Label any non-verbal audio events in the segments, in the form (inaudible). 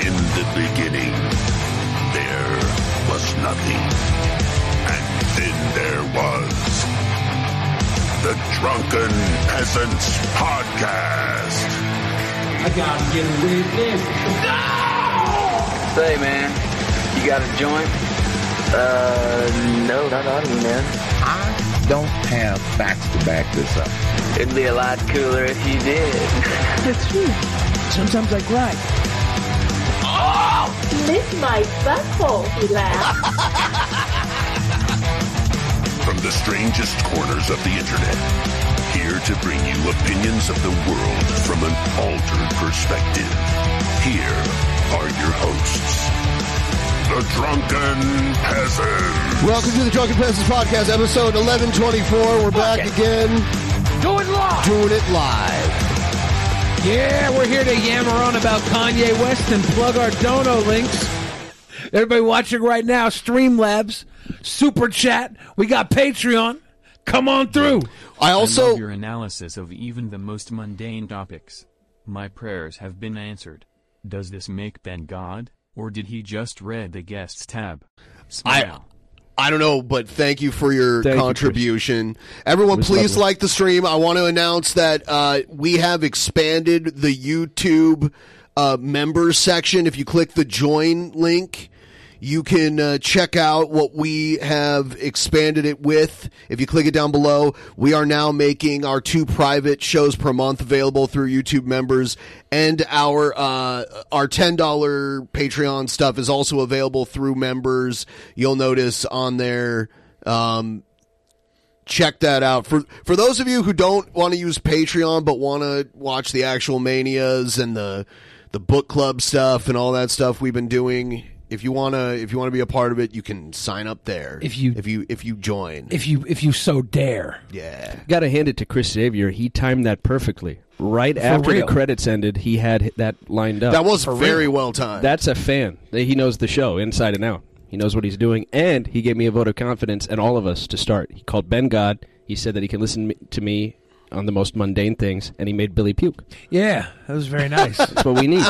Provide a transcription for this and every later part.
In the beginning, there was nothing. And then there was the Drunken Peasants Podcast. I gotta get away from this. Say, man, you got a joint? Uh, no, not on me, man. I don't have facts to back this up. It'd be a lot cooler if you did. That's true. Sometimes I cry. Lick my butthole, he laughed. From the strangest corners of the internet, here to bring you opinions of the world from an altered perspective. Here are your hosts, the Drunken Peasant. Welcome to the Drunken Peasants Podcast, episode 1124. We're back again. Doing it live. Yeah, we're here to yammer on about Kanye West and plug our dono links. Everybody watching right now, Streamlabs, Super Chat. We got Patreon. Come on through. I I also, love your analysis of even the most mundane topics. My prayers have been answered. Does this make Ben God, or did he just read the guests tab? I, I don't know, but thank you for your Thank you, contribution. Everyone, please like the stream. I want to announce that uh, we have expanded the YouTube uh, members section. If you click the join link, you can uh, check out what we have expanded it with. If you click it down below, we are now making our two private shows per month available through YouTube members, and our uh, our ten dollar Patreon stuff is also available through members. You'll notice on there. Um, check that out for for those of you who don't want to use Patreon but want to watch the actual manias and the the book club stuff and all that stuff we've been doing. If you wanna if you wanna be a part of it, you can sign up there. If you- if you if you join, If you if you so dare. yeah. Got to hand it to Chris Xavier. He timed that perfectly. Right after real. the credits ended, he had that lined up. That was very well timed. That's a fan. He knows the show inside and out. He knows what he's doing, and he gave me a vote of confidence and all of us to start. He called Ben God. He said that he can listen to me on the most mundane things, and he made Billy puke. Yeah, that was very nice. That's what we need.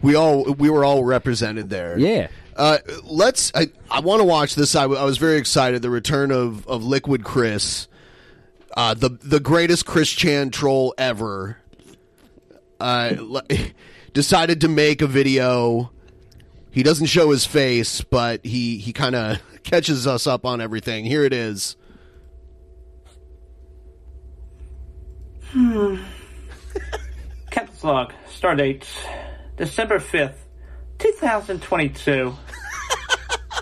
we all we were all represented there. yeah. Uh, let's. I, I want to watch this. I, w- I was very excited. The return of, of Liquid Chris, uh, the the greatest Chris Chan troll ever, uh, le- (laughs) decided to make a video. He doesn't show his face, but he he kind of (laughs) catches us up on everything. Here it is. Caps log, star dates, December 5th, 2022.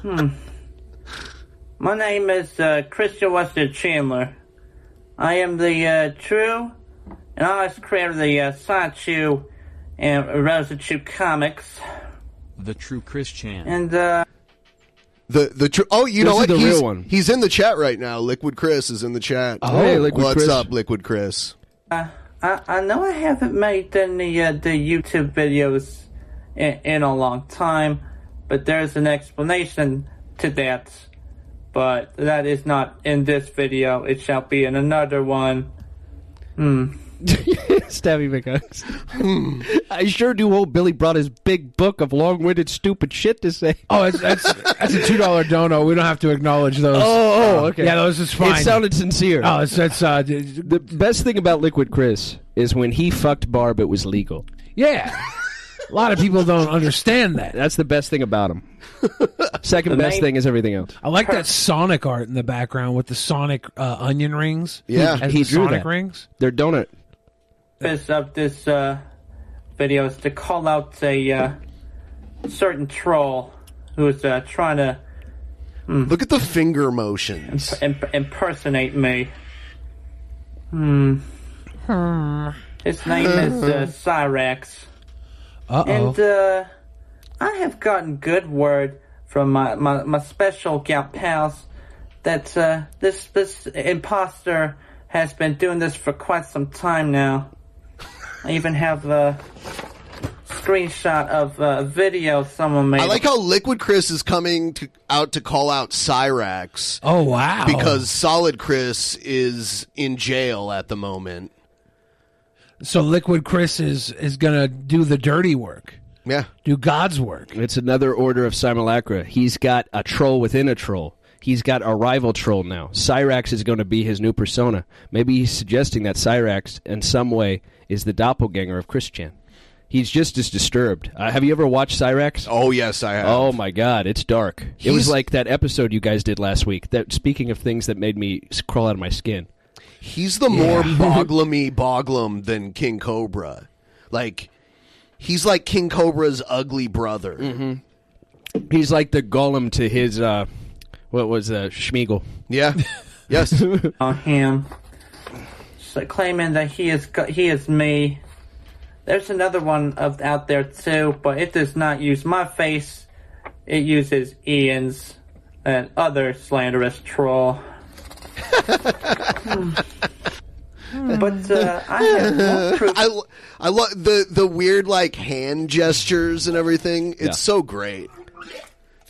hmm. My name is uh, Christian Weston Chandler. I am the uh, true and honest creator of the uh, Sanchu and Rosa Chu comics. The true Christian. And, uh, The the tr- oh you know This what is the he's, real one. he's in the chat right now. Liquid Chris is in the chat. Oh. Hey, Liquid what's Chris. up, Liquid Chris? Uh, I, I know I haven't made any uh, the YouTube videos in, in a long time, but there's an explanation to that. But that is not in this video. It shall be in another one. Hmm. (laughs) Stabby McHucks. Hmm. I sure do hope Billy brought his big book of long-winded, stupid shit to say. Oh, it's, that's that's a two dollar dono. We don't have to acknowledge those. Oh, oh, okay. Yeah, those is fine. It sounded sincere. Oh, it's, that's uh, d- The best thing about Liquid Chris is when he fucked Barb, it was legal. Yeah. A lot of people don't understand that. That's the best thing (laughs) about him. Second The best main- thing is everything else. I like that Sonic art in the background with the Sonic uh, onion rings. As he, the drew Sonic that. rings. They're donut. purpose of this uh, video is to call out a uh, certain troll who's uh, trying to Look at the finger motions. imp- impersonate me. Hmm. His name is uh, Cyrax. Uh-oh. And uh, I have gotten good word from my, my, my special gal pals that uh, this this imposter has been doing this for quite some time now. I even have a screenshot of a video someone made. I like how Liquid Chris is coming to, out to call out Cyrax. Oh wow! Because Solid Chris is in jail at the moment. So Liquid Chris is is gonna do the dirty work. Yeah. Do God's work. It's another order of simulacra. He's got a troll within a troll. He's got a rival troll now. Cyrax is going to be his new persona. Maybe he's suggesting that Cyrax, in some way, is the doppelganger of Christian. He's just as disturbed. Uh, have you ever watched Cyrax? Oh yes, I have. Oh my God, it's dark. It He's- was like that episode you guys did last week. That speaking of things that made me s- crawl out of my skin. He's (laughs) the more boglemy boglum than King Cobra. Like he's like King Cobra's ugly brother. Mm-hmm. He's like the golem to his uh, what was uh, Schmiegel. Yeah. Yes. (laughs) on him, so claiming that he is go- he is me. There's another one of out there too, but it does not use my face. It uses Ian's and other slanderous troll. Hmm. but uh, (laughs) I have more proof I lo- I love the the weird like hand gestures and everything. It's Yeah. so great.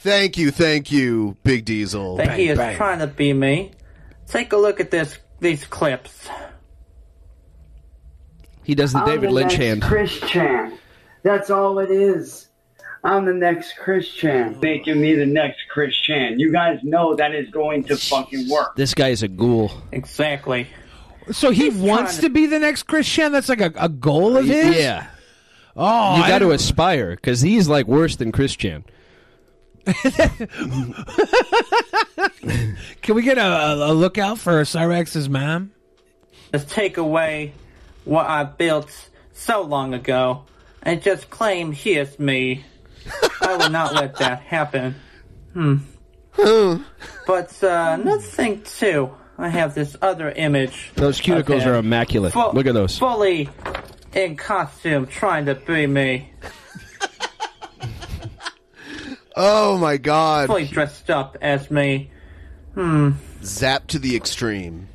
Thank you, thank you, Big Diesel. that he is trying to be me. Take a look at this these clips. He does the I'm David Oh, the Lynch next hand. Christian. That's all it is. I'm the next Christian. Making me the next Christian. You guys know that is going to fucking work. This guy is a ghoul. Exactly. So he wants to, be the next Christian. That's like a, a goal of his. Yeah. Oh, you I got to don't- aspire because he's like worse than Christian. Can we get a, a a lookout for Cyrax's mom? just take away what I built so long ago and just claim he is me. I will not let that happen. Hmm. but uh, another thing too, I have this other image. Those cuticles Okay. are immaculate. Full- Look at those. Fully in costume, trying to be me. Oh my god. Fully dressed up as me. Hmm. Zap to the extreme.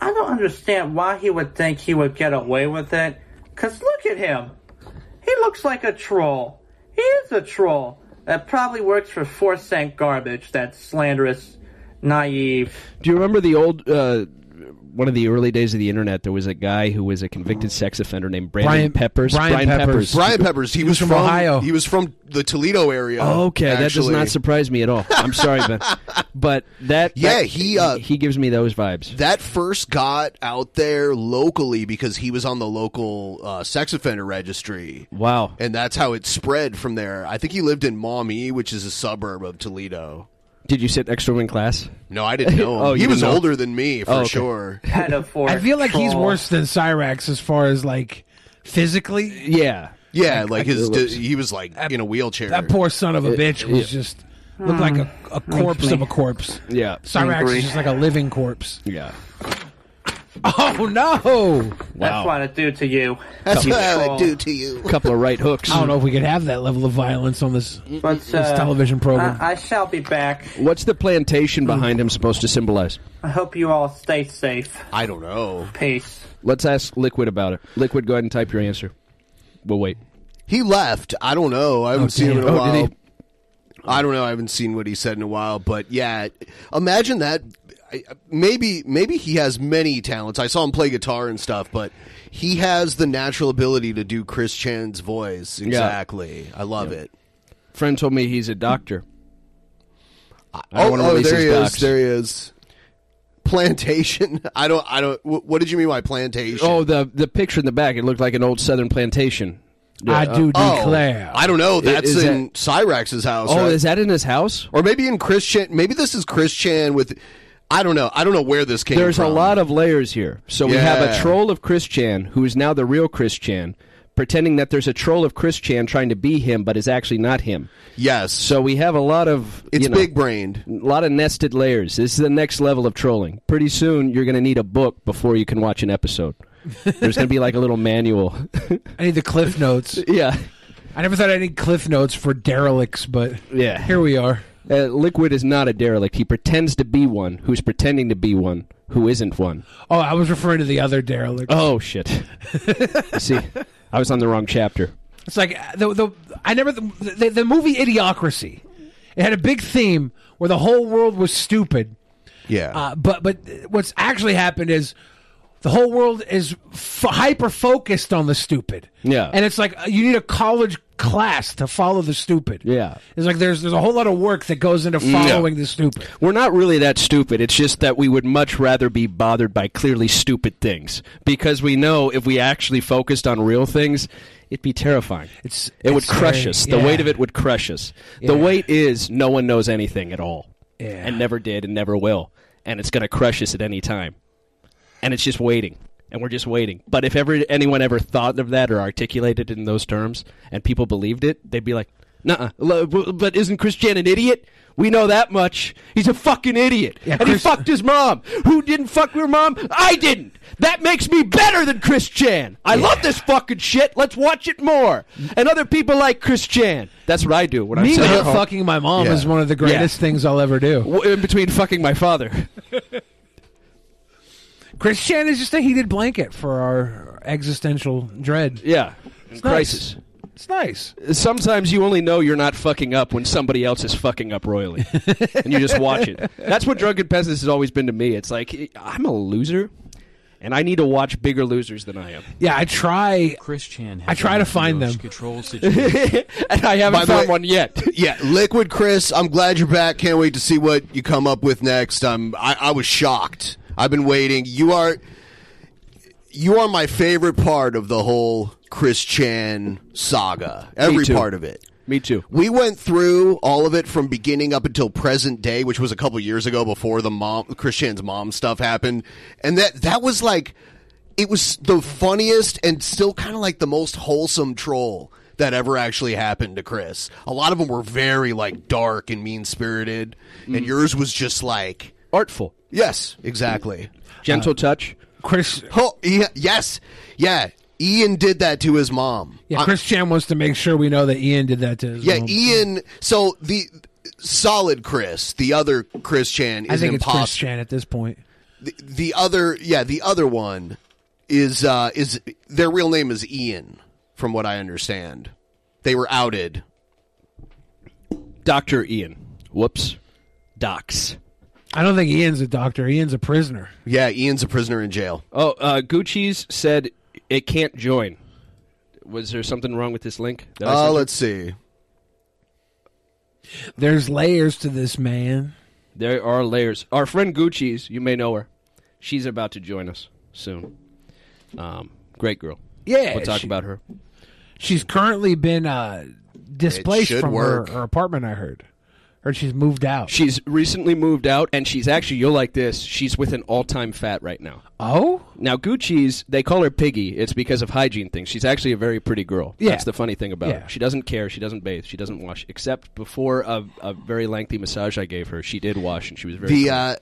I don't understand why he would think he would get away with it. Cause look at him. He looks like a troll. He is a troll that probably works for four cent garbage. That slanderous, naive. Do you remember the old uh, one of the early days of the internet? There was a guy who was a convicted sex offender named Brandon Brian- Peppers. Brian Peppers. Brian Peppers. He was from- he was from the Toledo area. Oh, okay, that does actually. not surprise me at all. I'm sorry, (laughs) Ben, but that Yeah, that- he, uh, he gives me those vibes. That first got out there locally because he was on the local uh, sex offender registry. Wow. And that's how it spread from there. I think he lived in Maumee, which is a suburb of Toledo. Did you sit next to him in class? No, I didn't know him. Oh, you he was didn't know? older than me for Oh, okay. sure. (laughs) I feel like he's worse than Cyrax as far as like physically. Yeah. Yeah, Like- like his like- he was like in a wheelchair. That poor son of a It- bitch was yeah. just looked like a, a Hmm. Makes corpse me- of a corpse. Yeah. Cyrax Angry. is just like a living corpse. Yeah. Oh no! That's what I do to you. That's you what I troll. do to you. Couple of right hooks. I don't know if we could have that level of violence on this, But, this uh, television program. I, I shall be back. What's the plantation behind him supposed to symbolize? I hope you all stay safe. I don't know. Peace. Let's ask Liquid about it. Liquid, go ahead and type your answer. We'll wait. He left. I don't know. I haven't Oh, seen him in a damn. Oh, while. did he? I don't know. I haven't seen what he said in a while. But yeah, imagine that. I- Maybe maybe he has many talents. I saw him play guitar and stuff, but he has the natural ability to do Chris Chan's voice. Exactly. I love it. Friend told me he's a doctor. I Oh, wanna oh release there his he is. docs. There he is. plantation? (laughs) I don't. I don't. wh- What did you mean by plantation? Oh, the the picture in the back. It looked like an old Southern plantation. I do uh, declare. oh, I don't know. I- That's is in that- Cyrex's house. Oh, right? is that in his house? Or maybe in Chris Chan. Maybe this is Chris Chan with. I don't know. I don't know where this came There's from. a lot of layers here. So we have a Yeah. troll of Chris Chan, who is now the real Chris Chan, pretending that there's a troll of Chris Chan trying to be him, but is actually not him. Yes. So we have a lot of It's you know, big-brained. A lot of nested layers. This is the next level of trolling. Pretty soon, you're going to need a book before you can watch an episode. There's going to be like a little manual. I need the cliff notes. (laughs) yeah. I never thought I need cliff notes for derelicts, but Yeah. here we are. Uh, Liquid is not a derelict. He pretends to be one, who's pretending to be one, who isn't one. Oh, I was referring to the other derelict. Oh shit! (laughs) You see, I was on the wrong chapter. It's like uh, the, the I never the, the, the movie Idiocracy. It had a big theme where the whole world was stupid. Yeah. Uh, but but what's actually happened is the whole world is f- hyper focused on the stupid. Yeah. And it's like uh, you need a college class to follow the stupid. Yeah. It's like there's there's a whole lot of work that goes into following the stupid. We're not really that stupid. It's just that we would much rather be bothered by clearly stupid things because we know if we actually focused on real things, it'd be terrifying. It's it would it's crush very- us. The yeah. weight of it would crush us. Yeah. The weight is no one knows anything at all, Yeah. and never did, and never will, and it's going to crush us at any time. And it's just waiting, and we're just waiting. But if ever anyone ever thought of that or articulated it in those terms, and people believed it, they'd be like. Nuh-uh. Lo- w- But isn't Chris Chan an idiot? We know that much. He's a fucking idiot. and he fucked his mom. Who didn't fuck your mom? I didn't. That makes me better than Chris Chan. I love this fucking shit. Let's watch it more. And other people like Chris Chan. That's what I do when Me I'm not fucking my mom is one of the greatest things I'll ever do. In between fucking my father. Chris Chan is just a heated blanket for our existential dread. Yeah. It's Crisis. Nice. It's nice. Sometimes you only know you're not fucking up when somebody else is fucking up royally, and you just watch (laughs) it. That's what drunken peasants has always been to me. It's like I'm a loser, and I need to watch bigger losers than I am. Yeah, I try. Chris Chan I try to find them. (laughs) Control situation. (laughs) and I haven't By the found way- one yet. (laughs) Yeah, Liquid Chris, I'm glad you're back. Can't wait to see what you come up with next. I'm I, I was shocked. I've been waiting. You are you are my favorite part of the whole Chris Chan saga. Every too. part of it. Me too. We went through all of it from beginning up until present day, which was a couple years ago before the mom Chris Chan's mom stuff happened. And that that was like it was the funniest and still kind of like the most wholesome troll that ever actually happened to Chris. A lot of them were very like dark and mean spirited, and yours was just like Mm. artful. Yes, exactly. Gentle touch. Chris. Oh, he- yes, yeah. Ian did that to his mom. Uh, Yeah, Chris Chan wants to make sure we know that Ian did that to his Yeah, mom. Ian. So the solid Chris, the other Chris Chan, is I think an it's Chris imposter. Chan at this point. The, the other, yeah, the other one is uh is their real name is Ian, from what I understand. They were outed. Doctor Ian. Whoops. Docs. I don't think Ian's a doctor. Ian's a prisoner. Yeah, Ian's a prisoner in jail. Oh, uh, Gucci's said it can't join. Was there something wrong with this link? that I Uh, sent you? let's see. There's layers to this man. There are layers. Our friend Gucci's, you may know her. She's about to join us soon. Um, great girl. Yeah, we'll talk she- about her. She's currently been uh, displaced should from her, work. her apartment. I heard. Heard she's moved out. She's recently moved out, and she's actually you'll like this. She's with an all-time fat right now. Oh, Now Gucci's, they call her Piggy. It's because of hygiene things. She's actually a very pretty girl. Yeah. That's the funny thing about Yeah. her. She doesn't care. She doesn't bathe. She doesn't wash. Except before a, a very lengthy massage I gave her, she did wash, and she was very. the clean. uh,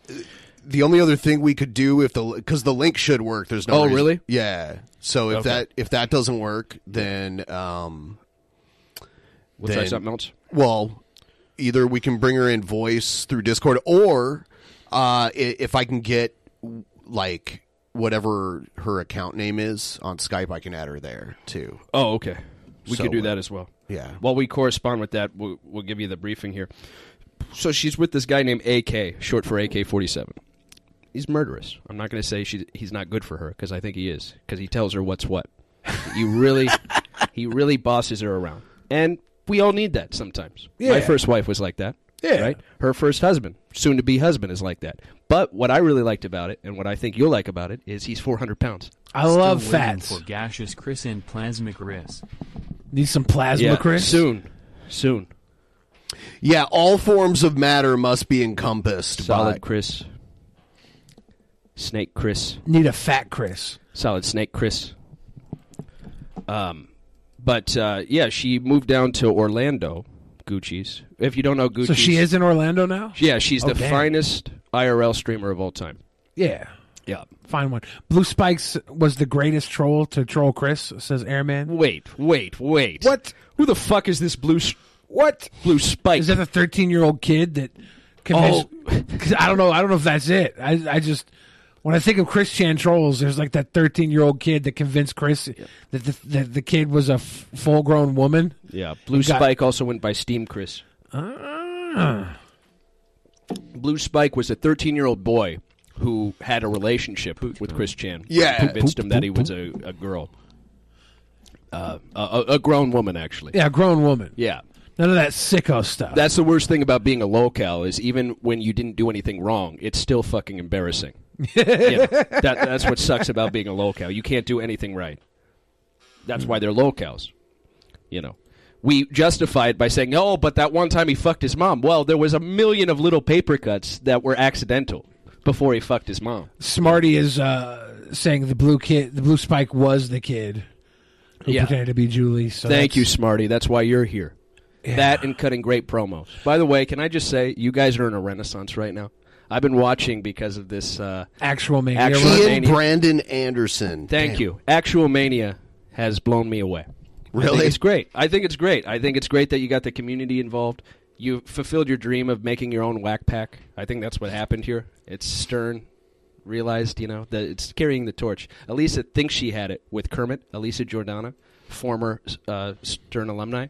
the only other thing we could do if the because the link should work. There's no. Oh, reason- really? Yeah. So if Okay. that if that doesn't work, then um, We'll try something else? Well, either we can bring her in voice through Discord, or uh, i- if I can get like whatever her account name is on Skype, I can add her there too. Oh, okay. We So, could do uh, that as well. yeah. While we correspond with that, we'll, we'll give you the briefing here. So she's with this guy named AK, short for AK forty seven. He's murderous. I'm not going to say she, he's not good for her because I think he is because he tells her what's what. You really, (laughs) he really bosses her around, and we all need that sometimes. Yeah. My first wife was like that. Yeah. Right? Her first husband, soon to be husband, is like that. But what I really liked about it, and what I think you'll like about it, is he's 400 pounds. I love Still waiting fats. For gaseous Chris and plasmic Chris. Need some plasma, Yeah, Chris. Soon. Soon. Yeah, all forms of matter must be encompassed. Solid Chris. Snake Chris. Need a fat Chris. Solid Snake Chris. Um, but uh, yeah, she moved down to Orlando. Gucci's. If you don't know Gucci's, So she is in Orlando now? Yeah, she's Oh, the damn. finest IRL streamer of all time. Yeah. Yeah. Fine one. Blue Spikes was the greatest troll to troll Chris, says Airman. Wait, wait, wait. What? Who the fuck is this blue? What? Blue Spike. Oh. Is that the 13 year old kid that convinced. (laughs) Cause I don't know. I don't know if that's it. I, I just. When I think of Chris Chan trolls, there's like that 13 year old kid that convinced Chris that, the, that the kid was a f- full grown woman. Yeah, Blue Got- Spike also went by Steam Chris. Ah. Blue Spike was a 13-year-old boy who had a relationship with Chris Chan. Yeah. convinced him that he was a, a girl, uh, a, a a grown woman actually. Yeah, a grown woman. Yeah. None of that sicko stuff. That's the worst thing about being a locale is even when you didn't do anything wrong, it's still (laughs) fucking embarrassing. You know, that, that's what sucks about being a locale. You can't do anything right. That's why they're locales. You know, we justify it by saying, "Oh, but that one time he fucked his mom." Well, there was a million of little paper cuts that were accidental before he fucked his mom. Smarty is uh, saying the blue kid, the blue spike was the kid who Yeah. pretended to be Julie. So Thank that's- you, Smarty. That's why you're here. That and cutting great promos. By the way, can I just say you guys are in a renaissance right now? I've been watching because of this uh, Actual Mania. Actual Ian Mania. Brandon Anderson. Thank Damn. you. Actual Mania has blown me away. I think Really? it's great. I think it's great. I think it's great that you got the community involved. You fulfilled your dream of making your own whack pack. I think that's what happened here. It's Stern realized, you know, that it's carrying the torch. Elisa thinks she had it with Kermit, Elisa Jordana, former uh, Stern alumni,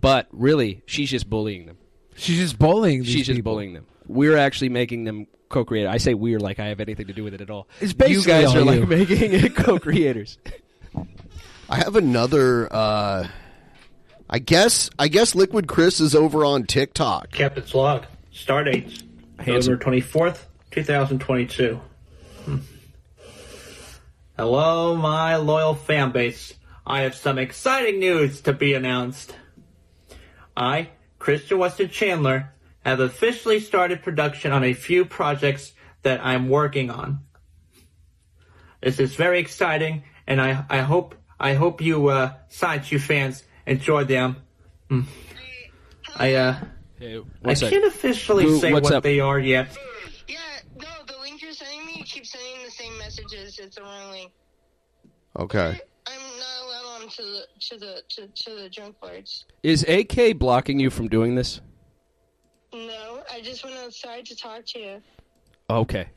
but really she's just bullying them. She's just bullying. These She's just people. bullying them. We're actually making them co-create. I say we're like I have anything to do with it at all. It's you basically guys all are you. like (laughs) making it co-creators. I have another. Uh, I guess. I guess Liquid Chris is over on TikTok. Captain's log. Star dates. November twenty fourth, two thousand twenty two. Hello, my loyal fan base. I have some exciting news to be announced. I, Christian Weston Chandler, have officially started production on a few projects that I'm working on. This is very exciting, and I, I hope I hope you uh, Sideshoe fans enjoy them. Mm. I uh, I One sec. can't officially Who- say what's what up? they are yet. Okay. to the to, to the drunk words. Is AK blocking you from doing this? No, I just went outside to talk to you. Okay.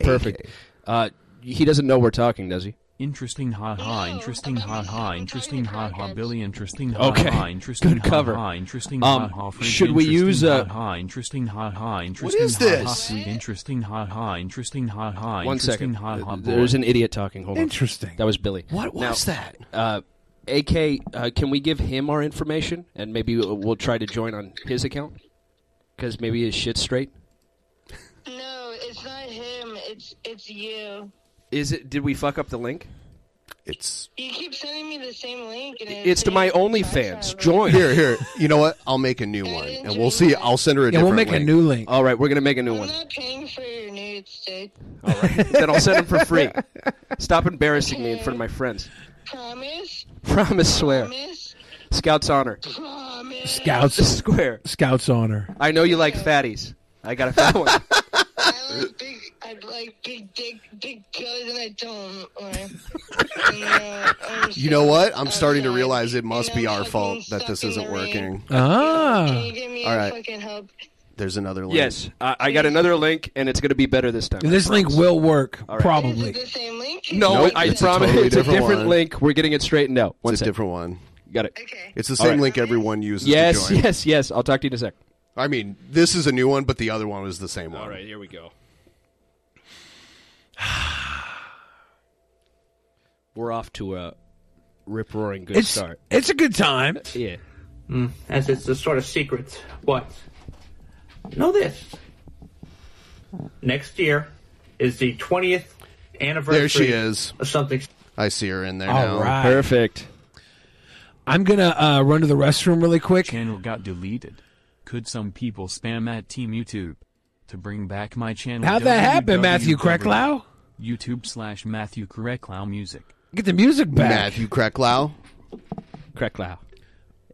Perfect. Uh, he doesn't know we're talking, does he? Interesting, ha ha, interesting, ha ha, interesting, ha ha, Billy, interesting, ha Okay. ha, interesting, Good cover. ha ha, interesting, Um, ha ha, Fridge, should we interesting, use, uh, ha ha, interesting, ha ha, interesting, is ha ha, this? sweet, interesting, ha ha, interesting, ha Ah, ha, One interesting, second. ha ha, Uh, boy. There's an idiot talking. Hold on. Interesting. That was Billy. What was that? Uh, AK, uh, can we give him our information and maybe we'll, we'll try to join on his account? Because maybe his shit's straight. No, it's not him. It's it's you. Is it? Did we fuck up the link? It's You keep sending me the same link, and it's to my OnlyFans. Join Here, here. You know what? I'll make a new one, and we'll see. I'll send her a different new link. All right, we're gonna make a new one. All right, then I'll send them for (laughs) free. Stop embarrassing me in front of my friends. Promise? Promise, swear. Scouts honor. Scouts (laughs) Square. Scouts honor. I know you like fatties. I got a fat one. I like big dick, big guys, and I don't. Or, you know, I'm You know what? I'm starting to realize it must be our fault that this isn't working. Ah. All right. There's another link. (laughs) Yes, I, I got another link, and it's going to be better this time. This I link promise. will work, All right. probably. No, Nope, I it's a promise. totally it's a different different one. link. We're getting it straightened out. One It's a sec. different one. Got it. It's the All same right. link everyone uses. Yes, to join. yes, yes. I'll talk to you in a sec. I mean, this is a new one, but the other one was the same one. All right, here we go. (sighs) We're off to a rip roaring good It's- start. It's a good time. Hmm. Yeah. Mm, as it's the sort of secret. What? know this. Next year is the 20th anniversary There she is. of something. I see her in there All now. right. Perfect. I'm gonna uh, run to the restroom really quick. Channel got deleted. Could some people spam at Team YouTube to bring back my channel? How'd that happen, Matthew Krecklau? YouTube slash Matthew Krecklau Music. Get the music back. Matthew Krecklau. Krecklau.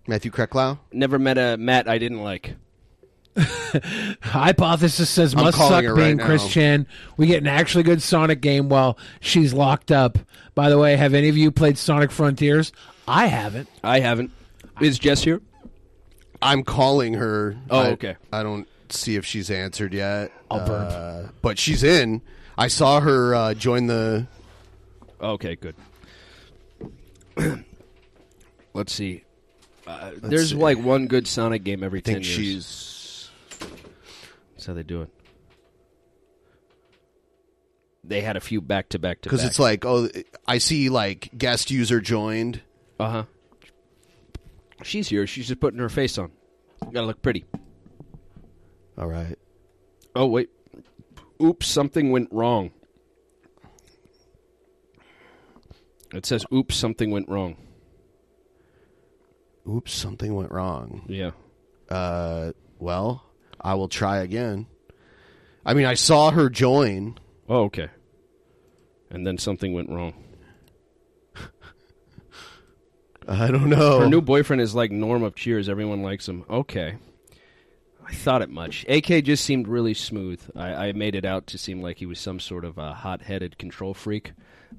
Matthew Krecklau. Never met a Matt I didn't like. Hypothesis says I'm must calling suck her being right now. Chris Chan. We get an actually good Sonic game while she's locked up. By the way, have any of you played Sonic Frontiers? I haven't. I haven't. Is Jess here? I'm calling her. Oh, I- okay. I don't see if she's answered yet. I'll burp. Uh, but she's in. I saw her uh, join the. Okay, good. (clears throat) Let's see. Uh, Let's there's see. like one good Sonic game every I think 10 years. she's. That's how they do it. They had a few back to back to Because it's like, oh, I see like guest user joined. Uh huh. She's here. She's just putting her face on. Gotta look pretty. All right. Oh wait. Oops, something went wrong. It says oops, something went wrong. Oops, something went wrong. Yeah. Uh, well, I will try again. I mean, I saw her join. Oh, okay. And then something went wrong. I don't know. Her new boyfriend is like Norm of Cheers. Everyone likes him. Okay. I thought it much. AK just seemed really smooth. I, I made it out to seem like he was some sort of a hot headed control freak,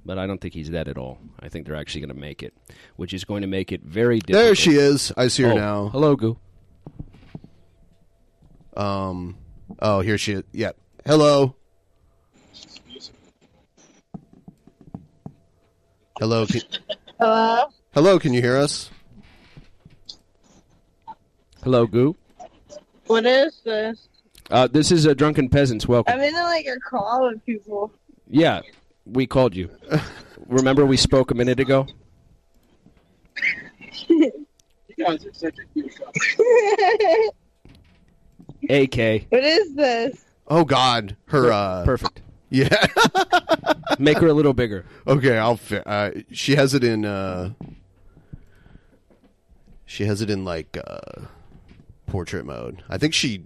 but I don't think he's that at all. I think they're actually going to make it, which is going to make it very difficult. There she is. I see her Oh, now. Hello, Goo. Um. Oh, here she is. Yeah. Hello. Hello. Can, (laughs) Hello? hello. Can you hear us? Hello, Goo. What is this? Uh, this is a Drunken Peasants. Welcome. I'm in like a call with people. (laughs) Yeah, we (laughs) called you. Remember we spoke a minute ago? AK. what is this? Oh God. Her. Uh, Perfect. Yeah. (laughs) Make her a little bigger. Okay. I'll. Fi- uh, she has it in. Uh, she has it in like uh, portrait mode. I think she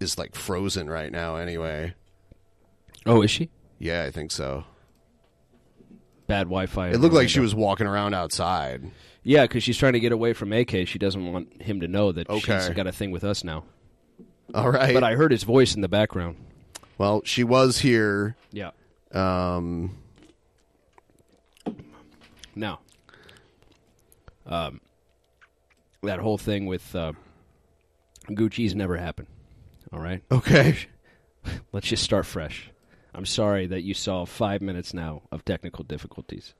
is like frozen right now. Anyway. Oh, is she? Yeah, I think so. Bad Wi Fi. It looked like she was walking around outside. Yeah, because she's trying to get away from AK. She doesn't want him to know that she's Okay. got a thing with us now. All right. But I heard his voice in the background. Well, she was here. Yeah. Um. Now, um, that whole thing with uh, Gucci's never happened. All right. Okay. (laughs) Let's just start fresh. I'm sorry that you saw five minutes now of technical difficulties.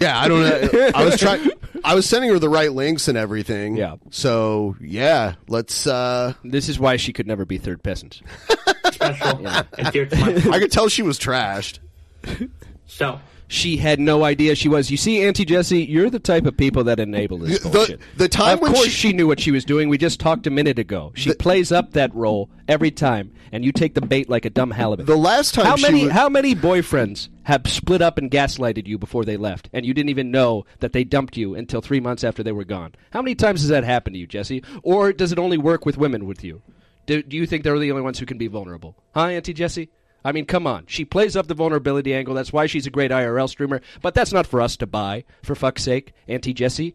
Yeah, I don't (laughs) know. I was trying. I was sending her the right links and everything. Yeah. So yeah, let's. uh This is why she could never be third peasant. (laughs) I could tell she was trashed. So she had no idea she was. You see, Auntie Jesse, you're the type of people that enable this The- bullshit. the time of when course, she- she, knew what she was doing. We just talked a minute ago. She plays up that role every time, and you take the bait like a dumb halibut. The last time how she many wa- how many boyfriends have split up and gaslighted you before they left, and you didn't even know that they dumped you until three months after they were gone? How many times has that happened to you, Jesse? Or does it only work with women with you? Do, do you think they're the only ones who can be vulnerable? Huh, Auntie Jesse? I mean, come on. She plays up the vulnerability angle. That's why she's a great IRL streamer. But that's not for us to buy, for fuck's sake, Auntie Jesse.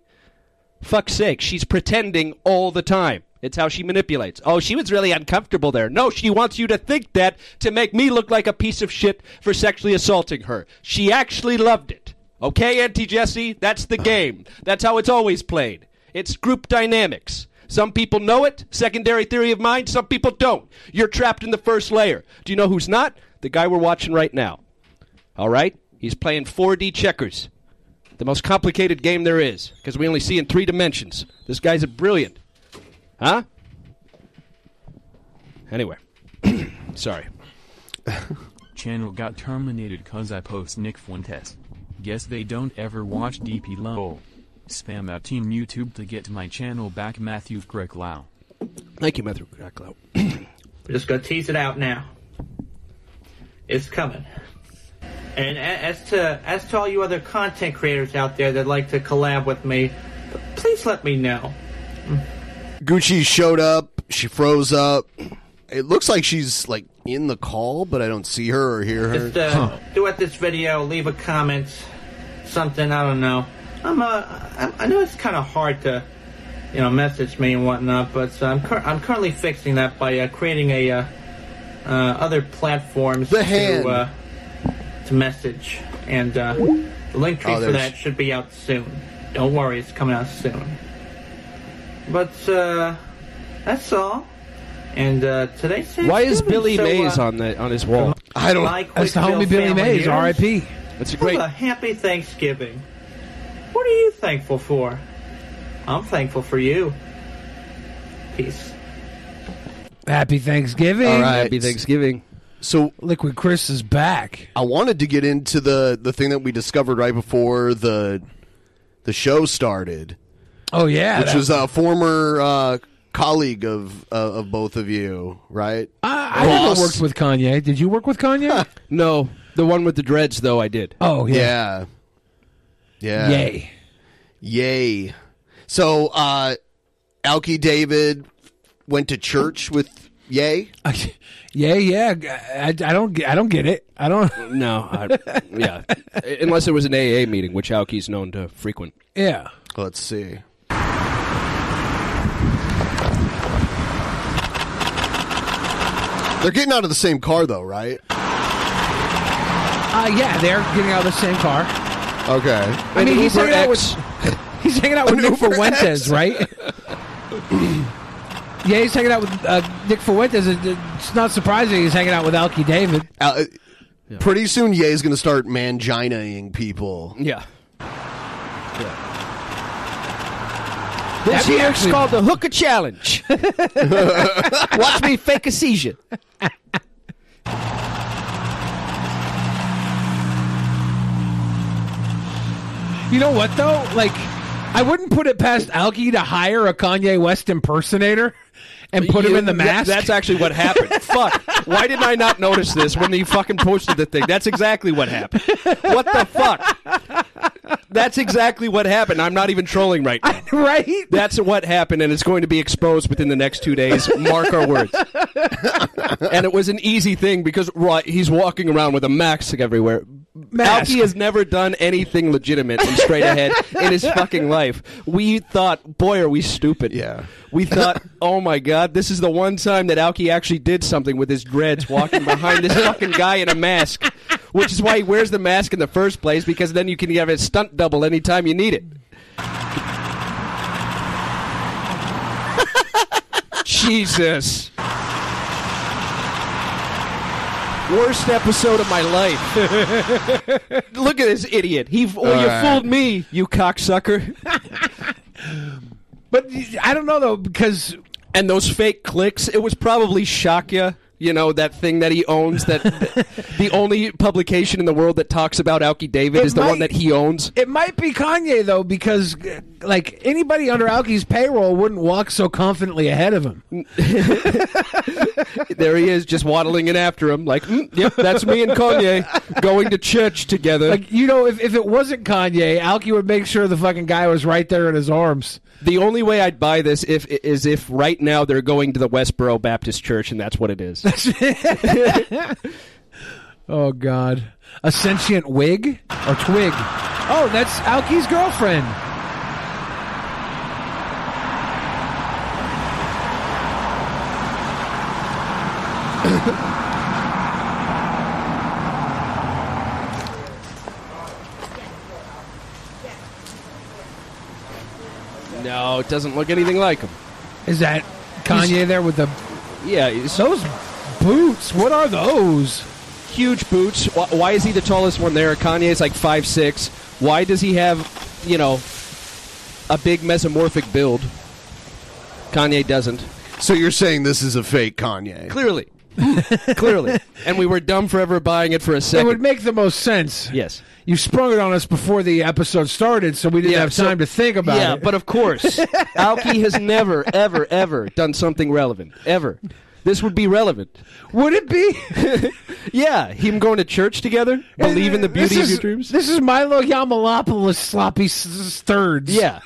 Fuck's sake, she's pretending all the time. It's how she manipulates. Oh, she was really uncomfortable there. No, she wants you to think that to make me look like a piece of shit for sexually assaulting her. She actually loved it. Okay, Auntie Jessie? That's the game. That's how it's always played. It's group dynamics. Some people know it, secondary theory of mind, some people don't. You're trapped in the first layer. Do you know who's not? The guy we're watching right now. All right? He's playing 4D checkers. The most complicated game there is because we only see in three dimensions. This guy's a brilliant. Huh? Anyway. (clears throat) Sorry. (laughs) Channel got terminated cause I post Nick Fuentes. Guess they don't ever watch DP LOL. Spam out Team YouTube to get my channel back Matthew Krecklau. Thank you, Matthew Cracklow. We're just gonna tease it out now. It's coming. And a- as to as to all you other content creators out there that like to collab with me, please let me know. Gucci showed up. She froze up. It looks like she's like in the call, but I don't see her or hear her. Just uh, do at this video, leave a comment, something I don't know. I'm uh, I, I know it's kind of hard to, you know, message me and whatnot, but uh, I'm cur- I'm currently fixing that by uh, creating a uh, uh, other platforms the hand. to uh, to message and uh, the link tree Oh, for there's- that should be out soon. Don't worry, it's coming out soon. But uh, that's all. And uh, today's Why is Thanksgiving, Billy so, uh, Mays on the on his wall? I don't- My That's the quick homie Bill Billy family Mays. years. R.I.P. That's a great. Have a (laughs) happy Thanksgiving. What are you thankful for? I'm thankful for you. Peace. Happy Thanksgiving. All right. Happy Thanksgiving. So Liquid Chris is back. I wanted to get into the the thing that we discovered right before the the show started. Oh yeah, which that- was a former uh, colleague of uh, of both of you, right? I never worked with Kanye. Did you work with Kanye? (laughs) no, the one with the dreads though. I did. Oh yeah. yeah, yeah. Yay. yay! So, uh, Alki David went to church with (laughs) Yay. Yeah, yeah. I, I don't. get- I don't get it. I don't. No, I, yeah. Unless it was an AA meeting, which Aoki's known to frequent. Yeah. Let's see. They're getting out of the same car, though, right? Uh, yeah, they're getting out of the same car. Okay. I mean, he's hanging out with. He's hanging (laughs) out with An Nick Uber Fuentes, X. (laughs) right? yeah, he's hanging out with uh, Nick Fuentes. It- It's not surprising he's hanging out with Alki David. Uh, Pretty soon, Ye's going to start manginaing people. Yeah. This year here's it's called the Hooker Challenge. (laughs) Watch me fake a seizure. You know what though? Like, I wouldn't put it past Alki to hire a Kanye West impersonator and put him You- in the that- mask. that's actually (laughs) what happened. Fuck. Why didn't I not notice this when you fucking posted the thing? That's exactly what happened. What the fuck? That's exactly what happened. I'm not even trolling right now. (laughs) right? That's what happened, and it's going to be exposed within the next two days. Mark our words. and it was an easy thing because right, he's walking around with a mask everywhere. Mask. Alki has never done anything legitimate and straight ahead in his fucking life. We thought, boy, are we stupid. Yeah. We thought, oh my god, this is the one time that Alki actually did something with his dreads walking behind this fucking guy in a mask. Which is why he wears the mask in the first place because then you can have a stunt double anytime you need it. (laughs) Jesus. Worst episode of my life. (laughs) Look at this idiot. He well, All you right. fooled me, you cocksucker. (laughs) but I don't know though because and those fake clicks. It was probably Shakya. You know that thing that he owns. (laughs) That the only publication in the world that talks about Alki David It is the one might- that he owns. It might be Kanye though, because uh, like anybody under Alki's payroll wouldn't walk so confidently ahead of him. there he is, just waddling in after him, like, "Mm, yep, that's me and Kanye going to church together. Like you know, if, if it wasn't Kanye, Alki would make sure the fucking guy was right there in his arms. The only way I'd buy this if is if right now they're going to the Westboro Baptist Church and that's what it is. Oh God, a sentient wig or twig? Oh, that's Alki's girlfriend. no, it doesn't look anything like him. Is that Kanye there with the? Yeah, those boots. What are those? Huge boots. Why, why is he the tallest one there? Kanye's like five six. Why does he have, you know, a big mesomorphic build? Kanye doesn't. So you're saying this is a fake Kanye? Clearly, (laughs) clearly, and we were dumb forever buying it for a It second. would make the most sense. Yes. You sprung it on us before the episode started, so we didn't Yeah, have so- time to think about yeah, it. (laughs) but of course, Alki has never, ever, ever done something relevant ever. this would be relevant. Would it be? (laughs) yeah, him going to church together, believe in the beauty of your dreams. This is Milo Yamalopoulos sloppy s- s- thirds. Yeah,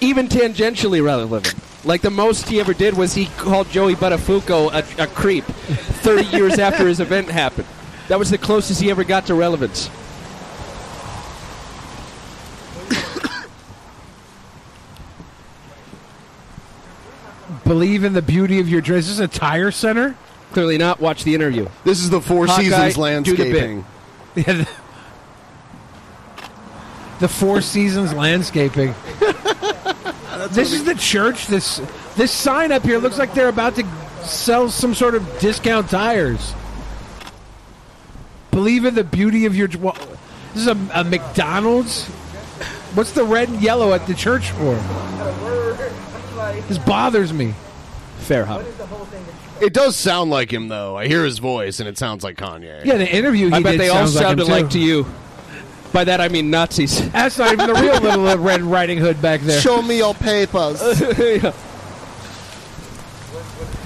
even tangentially relevant. Like the most he ever did was he called Joey Buttafuoco a, a creep, thirty years after his event happened. That was the closest he ever got to relevance. Believe in the beauty of your dress. Is this a tire center? Clearly not. Watch the interview. This is the Four Hawkeye, Seasons do the landscaping. Yeah, the, the Four Seasons landscaping. this is the church. This this sign up here looks like they're about to sell some sort of discount tires. Believe in the beauty of your. dw- This is a, a McDonald's. What's the red and yellow at the church for? This bothers me. Fair hop. It does sound like him, though. I hear his voice, and it sounds like Kanye. Yeah, the interview he I bet did they all sounds like him, sounded like, too. to you. By that I mean Nazis. That's not even the real little Red Riding Hood back there. Show me your papers. (laughs)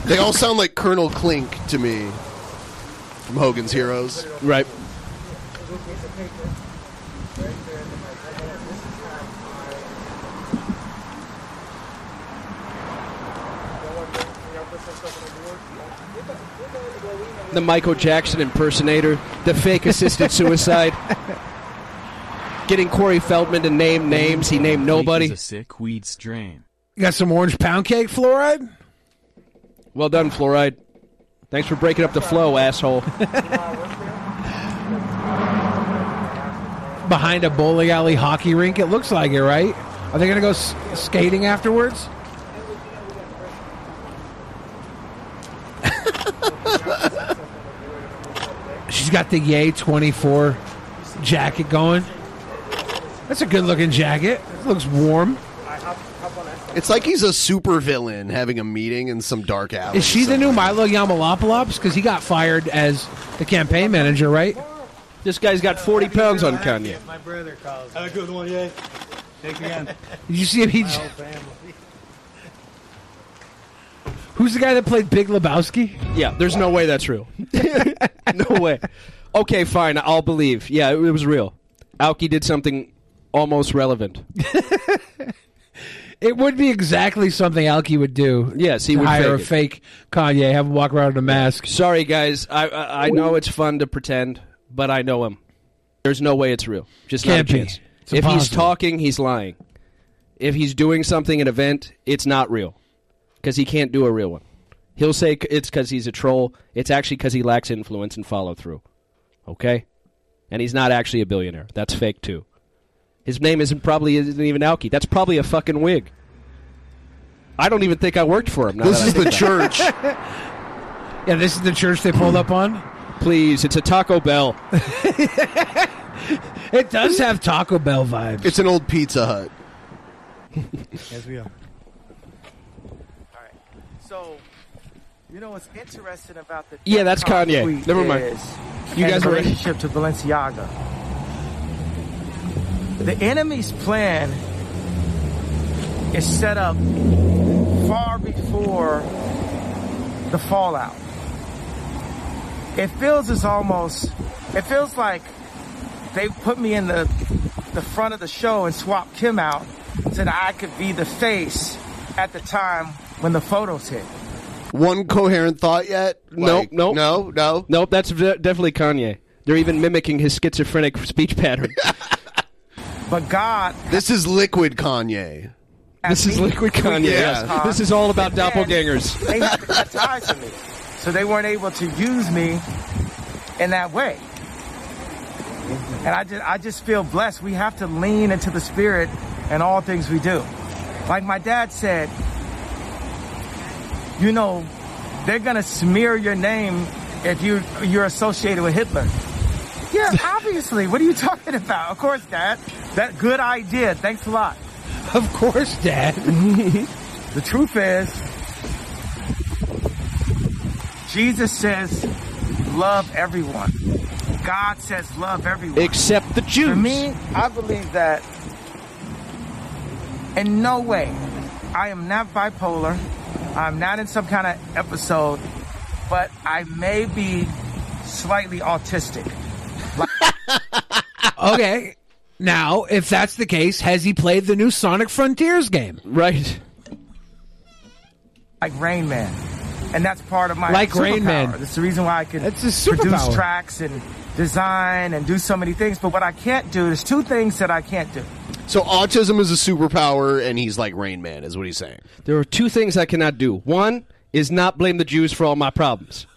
They all sound like Colonel Clink to me from Hogan's Heroes. Right. The Michael Jackson impersonator, the fake assisted suicide, getting Corey Feldman to name names. He named nobody. Is a sick weed strain. You got some orange pound cake fluoride? Well done, fluoride. Thanks for breaking up the flow, asshole. Behind a bowling alley hockey rink, it looks like it, right? Are they going to go s- skating afterwards? (laughs) She's got the Yay 24 jacket going. That's a good looking jacket. It looks warm. It's like he's a super villain having a meeting in some dark alley. Is she the new Milo Yamalopoulos? Because he got fired as the campaign manager, right? This guy's got 40 pounds on Kanye. My brother calls. Have a good one, yeah. Thank (laughs) you again. Did you see him? He, (laughs) who's the guy that played Big Lebowski? Yeah, there's no way that's real. (laughs) no way. Okay, fine. I'll believe. Yeah, it, it was real. Alki did something almost relevant. It would be exactly something Alki would do. Yes, he to would hire fake it. a fake Kanye, have him walk around in a mask. Sorry, guys. I, I I know it's fun to pretend, but I know him. There's no way it's real. Just Can't not a be. chance. It's If he's impossible. talking, he's lying. If he's doing something, an event, it's not real because he can't do a real one. He'll say c- it's because he's a troll. It's actually because he lacks influence and follow through. Okay, and he's not actually a billionaire. That's fake too. His name isn't probably isn't even Alki. That's probably a fucking wig. I don't even think I worked for him. now This that I is think the about it. church. Yeah, this is the church they pulled up on. Please, it's a Taco Bell. It does have Taco Bell vibes. It's an old Pizza Hut. (laughs) Yes, we are. All right. So, you know what's interesting about the Yeah, that's Kanye. Never mind. You guys the were- relationship to Balenciaga. The enemy's plan is set up far before the fallout. It feels as almost. It feels like they put me in the the front of the show and swapped Kim out so that I could be the face at the time when the photos hit. One coherent thought yet? Like, Uh, nope, nope, no, no. nope. That's de- definitely Kanye. They're even mimicking his schizophrenic speech (laughs) pattern. But God This is liquid Kanye. this is liquid Kanye. Yeah. yes. This is all about doppelgangers. (laughs) they had to cut ties with me. So they weren't able to use me in that way. And I just I just feel blessed. We have to lean into the spirit in all things we do. Like my dad said, you know, they're gonna smear your name if you you're associated with Hitler. Yeah, obviously. What are you talking about? Of course, Dad. That good idea. Thanks a lot. Of course, Dad. (laughs) the truth is, Jesus says, love everyone. God says, love everyone. Except the Jews. For me, I believe that in no way, I am not bipolar. I'm not in some kind of episode. but I may be slightly autistic. (laughs) okay. Now, if that's the case, has he played the new Sonic Frontiers game? Right. like Rain Man, and that's part of my Like Rain superpower. Man. That's the reason why I can That's his produce superpower. tracks and design and do so many things. But what I can't do, there's two things that I can't do. So autism is a superpower, and he's like Rain Man, is what he's saying. There are two things I cannot do. One is (laughs) not blame the Jews for all my problems.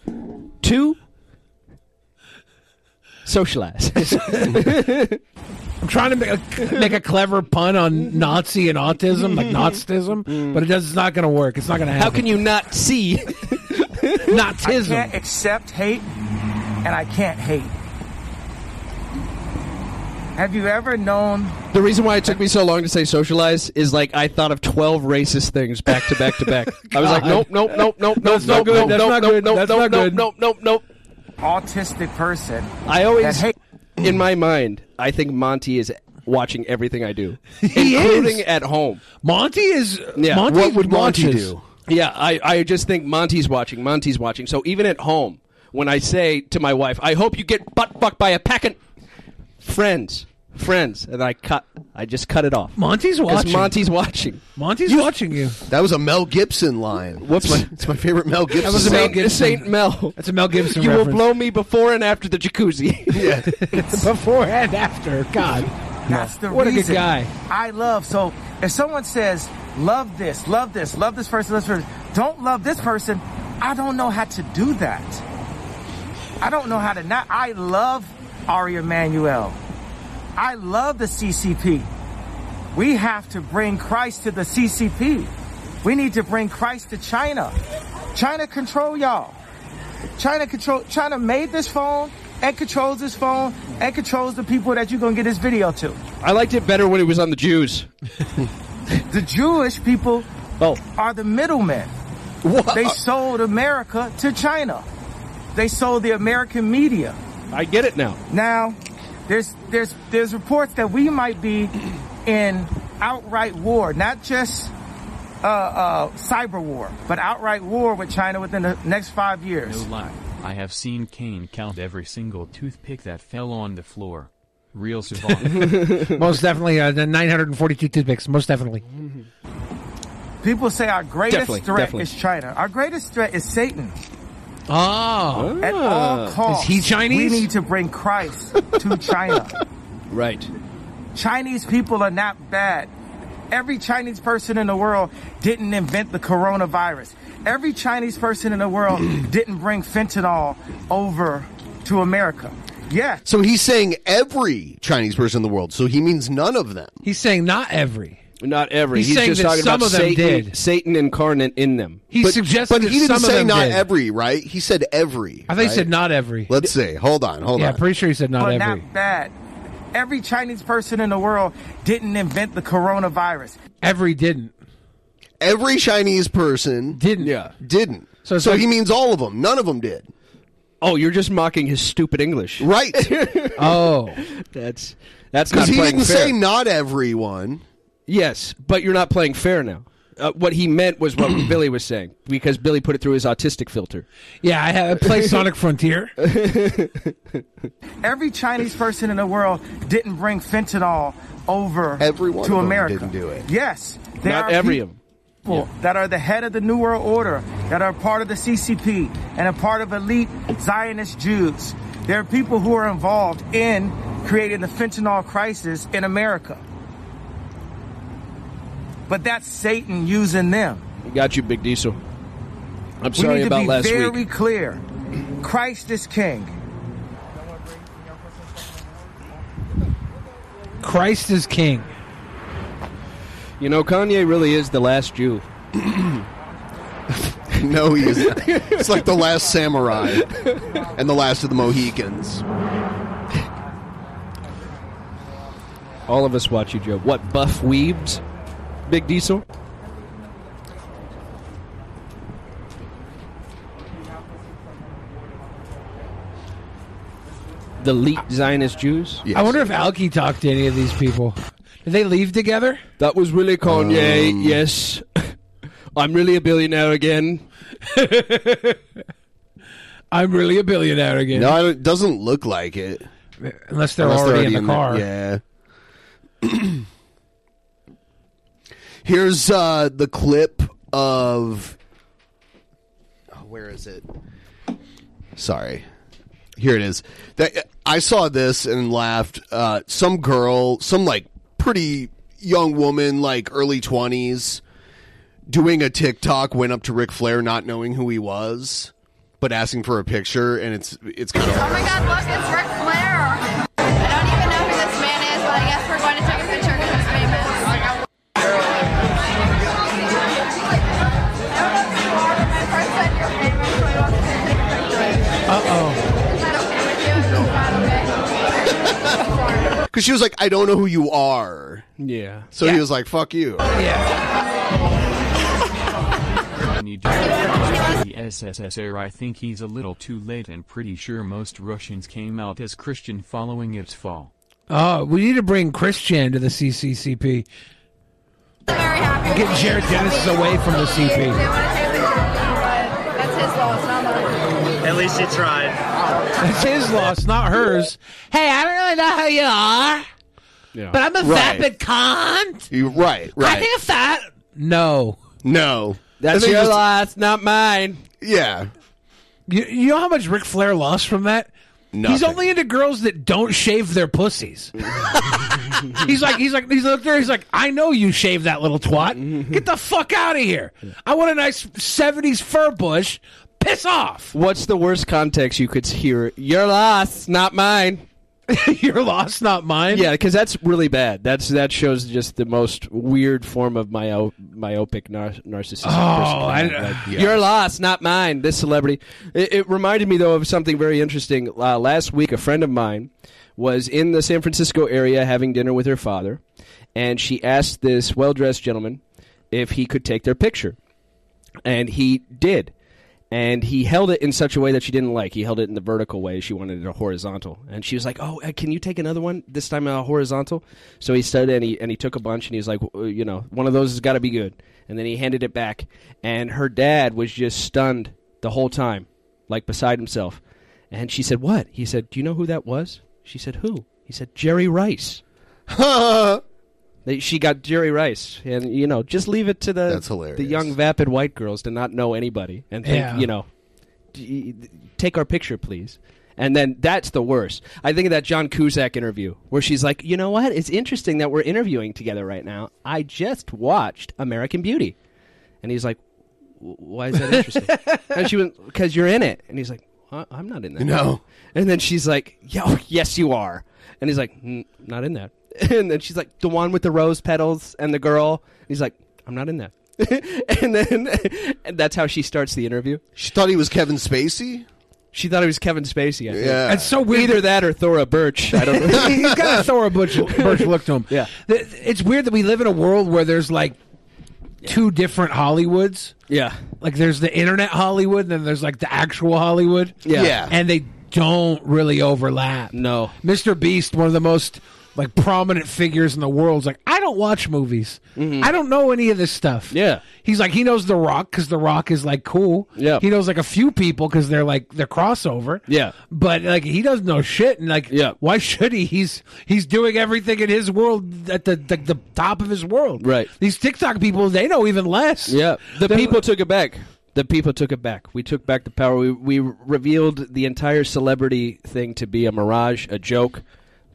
Two, socialize. (laughs) (laughs) I'm trying to make a, make a clever pun on Nazi and autism, like Nazism, but it does, it's not going to work. It's not going to happen. How can you not (laughs) see I Nazism? can't accept hate, and I can't hate. Have you ever known? the reason why it took me so long to say socialize is like I thought of twelve racist things back to back to back. I was (laughs) like, God. nope, nope, nope, nope, nope, Uh, (laughs) That's not nope, good, nope, that's nope, not nope, good, nope, that's nope, not nope, good. nope, nope, nope. Autistic person. I always, hate- in my mind, I think Monty is watching everything (laughs) I do, including at home. Monty is yeah. Monty What would Monty watches. do? Yeah, I, I just think Monty's watching. Monty's watching. So even at home, when I say to my wife, "I hope you get butt fucked by a pack of friends." Friends and I cut. I just cut it off. Monty's 'Cause watching. Monty's watching. Monty's watching you. (laughs) That was a Mel Gibson line. What's my, it's my favorite Mel Gibson. That was a Mel line. Gibson. Saint Mel. That's a Mel Gibson You will reference. blow me before and after the (laughs) jacuzzi. yeah. Before and after. God. That's the What a good reason guy. I love. So if someone says, love this, love this, love this person, love this person, don't love this person, I don't know how to do that. I don't know how to not. I love Ari Emanuel. I love the CCP. We have to bring Christ to the CCP. We need to bring Christ to China. China control y'all. China control. China made this phone and controls this phone and controls the people that you're gonna get this video to. I liked it better when it was on the Jews. The Jewish people oh. are the middlemen. They sold America to China. They sold the American media. I get it now. Now, there's there's there's reports that we might be in outright war, not just uh, uh, cyber war, but outright war with China within the next five years. No lie, I have seen Kane count every single toothpick that fell on the floor. Real savant. (laughs) most definitely. Uh, the 942 toothpicks. Most definitely. Mm-hmm. People say our greatest Definitely, threat definitely. is China. Our greatest threat is Satan. Oh. Uh, At all costs, Is he Chinese? We need to bring Christ to China. Right. Chinese people are not bad. Every Chinese person in the world didn't invent the coronavirus. Every Chinese person in the world (clears throat) didn't bring fentanyl over to America. Yeah. So he's saying every Chinese person in the world. So he means none of them. He's saying not every. Not every. He's He's, saying just that talking some about of them Satan, did. Satan incarnate in them. He but, suggested but he that didn't some of say them not did. every, right? He said every. I think he right? said not every. Let's see. Hold on. Hold yeah, on. pretty sure he said not but every. not bad. Every Chinese person in the world didn't invent the coronavirus. every didn't. Every Chinese person didn't. Yeah. Didn't. So, it's like- he means all of them. None of them did. Oh, you're just mocking his stupid English. (laughs) Right. oh. That's that's not Because he playing didn't fair. say not everyone. Yes, but you're not playing fair now. Uh, what he meant was (clears throat) what Billy was saying because Billy put it through his autistic filter. Yeah, I, have, I play Sonic (laughs) Frontier. Every Chinese person in the world didn't bring fentanyl over Every one to of them America. didn't do it. Yes. there Not are every peop- of 'em. people that are the head of the New World Order, that are part of the CCP, and a part of elite Zionist Jews. There are people who are involved in creating the fentanyl crisis in America. But that's Satan using them. Got you, Big Diesel. I'm sorry we need to about be last very week. clear. Christ is king. Christ is king. You know, Kanye really is the last Jew. (laughs) No, he isn't. it's like the last samurai and the last of the Mohicans. All of us watch you, Joe. What buff weebs, Big Diesel? The elite Zionist Jews. I wonder if Alki talked to any of these people. Did they leave together? That was really Kanye. (laughs) yes, I'm really a billionaire again. I'm really a billionaire again. No, it doesn't look like it. Unless they're already in the car. yeah. (clears throat) Here's uh, the clip of. oh, where is it? Sorry. Here it is. That I saw this and laughed. Uh, some girl, some like pretty young woman, like early twenties, doing a TikTok, went up to Ric Flair, not knowing who he was, but asking for a picture, and it's it's kind of. Oh my god, look, it's Ric Flair. I don't even know who this man is, but I guess we're going to take a picture because he's famous. Uh oh. Because she was like, I don't know who you are. Yeah. So he was like, fuck you. (laughs) The SSSR, I think he's a little too late and pretty sure most Russians came out as Christian following its fall. Oh, we need to bring Christian to the CCCP. Get Jared Dennis away from the CP. That's his law, it's not mine. At least he tried. That's his loss, not hers. Hey, I don't really know who you are, but I'm a Right. vapid cunt. You right, right. I think that. No. No. That's And they your just- loss, not mine. Yeah. You, you know how much Ric Flair lost from that? He's Nothing. only into girls that don't shave their pussies. he's like, he's like, he's up there. He's like, I know you shave that little twat. Get the fuck out of here. I want a nice '70s fur bush. Piss off. What's the worst context you could hear? Your loss, not mine. (laughs) Your loss, not mine. Yeah, because that's really bad. That's that shows just the most weird form of myo- myopic nar- narcissism. Oh, I- yeah. your loss, not mine. This celebrity. It, it reminded me though of something very interesting. Uh, last week, a friend of mine was in the San Francisco area having dinner with her father, and she asked this well-dressed gentleman if he could take their picture and he did and he held it in such a way that she didn't like he held it in the vertical way she wanted it horizontal and she was like oh uh, can you take another one this time uh, horizontal so he stood and he and he took a bunch and he was like "Uh, you know one of those has got to be good and then he handed it back and her dad was just stunned the whole time like beside himself and she said what he said do you know who that was she said who he said jerry rice They- she got Jerry Rice, and you know, just leave it to the the young vapid white girls to not know anybody and think, Yeah. you know, "D- e, take our picture, please. And then that's the worst. I think of that John Cusack interview where she's like, you know what? It's interesting that we're interviewing together right now. I just watched American Beauty, and he's like, "W- why is that interesting? and she went, because you're in it, and he's like, "I- I'm not in that. No. And then she's like, "Yo, yes, you are." And he's like, "Mm, "Not in that." (laughs) And then she's like, "The one with the rose petals and the girl." And he's like, "I'm not in that." (laughs) and then (laughs) and that's how she starts the interview. She thought he was Kevin Spacey. She thought it was Kevin Spacey. I think. Yeah. It's so weird. Either that or Thora Birch. I don't (laughs) know. he's got a thorough butch, butch look to him. Yeah, it's weird that we live in a world where there's like two different Hollywoods. (laughs) Yeah, like there's the internet Hollywood, and then there's like the actual Hollywood. Yeah. Yeah. and they don't really overlap. No, Mr. Beast, one of the most like prominent figures in the world, is like I don't watch movies. I don't know any of this stuff. Mm-hmm. Yeah, he's like he knows The Rock because The Rock is like cool. Yeah. he knows like a few people because they're like they're crossover. Yeah. But like he doesn't know shit, and like why should he? He's he's doing everything in his world at the the, the top of his world. Right. These TikTok people, they know even less. Yeah, the people took it back. The people took it back. We took back the power. We, we revealed the entire celebrity thing to be a mirage, a joke.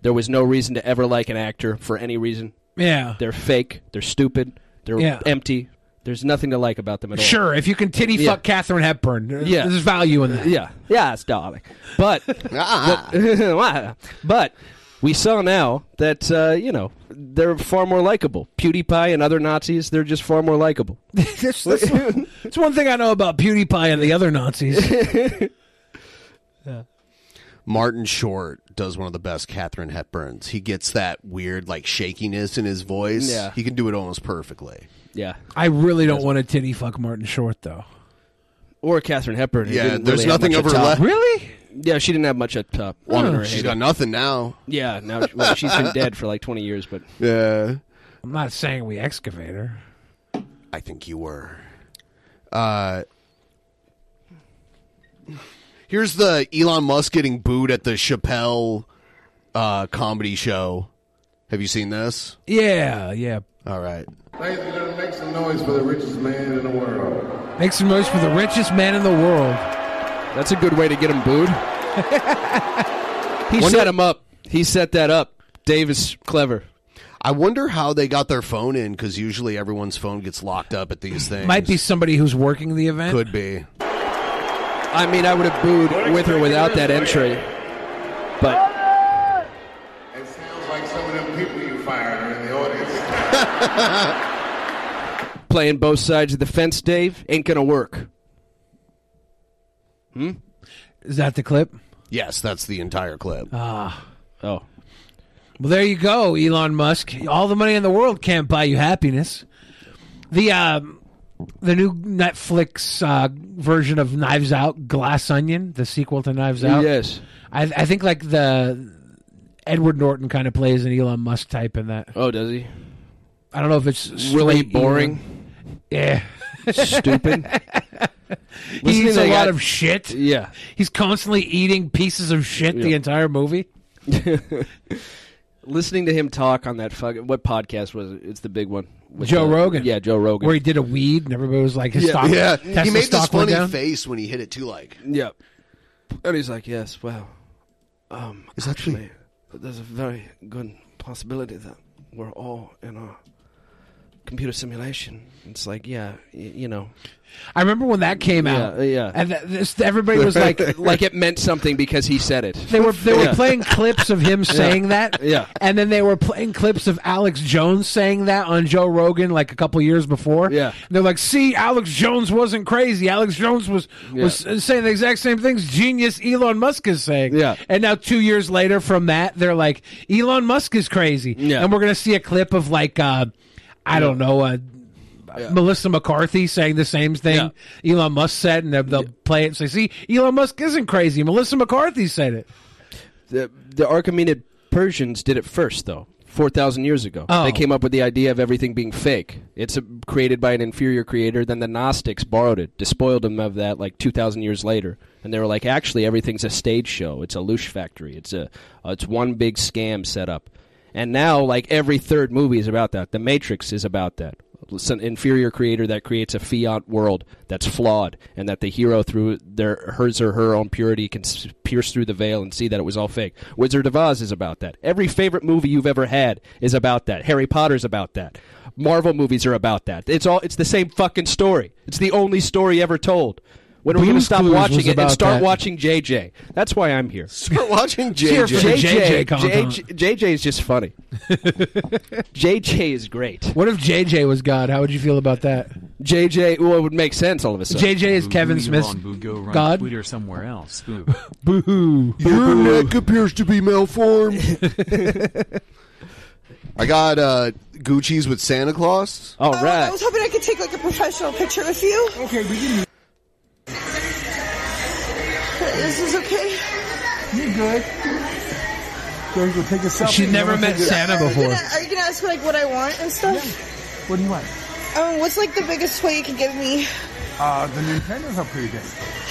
There was no reason to ever like an actor for any reason. Yeah. they're fake. They're stupid. They're Yeah. empty. There's nothing to like about them at all. Sure, if you can titty Yeah. fuck Catherine Hepburn, uh, Yeah. there's value in (laughs) that. Yeah, yeah, it's darling. But (laughs) what- (laughs) but we saw now that uh, you know they're far more likable. PewDiePie and other Nazis, they're just far more (laughs) likable. that's, that's (laughs) one, that's one thing I know about PewDiePie and the other Nazis. Martin Short does one of the best Catherine Hepburns. He gets that weird like shakiness in his voice. Yeah. He can do it almost perfectly. Yeah. I really don't want to titty fuck Martin Short though. Or Catherine Hepburn. who Yeah, didn't there's really have nothing much of her up top. left. Really? Yeah, she didn't have much up top. Well, Wanted her she's hated. got nothing now. Yeah, now she, well, she's been dead for like 20 years, but Yeah. I'm not saying we excavate her. I think you were. Uh, Here's the Elon Musk getting booed at the Chappelle uh, comedy show. Have you seen this? Yeah, yeah. All right. Ladies and gentlemen, make some noise for the richest man in the world. Make some noise for the richest man in the world. That's a good way to get him booed. he set him up. He set that up. Dave is clever. I wonder how they got their phone in because usually everyone's phone gets locked up at these things. Might be somebody who's working the event. Could be. I mean, I would have booed with or without that entry. (laughs) But Sounds like some of them people you fired are in the audience. playing both sides of the fence, Dave, ain't gonna work. Hmm. Is that the clip? Yes, that's the entire clip. Ah. Oh. Well, there you go, Elon Musk. All the money in the world can't buy you happiness. The um, the new Netflix uh, version of Knives Out, Glass Onion, the sequel to Knives Out. Yes. I, I think like the Edward Norton kind of plays an Elon Musk type in that. Oh, does he? I don't know if it's Really straight boring? Elon. Yeah. (laughs) Stupid. he Listening eats to a that lot guy- of shit. Yeah. He's constantly eating pieces of shit the entire (laughs) movie. Listening to him talk on that fucking what podcast was it? It's the big one. With uh, Joe the- Rogan. Yeah, Joe Rogan. Where he did a weed and everybody was like, his stock. Tesla he made this stock went funny down. face when he hit it too. Like, yeah. And he's like, yes, well, um, It's actually- there's a very good possibility that we're all in a computer simulation. It's like, yeah, y- you know, I remember when that came out. Yeah, yeah. And th- this, everybody was (laughs) like, like it meant something because he said it. They were they Yeah. were playing clips of him Yeah. saying that, Yeah. and then they were playing clips of Alex Jones saying that on Joe Rogan like a couple years before. Yeah, and they're like, "See, Alex Jones wasn't crazy. Alex Jones was was saying the exact same things genius Elon Musk is saying." Yeah, and now two years later from that, they're like, "Elon Musk is crazy," yeah. and we're gonna see a clip of like, uh, I don't know, uh, Melissa McCarthy saying the same thing Elon Musk said, and they'll, they'll play it and say, "See, Elon Musk isn't crazy. Melissa McCarthy said it." the, the Archimedes Persians did it first, though. Four thousand years ago, Oh. they came up with the idea of everything being fake. It's uh created by an inferior creator. Then the Gnostics borrowed it, despoiled them of that, like two thousand years later, and they were like, actually, everything's a stage show. It's a louche factory. It's a, uh, it's one big scam set up. And now, like every third movie is about that. The Matrix is about that. It's an inferior creator that creates a fiat world that's flawed, and that the hero, through their hers or her own purity, can s- pierce through the veil and see that it was all fake. Wizard of Oz is about that. Every favorite movie you've ever had is about that. Harry Potter's about that. Marvel movies are about that. It's all. It's the same fucking story. It's the only story ever told. When are we going to Blue's stop Clues watching was it and about start that. watching JJ? That's why I'm here. Start watching Here for JJ. JJ. JJ content. JJ is just funny. JJ is great. What if JJ was God? How would you feel about that? JJ, well, it would make sense all of a sudden. JJ is Kevin Boo, Smith's Elon, Boo, go run God. Twitter somewhere else. Boo. (laughs) Boo hoo. Your neck appears to be (laughs) malformed. I got uh, Gucci's with Santa Claus. All I was hoping I could take like a professional picture with you. Okay, we can. This is okay. You good? Go, go take a selfie. She'd never Go met take a- Santa Are you before. gonna- are you gonna ask me like what I want and stuff? What do you want? Um, what's like the biggest toy you can give me? Uh, the Nintendos are pretty good.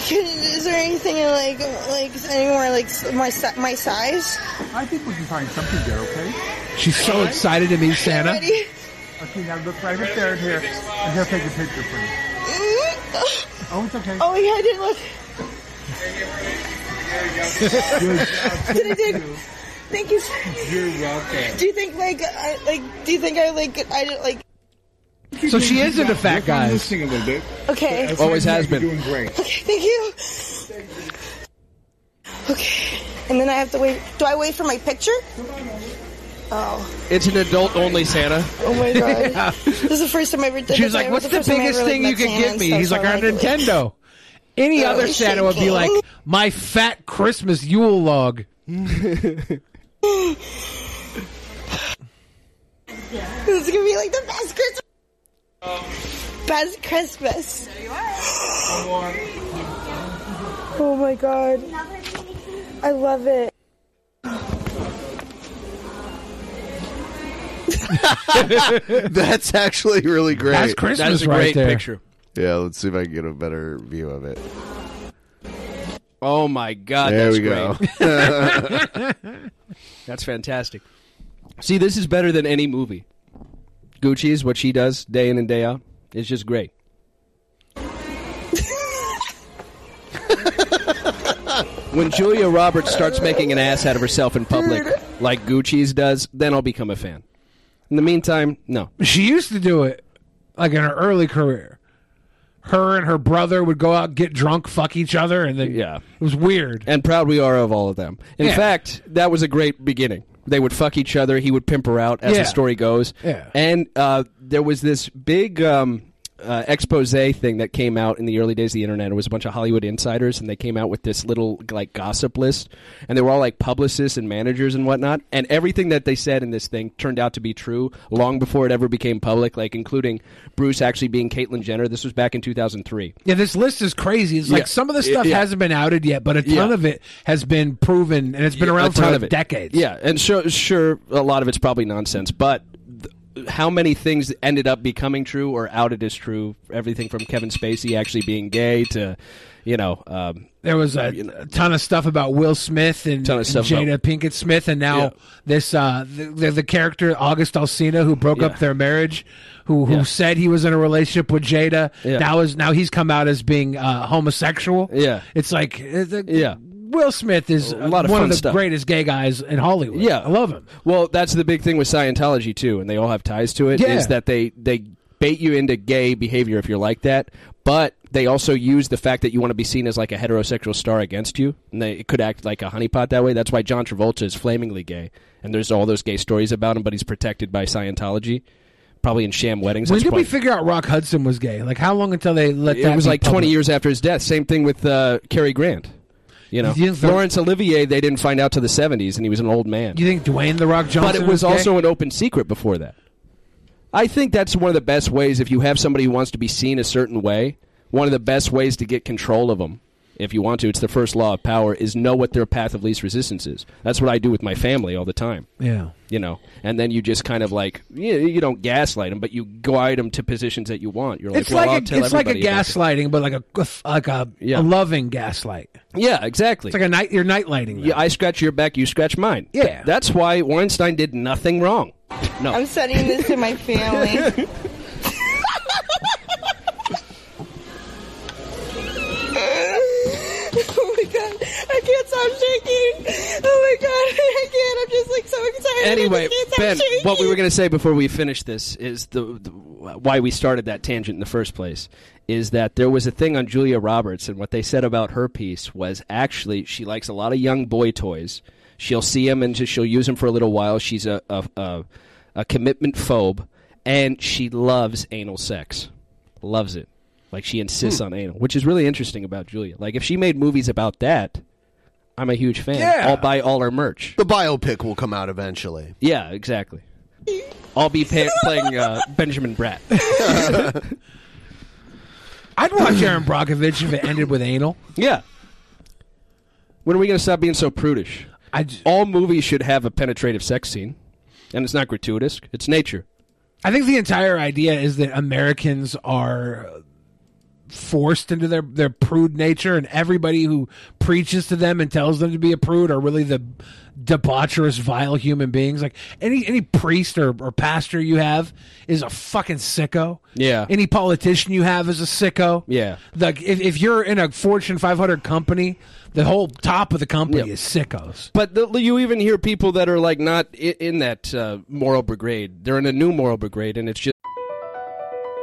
Can, is there anything in, like like anywhere like s- my si- my size? I think we can find something there, okay? She's so excited to meet Santa. Ready? Okay, now look right up there (laughs) and here, and he'll take a picture for you. Oh, it's okay. Oh, yeah, I didn't look. Did I dig- Thank you. You're welcome. Do you think like I, like do you think I like I didn't like So she is into fat guys. okay? Always has been. Okay, thank you. Okay, and then I have to wait. Do I wait for my picture? Oh, It's an adult only Santa. (laughs) oh my god! (laughs) This is the first time I ever. She was like, "What's the biggest thing you could give me?" He's like, "Our Nintendo." Any Oh, other is Santa she would be like, king? "My fat Christmas Yule (laughs) log." This is gonna be like (laughs) the best Christmas. Best Christmas. Oh my god! I love it. (laughs) That's actually really great. That's Christmas That is a right great there. picture. Yeah, let's see if I can get a better view of it. Oh my God! There that's we go. (laughs) great. (laughs) that's fantastic. See, this is better than any movie. Gucci is what she does day in and day out. It's just (laughs) great. when Julia Roberts starts making an ass out of herself in public, like Gucci's does, then I'll become a fan. In the meantime, no. She used to do it like in her early career. Her and her brother would go out, get drunk, fuck each other, and then yeah, it was weird. And proud we are of all of them. In Yeah. fact, that was a great beginning. They would fuck each other. He would pimp her out, as Yeah. the story goes. Yeah. And uh, there was this big um, uh, expose thing that came out in the early days of the internet. It was a bunch of Hollywood insiders, and they came out with this little like gossip list, and they were all like publicists and managers and whatnot. And everything that they said in this thing turned out to be true long before it ever became public, like including Bruce actually being Caitlyn Jenner. This was back in two thousand three. Yeah, this list is crazy. It's Yeah. like some of the stuff Yeah. hasn't been outed yet, but a ton Yeah. of it has been proven, and it's been Yeah, around for ton like of it. decades. Yeah, and sure, sure, a lot of it's probably nonsense, but th- how many things ended up becoming true or outed as true? Everything from Kevin Spacey actually being gay to, you know, um, There was a, a ton of stuff about Will Smith and, Ton of and stuff Jada about- Pinkett Smith, and now Yeah. this uh, the, the, the character August Alsina who broke up Yeah. their marriage, who who Yeah. said he was in a relationship with Jada. Yeah. Now is now he's come out as being uh, homosexual. Yeah. it's like it's a- Yeah. Will Smith is A lot of one fun of the stuff. greatest gay guys in Hollywood. Yeah, I love him. Well, that's the big thing with Scientology too, and they all have ties to it. Is Yeah. that they they bait you into gay behavior if you're like that, but they also use the fact that you want to be seen as like a heterosexual star against you, and they it could act like a honeypot that way. That's why John Travolta is flamingly gay, and there's all those gay stories about him, but he's protected by Scientology, probably in sham weddings. When That's did we probably- figure out Rock Hudson was gay? Like how long until they let that? it was be like public? 20 years after his death. Same thing with uh, Cary Grant. You know, You think the- Laurence Olivier, they didn't find out till the 70s, and he was an old man. You think Dwayne the Rock Johnson? but it was gay? also an open secret before that. I think that's one of the best ways if you have somebody who wants to be seen a certain way. One of the best ways to get control of them, if you want to, it's the first law of power is know what their path of least resistance is. That's what I do with my family all the time. Yeah. You know, and then you just kind of like you, you don't gaslight them, but you guide them to positions that you want. You're like, it's well, like I'll a, tell it's like a everybody about gaslighting, but like a like a, a loving gaslight. it. Yeah, exactly. It's like a night you're night lighting. Yeah, I scratch your back, you scratch mine. Yeah. Th- that's why Weinstein did nothing wrong. No, I'm sending this to my (laughs) family. oh my god, I can't stop shaking. Oh my god, (laughs) I can't. I'm just like so excited. I anyway, just can't stop Ben, shaking. what we were going to say before we finish this is the, the why we started that tangent in the first place is that there was a thing on Julia Roberts and what they said about her piece was actually she likes a lot of young boy toys. She'll see them and just- she'll use them for a little while. She's a a, a, a commitment phobe and she loves anal sex. Loves it. Like she insists Hmm. on anal, which is really interesting about Julia. Like if she made movies about that, I'm a huge fan. Yeah. I'll buy all her merch. The biopic will come out eventually. Yeah, exactly. I'll be pa- playing uh, Benjamin Bratt. (laughs) I'd watch Aaron Brockovich if it ended with anal. Yeah. When are we going to stop being so prudish? All movies should have a penetrative sex scene, and it's not gratuitous. It's nature. I think the entire idea is that Americans are forced into their their prude nature, and everybody who preaches to them and tells them to be a prude are really the debaucherous, vile human beings. Like any any priest or, or pastor you have is a fucking sicko. Yeah. Any politician you have is a sicko. Yeah. Like if, if you're in a Fortune 500 company, the whole top of the company is sickos. But the, you even hear people that are like not in, in that uh, moral brigade. They're in a new moral brigade, and it's just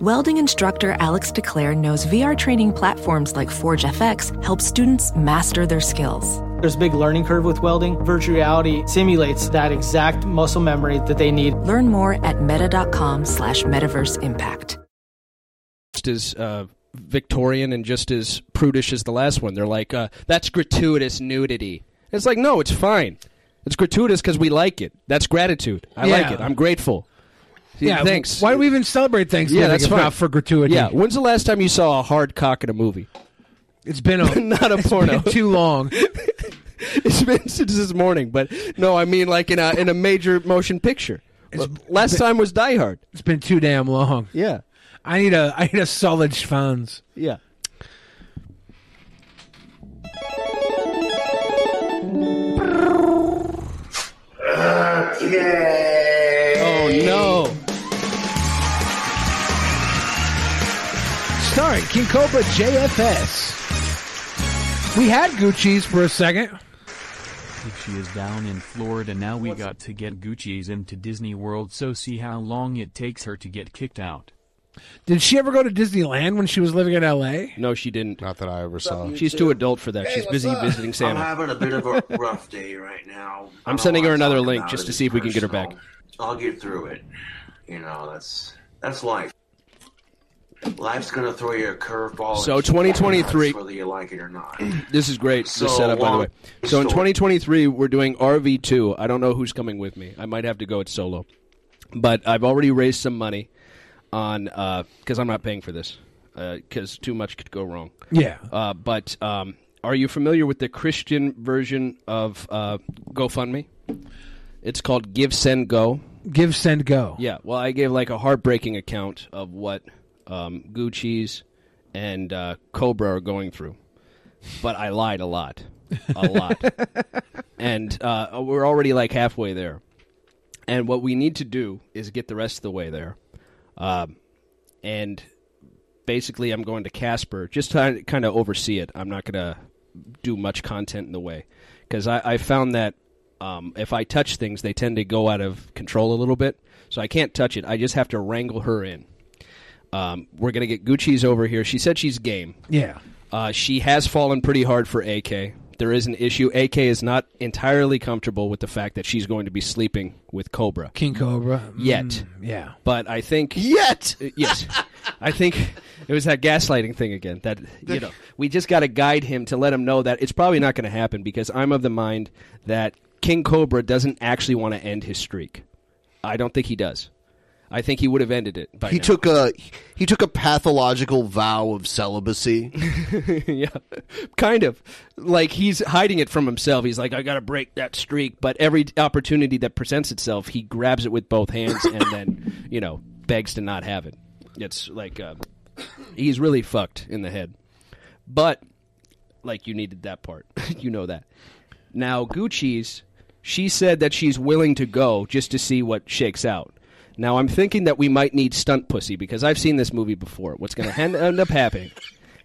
Welding instructor Alex DeClaire knows VR training platforms like Forge FX help students master their skills. There's a big learning curve with welding. Virtual reality simulates that exact muscle memory that they need. Learn more at meta.com slash metaverse impact. is uh, Victorian and just as prudish as the last one. They're like, uh, "That's gratuitous nudity." It's like, no, it's fine. It's gratuitous because we like it. That's gratitude. I like Yeah. it. I'm grateful. See, yeah, thanks. Why do we even celebrate Thanksgiving? yeah, that's if fine. not for gratuity. Yeah, when's the last time you saw a hard cock in a movie? (laughs) It's been a, not a porno. too long. (laughs) it's been since this morning, but no, I mean like in a in a major motion picture. last time was Die Hard. It's been too damn long. Yeah, I need a I need a solid schwanz. Yeah. Oh no! Starring King Cobra JFS. We had Gucci's for a second. If she is down in Florida now we got to get Gucci's into Disney World so see how long it takes her to get kicked out. Did she ever go to Disneyland when she was living in L.A.? No, she didn't. Not that I ever saw. She's too adult for that. She's busy visiting I'm Santa. having a bit of a rough day right now. I (laughs) I'm don't sending her wanna another talk link about just it. to see if we can get her back. I'll get through it. You know, that's that's life. Life's gonna throw you a curveball. So and kick you in the 2023 nuts, whether you like it or not. (laughs) This is great. So, this setup, by the um, way. So in story. 2023, we're doing RV2. I don't know who's coming with me. I might have to go it solo, but I've already raised some money on because I'm not paying for this because too much could go wrong. Yeah. Uh, but um, are you familiar with the Christian version of uh, GoFundMe? It's called Give Send Go. Give, send, go. Yeah, well, I gave like a heartbreaking account of what um, Gucci's and uh, Cobra are going through, but I lied a lot, a lot, and uh, we're already like halfway there. And what we need to do is get the rest of the way there, um, and basically, I'm going to Casper just to kind of oversee it. I'm not going to do much content in the way because I, I found that um, if I touch things, they tend to go out of control a little bit. So I can't touch it. I just have to wrangle her in. Um, we're going to get Gucci's over here. She said she's game. Yeah. Uh, she has fallen pretty hard for AK. There is an issue. AK is not entirely comfortable with the fact that she's going to be sleeping with Cobra King Cobra. yet. Mm, yeah. But I think Uh, yet. yes. I think it was that gaslighting thing again. That you know, we just got to guide him to let him know that it's probably not going to happen because I'm of the mind that King Cobra doesn't actually want to end his streak. I don't think he does. I think he would have ended it by he now. took a he took a pathological vow of (laughs) celibacy. yeah, kind of. Like he's hiding it from himself. He's like, I got to break that streak. But every opportunity that presents itself, he grabs it with both hands and then, you know, begs to not have it. It's like uh, he's really fucked in the head. But like you needed that part, (laughs) you know that. Now Gucci's, she said that she's willing to go just to see what shakes out. Now I'm thinking that we might need stunt pussy because I've seen this movie before. What's going to end up happening?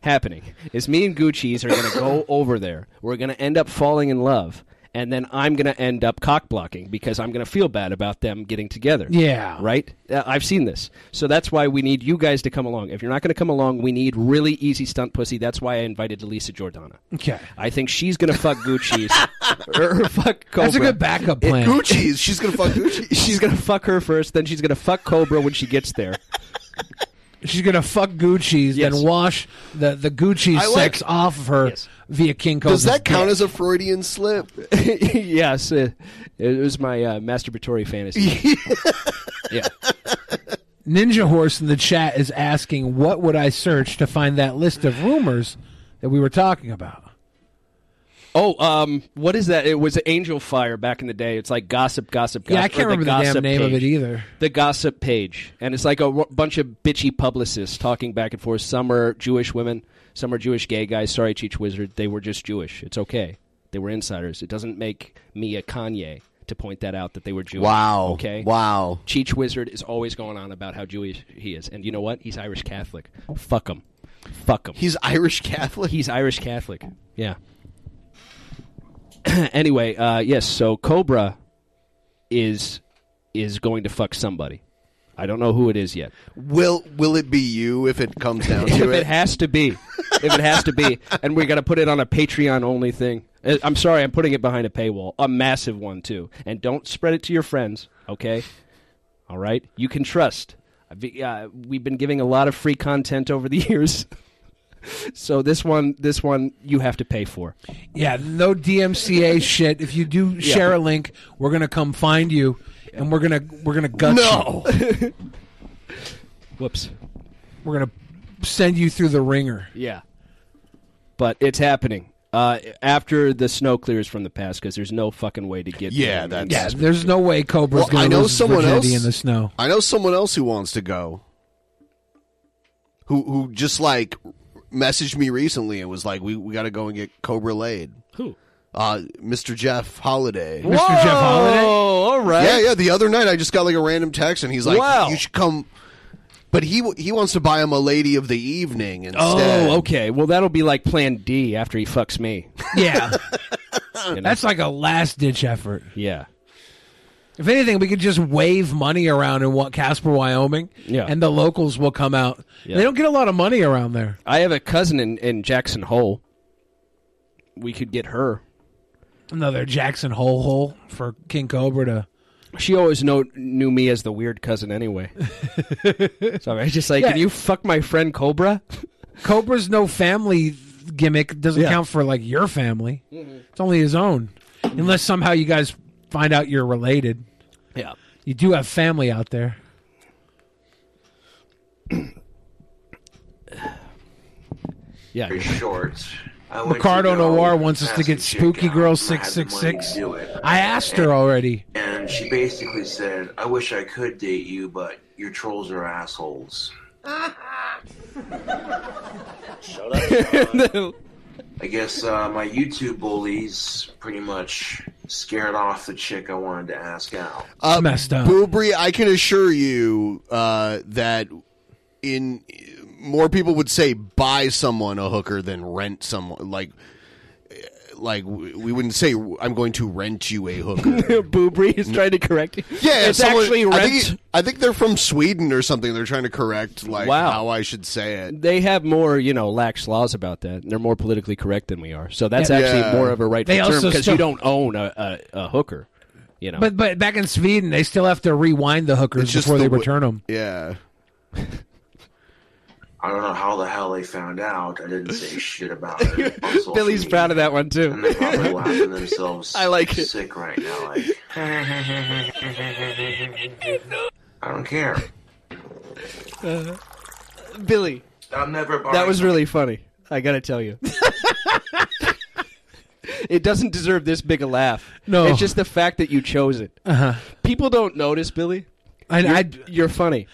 happening is me and Gucci's are going to go over there. We're going to end up falling in love, and then I'm going to end up cock blocking because I'm going to feel bad about them getting together. Yeah. right. Uh, I've seen this, so that's why we need you guys to come along. If you're not going to come along, we need really easy stunt pussy. That's why I invited Elisa Jordana. Okay. I think she's gonna fuck (laughs) Gucci's or fuck Cobra. That's a good backup It- plan. Gucci's. She's (laughs) gonna fuck Gucci. she's gonna fuck her first, then she's gonna fuck Cobra when she gets there. She's gonna fuck Gucci's, then wash the the Gucci I like- sex off of her via King Cobra. Does that count (laughs) as a Freudian slip? yes, uh, it was my uh, (laughs) masturbatory fantasy. yeah. Ninja Horse in the chat is asking, "What would I search to find that list of rumors that we were talking about?" Oh, um, what is that? It was Angel Fire back in the day. It's like gossip, gossip, gossip. yeah, I or can't remember the, damn gossip name of page. it either. The gossip page, and it's like a w- bunch of bitchy publicists talking back and forth. Some are Jewish women, some are Jewish gay guys. Sorry, Cheech Wizard, they were just Jewish. It's okay. They were insiders. It doesn't make me a Kanye to point that out that they were Jewish. Wow. Okay. Wow. Cheech Wizard is always going on about how Jewish he is, and you know what? He's Irish Catholic. Fuck him. Fuck him. He's Irish Catholic. He's Irish Catholic. Yeah. (clears throat) anyway, uh, yes. So Cobra is is going to fuck somebody. I don't know who it is yet. Will Will it be you if it comes (laughs) down if to it. has to be, if it has to be, and we got to put it on a Patreon only thing. Uh, I'm sorry, I'm putting it behind a paywall, a massive one too. And don't spread it to your friends, okay? All right, you can trust. I've be- uh, we've been giving a lot of free content over the (laughs) years. So this one, this one, you have to pay for. Yeah, no (laughs) DMCA shit. If you do Yeah. share a link, we're gonna come find you, and we're gonna we're gonna gut No. you. (laughs) Whoops. We're gonna send you through the ringer. Yeah. But it's happening uh, after the snow clears from the past because there's no fucking way to get. Yeah, there. (laughs) Yeah, there's no way Cobra's Well, gonna I know lose his someone virginity in else- the snow. I know someone else who wants to go. Who who just like messaged me recently and was like, "We we got to go and get Cobra laid." Who? Uh, Mr. Jeff Holiday. Mr. Jeff Holiday? all right. Yeah, yeah. The other night, I just got like a random text, and he's like, Wow. "You should come." But he w- he wants to buy him a lady of the evening instead. Oh, okay. Well, that'll be like Plan D after he fucks me. (laughs) (laughs) Yeah, You know? that's like a last ditch effort. Yeah. If anything, we could just wave money around in what Casper, Wyoming, Yeah. and the locals will come out. Yeah. They don't get a lot of money around there. I have a cousin in, in Jackson Hole. We could get her. Another Jackson Hole hole for King Cobra to. She always know, knew me as the weird (laughs) cousin anyway. so I was just like, Yeah. can you fuck my friend Cobra? (laughs) Cobra's no family gimmick doesn't Yeah. count for like your family. It's only his own, unless somehow you guys find out you're related. Yeah. you do have family out there. Yeah. Very short. I went to Ricardo go Noir wants us to ask get a chick Spooky out, Girl and I had the money 666. to do it. I asked her already. And she basically said, I wish I could date you, but your trolls are assholes. (laughs) Shut up. I guess uh, my YouTube bullies pretty much scared off the chick I wanted to ask out. Uh, messed up. Boobry, I can assure you uh, that in more people would say buy someone a hooker than rent someone. Like, like we wouldn't say I'm going to rent you a hooker. (laughs) Boobry is trying to correct you. Yeah, it's someone- actually I rent. think, I think they're from Sweden or something. They're trying to correct like Wow. how I should say it. they have more, you know, lax laws about that. They're more politically correct than we are. So that's Yeah. actually Yeah. more of a rightful They term also because still- you don't own a, a, a hooker. You know, But but back in Sweden, they still have to rewind the hookers It's just before the they w- return them. Yeah. I don't know how the hell they found out. I didn't (laughs) say shit about it. on social Billy's media. proud of that one too. And they're probably laughing themselves I like it. sick right now. Like, (laughs) I don't care. Uh, Billy, I'm never buying that was really funny. I gotta tell you, it doesn't deserve this big a laugh. No. it's just the fact that you chose it. Uh-huh. People don't notice, Billy. And you're, I- you're funny.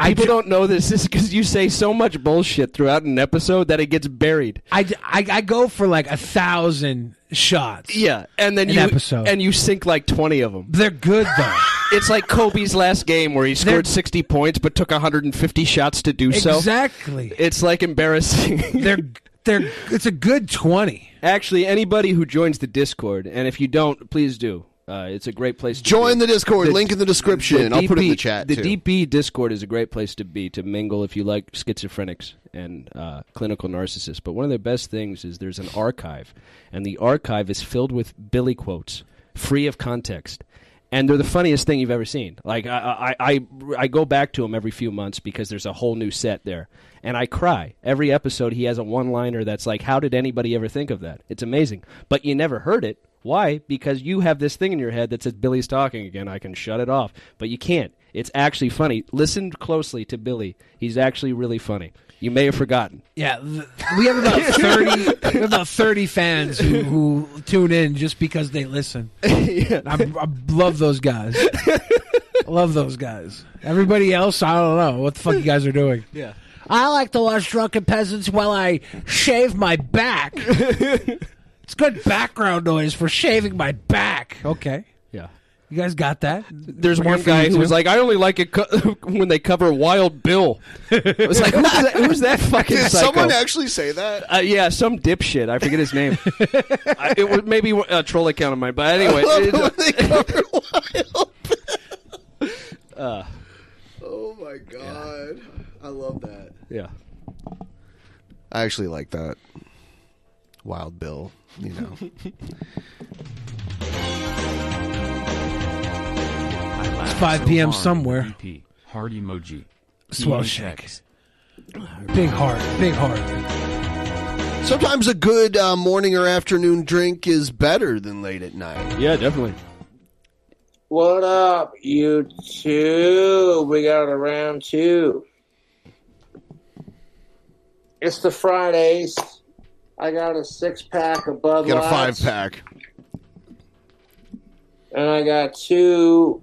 People don't know this is because you say so much bullshit throughout an episode that it gets buried. I, I, I go for like a thousand shots. Yeah, and then An you episode. and you sink like twenty of them. They're good though. (laughs) it's like Kobe's last game where he scored sixty points but took hundred and fifty shots to do so. Exactly. It's like embarrassing. (laughs) they're they're. It's a good twenty. Actually, anybody who joins the Discord, and if you don't, please do. Uh, it's a great place. to Join be. the Discord. Link in the description. I'll put it in the chat, The too. DP Discord is a great place to be to mingle if you like schizophrenics and uh, clinical narcissists. But one of the best things is there's an archive, and the archive is filled with Billy quotes, free of context, and they're the funniest thing you've ever seen. Like I, I, I, I go back to them every few months because there's a whole new set there, and I cry every episode. He has a one-liner that's like, "How did anybody ever think of that?" It's amazing, but you never heard it. Why? Because you have this thing in your head that says Billy's talking again. I can shut it off, but you can't. It's actually funny. Listen closely to Billy. He's actually really funny. You may have forgotten. Yeah, th- we have about thirty. we have about thirty fans who, who tune in just because they listen. I, I love those guys. I love those guys. Everybody else, I don't know what the fuck you guys are doing. Yeah. I like to watch drunken peasants while I shave my back. it's good background noise for shaving my back. Okay. Yeah. You guys got that? There's one guy who was like, "I only like it co- (laughs) when they cover Wild Bill." I was like, "Who's that, (laughs) who's that fucking Did psycho?" someone actually say that? Uh, yeah, some dipshit. I forget his (laughs) name. I, it was maybe uh, a troll account of mine, but (laughs) anyway. love it- when they (laughs) cover uh, Oh my (laughs) god, I love that. yeah. I actually like that. Wild Bill, you (laughs) know. It's 5 p.m. somewhere. DP, heart E emoji. Swell PHX. Big heart, big heart. Sometimes a good uh, morning or afternoon drink is better than late at night. Yeah, definitely. What up, you two? We got a round two. It's the Fridays. I got a six pack of Bud Got a Lights, five pack. and I got two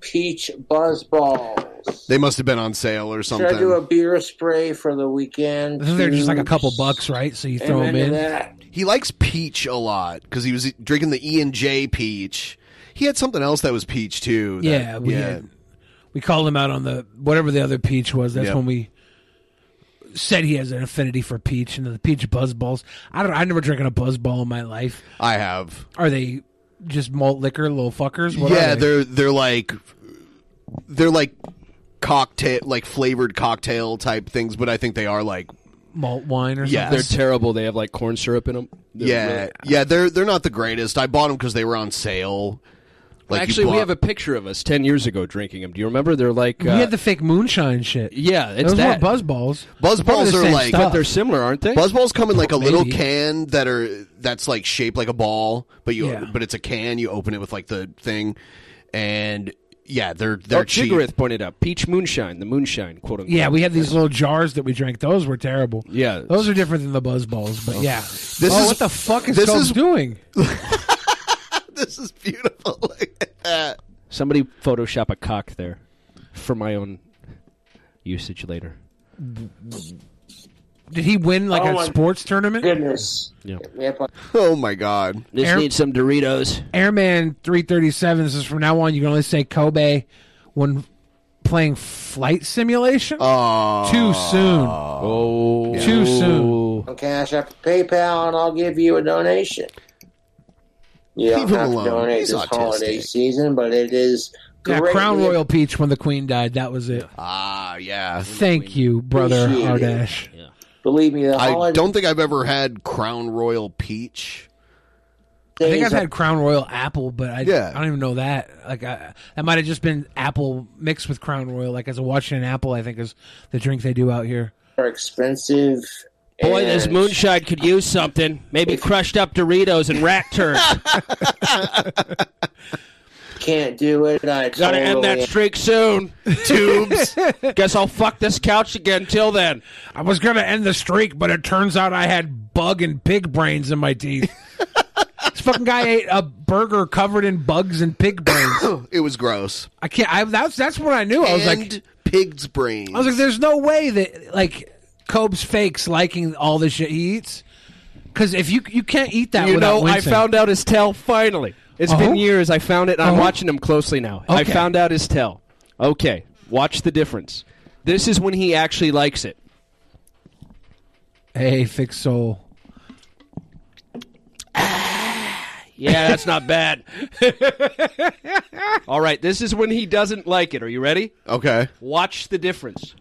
peach buzz balls. They must have been on sale or Should I do something. a beer spray for the weekend? They're just like a Two couple bucks, right? So you Amen throw them to in. that. He likes peach a lot because he was drinking the E and J peach. He had something else that was peach too. that- yeah, we yeah. we called him out on the whatever the other peach was. That's Yeah. when we said he has an affinity for peach and the peach buzz balls. I don't. I never drinking a buzz ball in my life. I have. Are they just malt liquor, little fuckers? What yeah, are they? they're they're like they're like cocktail like flavored cocktail type things, but I think they are like malt wine or Yeah. something. They're terrible. They have like corn syrup in them. yeah, yeah, they're they're not the greatest. I bought them because they were on sale. you Actually, we bought- have a picture of us ten years ago drinking them. Do you remember? They're like, we uh, had the fake moonshine shit. yeah, it's Those that. weren't buzz balls. Buzz They're probably balls the are same like, stuff. but they're similar, aren't they? Buzzballs come in like a little Maybe. can that are that's like shaped like a ball, but you Yeah. but it's a can. You open it with like the thing, and yeah, they're they're oh, cheap. Chigarith pointed out peach moonshine, the moonshine quote unquote. Yeah, we had these little jars that we drank. Those were terrible. Yeah. Those are different than the buzz balls, but yeah. This This oh, is- is, what the fuck is this this is- (laughs) doing? this is beautiful. Look at that. Somebody Photoshop a cock there for my own usage later. Did he win like Oh a my sports tournament? Goodness. Yeah. Oh my god. This Air- needs some Doritos. Airman 337 says from now on you can only say Kobe when playing flight simulation. Oh. Too soon. Oh. Too soon. I'll cash up to PayPal and I'll give you a donation. You don't Leave him have alone. to donate He's this autistic. holiday season, but it is Yeah, great. Crown Royal Peach when the Queen died. That was it. Ah, yeah. Thank you, brother Appreciate it. Hardash. Believe me, the I holiday- don't think I've ever had Crown Royal Peach. I think I've had Crown Royal Apple, but I, Yeah. I don't even know that. Like I, that might have just been apple mixed with Crown Royal, like as a Washington apple. I think is the drink they do out here. are expensive. Boy, this and- moonshine could use something. Maybe crushed up Doritos and rat (laughs) turds. Can't do it. I Gotta end that totally- streak soon. (laughs) Tubes. Guess I'll fuck this couch again. Till then, I was gonna end the streak, but it turns out I had bug and pig brains in my (laughs) teeth. this fucking guy ate a burger covered in bugs and pig brains. (coughs) it was gross. I can't. I that's that's what I knew. I was like And pig's brain. I was like, there's no way that like Cobb's fakes liking all the shit he eats. Because if you you can't eat that, you without know, I wincing. found out his tell finally. It's Uh-huh. been years. I found it, and I'm Uh-huh. watching him closely now. I Okay. found out his tell. Okay, watch the difference. This is when he actually likes it. Hey, fix soul. Yeah, that's not bad. (laughs) All right, this is when he doesn't like it. Are you ready? Okay. Watch the difference.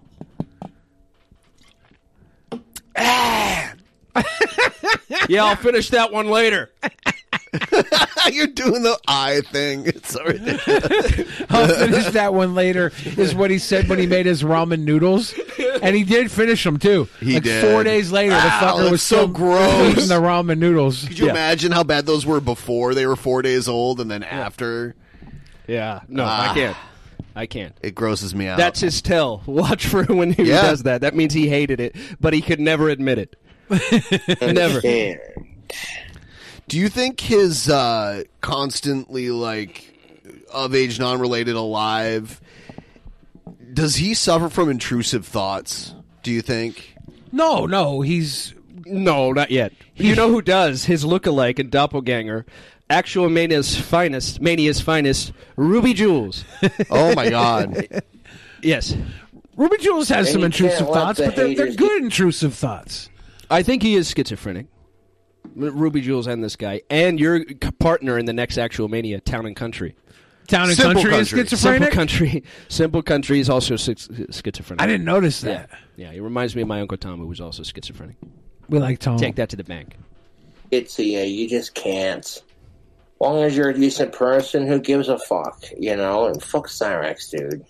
yeah, I'll finish that one later. (laughs) You're doing the eye thing. (laughs) It's so (laughs) ridiculous. I'll finish that one later. Is what he said when he made his ramen noodles, and he did finish them too. He like did. Four days later, the Ow, fucker that's was so still gross. eating the ramen noodles. Could you imagine how bad those were before they were four days old and then after? Yeah. No, I Ah. can't. I can't. It grosses me out. (laughs) That's (laughs) his tell. Watch for when he Yeah. does that. That means he hated it, but he could never admit it. never. Do you think his uh, constantly like of age non related alive does he suffer from intrusive thoughts? Do you think? No, no, he's no, not yet. You know who does? His lookalike and doppelganger, actual mania's finest, mania's finest, Ruby Jules. Oh my god. (laughs) yes. Ruby Jules has And some you intrusive can't let thoughts, the but they're, they're haters good intrusive thoughts. I think he is schizophrenic. Ruby Jules and this guy, and your c- partner in the next Actual Mania, Town and Country. Town and Simple Country is schizophrenic? Simple Country, (laughs) Simple Country is also schiz- schizophrenic. I didn't notice that. Yeah, yeah, he reminds me of my uncle Tom, who was also schizophrenic. We like Tom. Take that to the bank. It's to you. You just can't. As long as you're a decent person, who gives a fuck? You know, and fuck Cyrex, dude.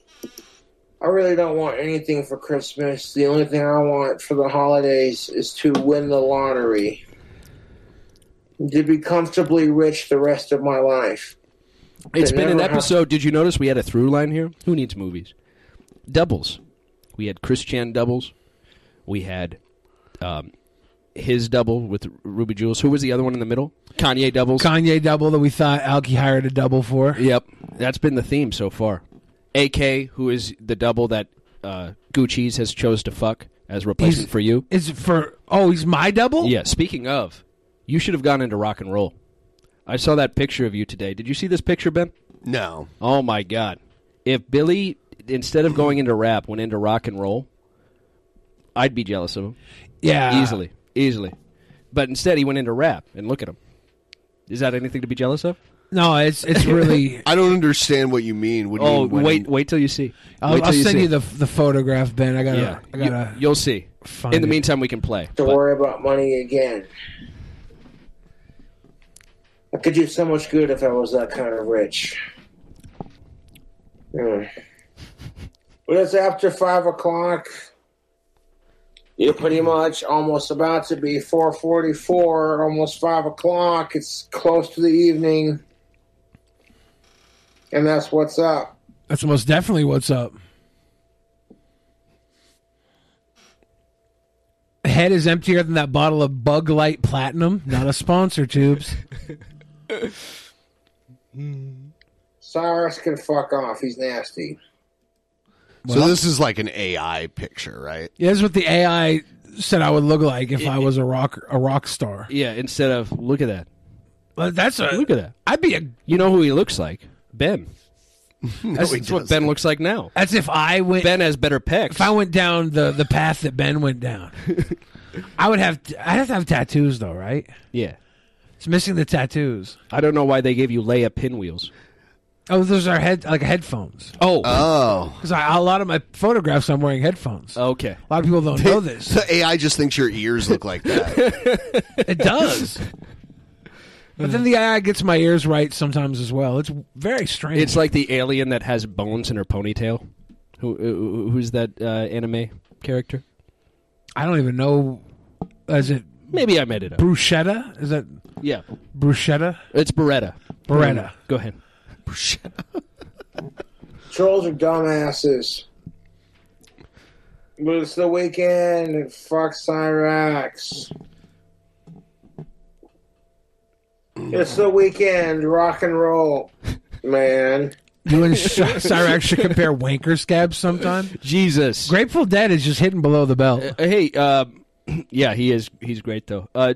I really don't want anything for Christmas. The only thing I want for the holidays is to win the lottery. To be comfortably rich the rest of my life. It's To been an never have- episode. Did you notice we had a through line here? Who needs movies? Doubles. We had Chris Chan doubles. We had um, his double with Ruby Jules. Who was the other one in the middle? Kanye doubles. Kanye double that we thought Alki hired a double for. Yep, that's been the theme so far. AK, who is the double that uh, Gucci's has chose to fuck as replacement for you. Is it for oh he's my double? Yeah. Speaking of, you should have gone into rock and roll. I saw that picture of you today. Did you see this picture, Ben? No. Oh my God! If Billy, instead of going into rap, went into rock and roll, I'd be jealous of him. Yeah. easily, easily. But instead, he went into rap, and look at him. Is that anything to be jealous of? No, it's it's really. (laughs) I don't understand what you mean. What do you oh, mean when wait, he- wait till you see. Wait I'll, till I'll send see. you the the photograph, Ben. I gotta. yeah, I gotta. you, will see. find In the it. meantime, we can play. to worry about money again. I could do so much good if I was that kind of rich. Hmm. But it's after five o'clock. You're pretty much almost about to be four forty-four, almost five o'clock. It's close to the evening, and that's what's up. That's most definitely what's up. Head is emptier than that bottle of Bug Light Platinum. Not a sponsor, tubes. Cyrus can fuck off. He's nasty. So this is like an AI picture, right? Yeah, this is what the AI said I would look like if I was a rock a rock star. Yeah, instead of look at that. Well, that's a look at that. I'd be a. You know who he looks like? Ben. (laughs) that's he that's what Ben looks like now. As if I went. Ben has better pecs. If I went down the, the path that Ben went down, I would have. I'd have to have tattoos though, right? Yeah. It's missing the tattoos. I don't know why they gave you Leia pinwheels. Oh, those are head like headphones. Oh. Oh. Because a lot of my photographs, I'm wearing headphones. Okay. A lot of Oh, people don't know (laughs) this. The AI just thinks your ears look like (laughs) that. It does. but then the AI gets my ears right sometimes as well. It's very strange. It's like the alien that has bones in her ponytail. Who, uh, who who's that uh, anime character? I don't even know. Is it maybe I made it up? bruschetta? Is that Yeah, bruschetta? it's Beretta. Beretta. Go ahead. Trolls are dumbasses. But it's the weekend and fuck Cyrax. It's the weekend, rock and roll, man. You and Cy- Cyrax should compare wanker scabs sometime. Jesus, Grateful Dead is just hitting below the Oh. belt. Uh, hey, uh, (clears throat) yeah, he is. He's great though. Uh,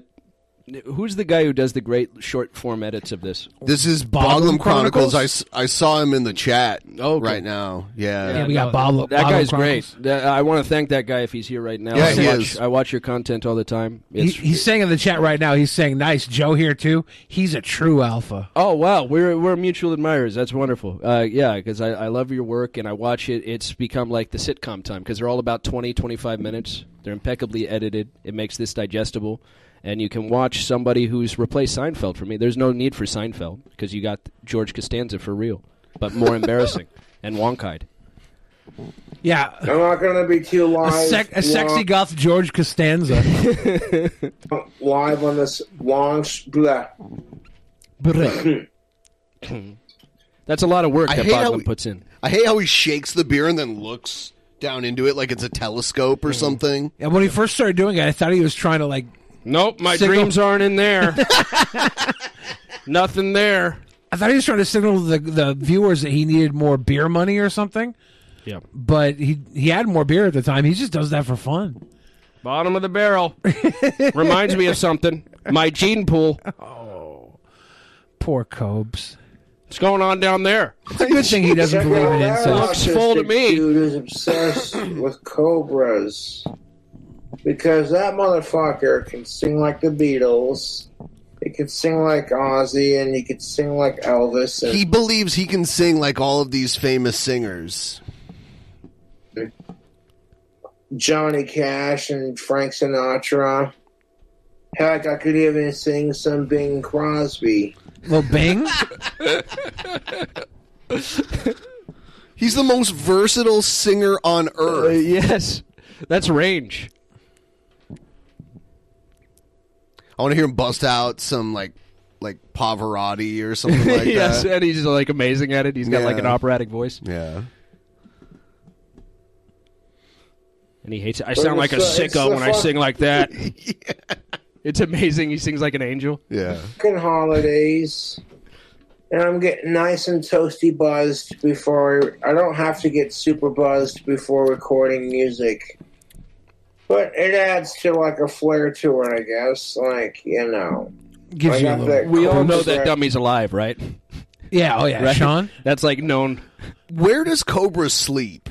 who's the guy who does the great short form edits of this? This is Boglum Chronicles. I s I I, saw him in the chat right now. Yeah. no, That guy's great. That- I want to thank that guy if he's here right now. Yeah, I he watch, is. I watch your content all the time. He, It's he's saying in the chat right now. He's saying, "Nice, Joe here too. He's a true alpha." Oh wow, we're we're mutual admirers. That's wonderful. Uh, yeah, because I, I love your work and I watch it. It's become like the sitcom time because they're all about 20, 25 minutes. They're impeccably edited. It makes this digestible, and you can watch somebody who's replaced Seinfeld for me. There's no need for Seinfeld because you got George Costanza for real, but (laughs) more embarrassing and wonkeyed. Yeah, I'm not gonna be too a, live. sec- a sexy long, goth George Costanza. live on this long. Sh- blah. (clears throat) (clears throat) That's a lot of work I that hate how Boglin we- puts in. I hate how he shakes the beer and then looks down into it like it's a telescope or Mm-hmm. something. And when he first started doing it, I thought he was trying to like. Nope, my Signal- dreams aren't (laughs) in there. Nothing there. I thought he was trying to signal the the viewers that he needed more beer money or something. Yeah. But he he had more beer at the time. He just does that for fun. Bottom of the barrel. Reminds me of something. My gene pool. Poor Cobes. What's going on down there? It's a good thing he doesn't Check believe in it out. incest. Looks full to me. Dude is obsessed with cobras because that motherfucker can sing like the Beatles. He can sing like Ozzy, and he can sing like Elvis. And He believes he can sing like all of these famous singers. Johnny Cash and Frank Sinatra. Heck, I could even sing some Bing Crosby. Little Bing. (laughs) He's the most versatile singer on earth. Uh, yes, that's range. I want to hear him bust out some like like Pavarotti or something like (laughs) yes, that. and he's like amazing at it. He's got like an Yeah. operatic voice. Yeah. And he hates it. I But sound like it's a the- it's sicko the when I fuck- sing like (laughs) that. (laughs) It's amazing. He sings like an angel. Yeah. Fucking holidays. And I'm getting nice and toasty buzzed before I don't have to get super buzzed before recording music. But it adds to like a flair to it, I guess. Like, you know. I got that we all cool know that shred. dummy's alive, right? Yeah, oh yeah, Right? Sean. (laughs) That's like known. Where does Cobra sleep?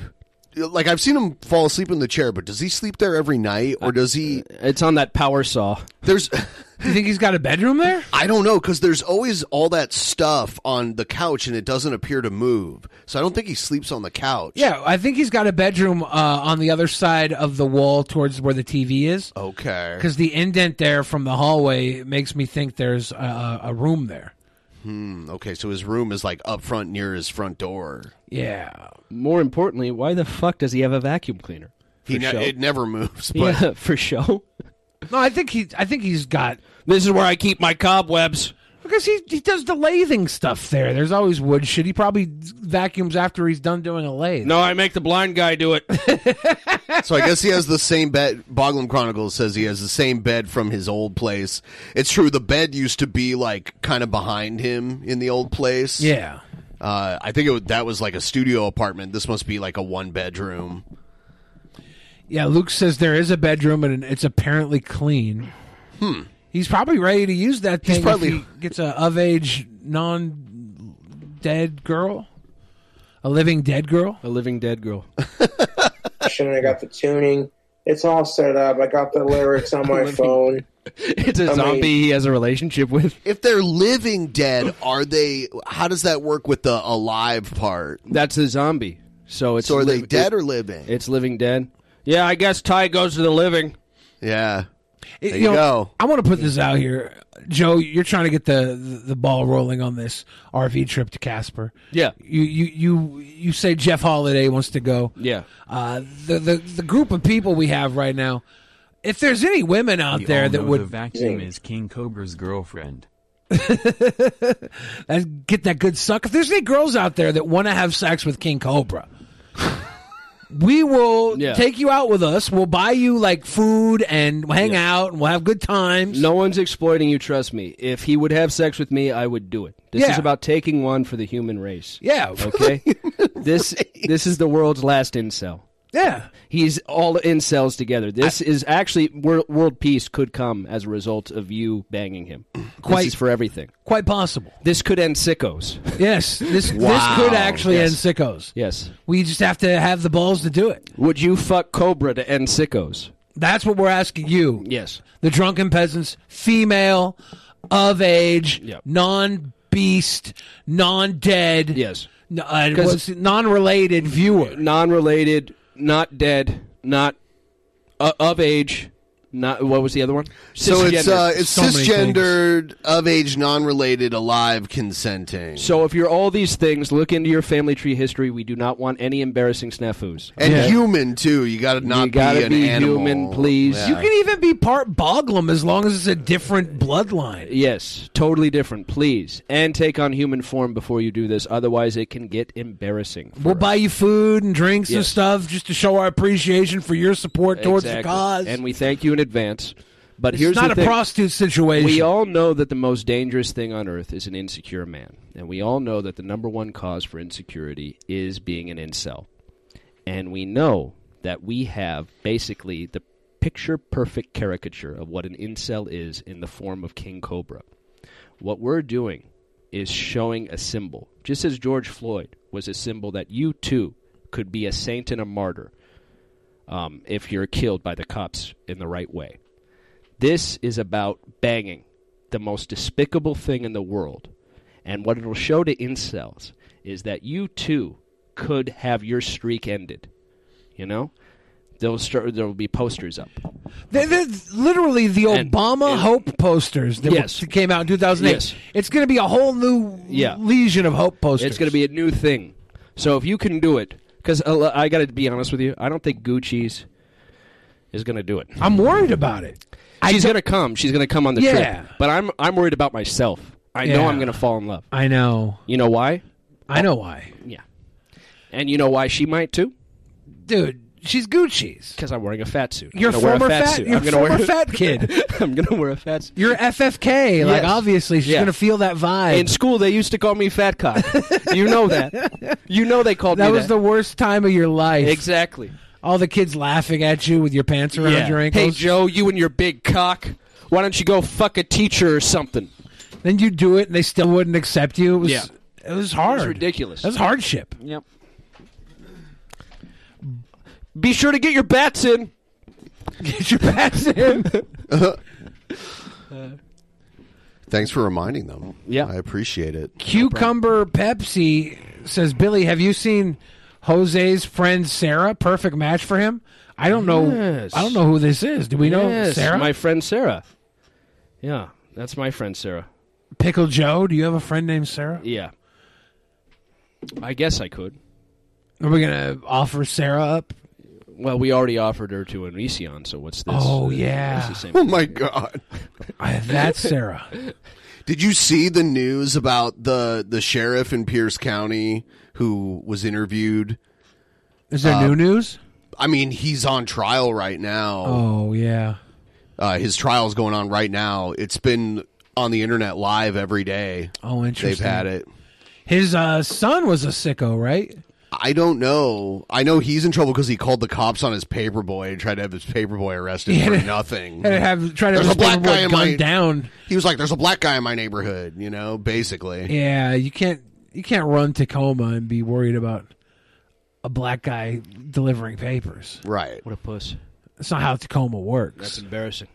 Like I've seen him fall asleep in the chair, but does he sleep there every night, or does he? Uh, It's on that power saw. There's. Do (laughs) you think he's got a bedroom there? I don't know because there's always all that stuff on the couch, and it doesn't appear to move. So I don't think he sleeps on the couch. Yeah, I think he's got a bedroom uh, on the other side of the wall towards where the TV is. Okay. Because the indent there from the hallway makes me think there's a, a room there. Hmm. Okay, so his room is like up front near his front door. Yeah. More importantly, why the fuck does he have a vacuum cleaner? He For ne- show. it never (laughs) moves. But yeah, (laughs) for show. No, I think he. I think he's got. This is where I keep my cobwebs. Because he he does the lathing stuff there. There's always wood shit. He probably vacuums after he's done doing a lathe. No, I make the blind guy do it. so I guess he has the same bed. Boglam Chronicles says he has the same bed from his old place. It's true. The bed used to be like kind of behind him in the old place. Yeah. Uh, I think it, wa- that was like a studio apartment. This must be like a one bedroom. Yeah, Luke says there is a bedroom and it's apparently clean. Hmm. He's probably ready to use that thing. He's probably- if he gets a of age non dead girl, a living dead girl, a living (laughs) dead girl. I got the tuning. It's all set up. I got the lyrics on (laughs) my phone. It's a I mean- zombie he has a relationship with. If they're living dead, are they? How does that work with the alive part? That's a zombie. So it's So are they liv- dead it- or living? It's living dead. Yeah, I guess Ty goes to the living. Yeah. It- There you you know, go. I want to put this out here, Joe. You're trying to get the the, the ball rolling on this RV trip to Casper. Yeah. You you you you say Jeff Holiday wants to go. Yeah. Uh, the the the group of people we have right now. If there's any women out We there all that know would the vacuum is King Cobra's girlfriend. and get that good suck. If there's any girls out there that want to have sex with King (laughs) Cobra, we will Yeah. take you out with us. We'll buy you like food and we'll hang out and we'll have good times. No one's exploiting you, trust me. If he would have sex with me, I would do it. This is Yeah. about taking one for the human race. Yeah. (laughs) Okay? (laughs) this this is the world's last incel. Yeah. He's all incels together. This is actually world, world peace could come as a result of you banging him. Quite- this is for everything. Quite possible. This could end sickos. Yes, this Wow. this could actually Yes. end sickos. Yes. We just have to have the balls to do it. Would you fuck Cobra to end sickos? That's what we're asking you. Yes. The drunken peasants, female, of age, non beast, non dead. Yes. Uh, what's it- non-related viewer. Non-related, not dead, not uh, of age, not what was the other one? So it's Cisgender. uh, it's cisgendered, of age, non-related, alive, consenting. So if you're all these things, look into your family tree history. We do not want any embarrassing snafus. And Okay? human too. You got to not You gotta be an be animal. human, please. Yeah. You can even be part Boglum as long as it's a different bloodline. Yes, totally different, please. And take on human form before you do this, otherwise it can get embarrassing. We'll buy you food and drinks and Yes. stuff just to show our appreciation for your support towards the Exactly. cause. And we thank you in advance. But It's here's not the a thing. prostitute situation. We all know that the most dangerous thing on earth is an insecure man, and we all know that the number one cause for insecurity is being an incel. And we know that we have basically the picture perfect caricature of what an incel is in the form of King Cobra. What we're doing is showing a symbol. Just as George Floyd was a symbol that you too could be a saint and a martyr um, if you're killed by the cops in the right way. This is about banging, the most despicable thing in the world. And what it'll show to incels is that you too could have your streak ended. You know? They'll start, there'll be posters up. They're, they're literally the Obama Hope posters that Yes. were- came out in 2008. Yes. It's going to be a whole new Yeah. legion of hope posters. It's going to be a new thing. So if you can do it, because I got to be honest with you, I don't think Gucci's is going to do it. I'm worried about it. She's going to come. She's going to come on the Yeah. trip. But I'm I'm worried about myself. I know Yeah. I'm going to fall in love. I know. You know why? I know why. Yeah. And you know why she might too? Dude, she's Gucci's. Because I'm wearing a fat suit. I'm You're gonna wear a former fat fat- suit. you're I'm gonna wear- (laughs) former fat kid. I'm gonna wear a fat suit. You're FFK. Like Yes. obviously she's Yeah. gonna feel that vibe. In school, they used to call me fat cock. you (laughs) know that. You know they called that me was the worst time of your life. Exactly. All the kids laughing at you with your pants around Yeah. your Hey ankles. Joe, you and your big cock. Why don't you go fuck a teacher or something? then you do it, and they still wouldn't accept you. It was, Yeah. it was hard. It's ridiculous. That's hardship. Yep. Be sure to get your bats in. Get your bats in. (laughs) Thanks for reminding them. Yeah. I appreciate it. Cucumber Pepsi says, Billy, have you seen Jose's friend Sarah? Perfect match for him. I don't know. Yes. I don't know who this is. Do we know Yes, Sarah? My friend Sarah. Yeah, that's my friend Sarah. Pickle Joe. Do you have a friend named Sarah? Yeah. I guess I could. Are we gonna offer Sarah up? Well, we already offered her to an Onision, so what's this? Oh, It's yeah. the same Oh thing. (laughs) my god. That's (laughs) Sarah. Did you see the news about the the sheriff in Pierce County who was interviewed? Is there Uh, new news? I mean, he's on trial right now. Oh yeah. Uh, his trial's going on right now. It's been on the internet live every day. Oh, interesting. They've had it. His uh, son was a sicko, right? I don't know. I know he's in trouble because he called the cops on his paperboy and tried to have his paperboy arrested Yeah, for and- nothing. and have- tried to have There's his a black paperboy guy in my gunned down. He was like, "There's a black guy in my neighborhood," you know, basically. (laughs) Yeah, you can't you can't run Tacoma and be worried about a black guy delivering papers. Right. What a puss. That's not how Tacoma works. That's embarrassing.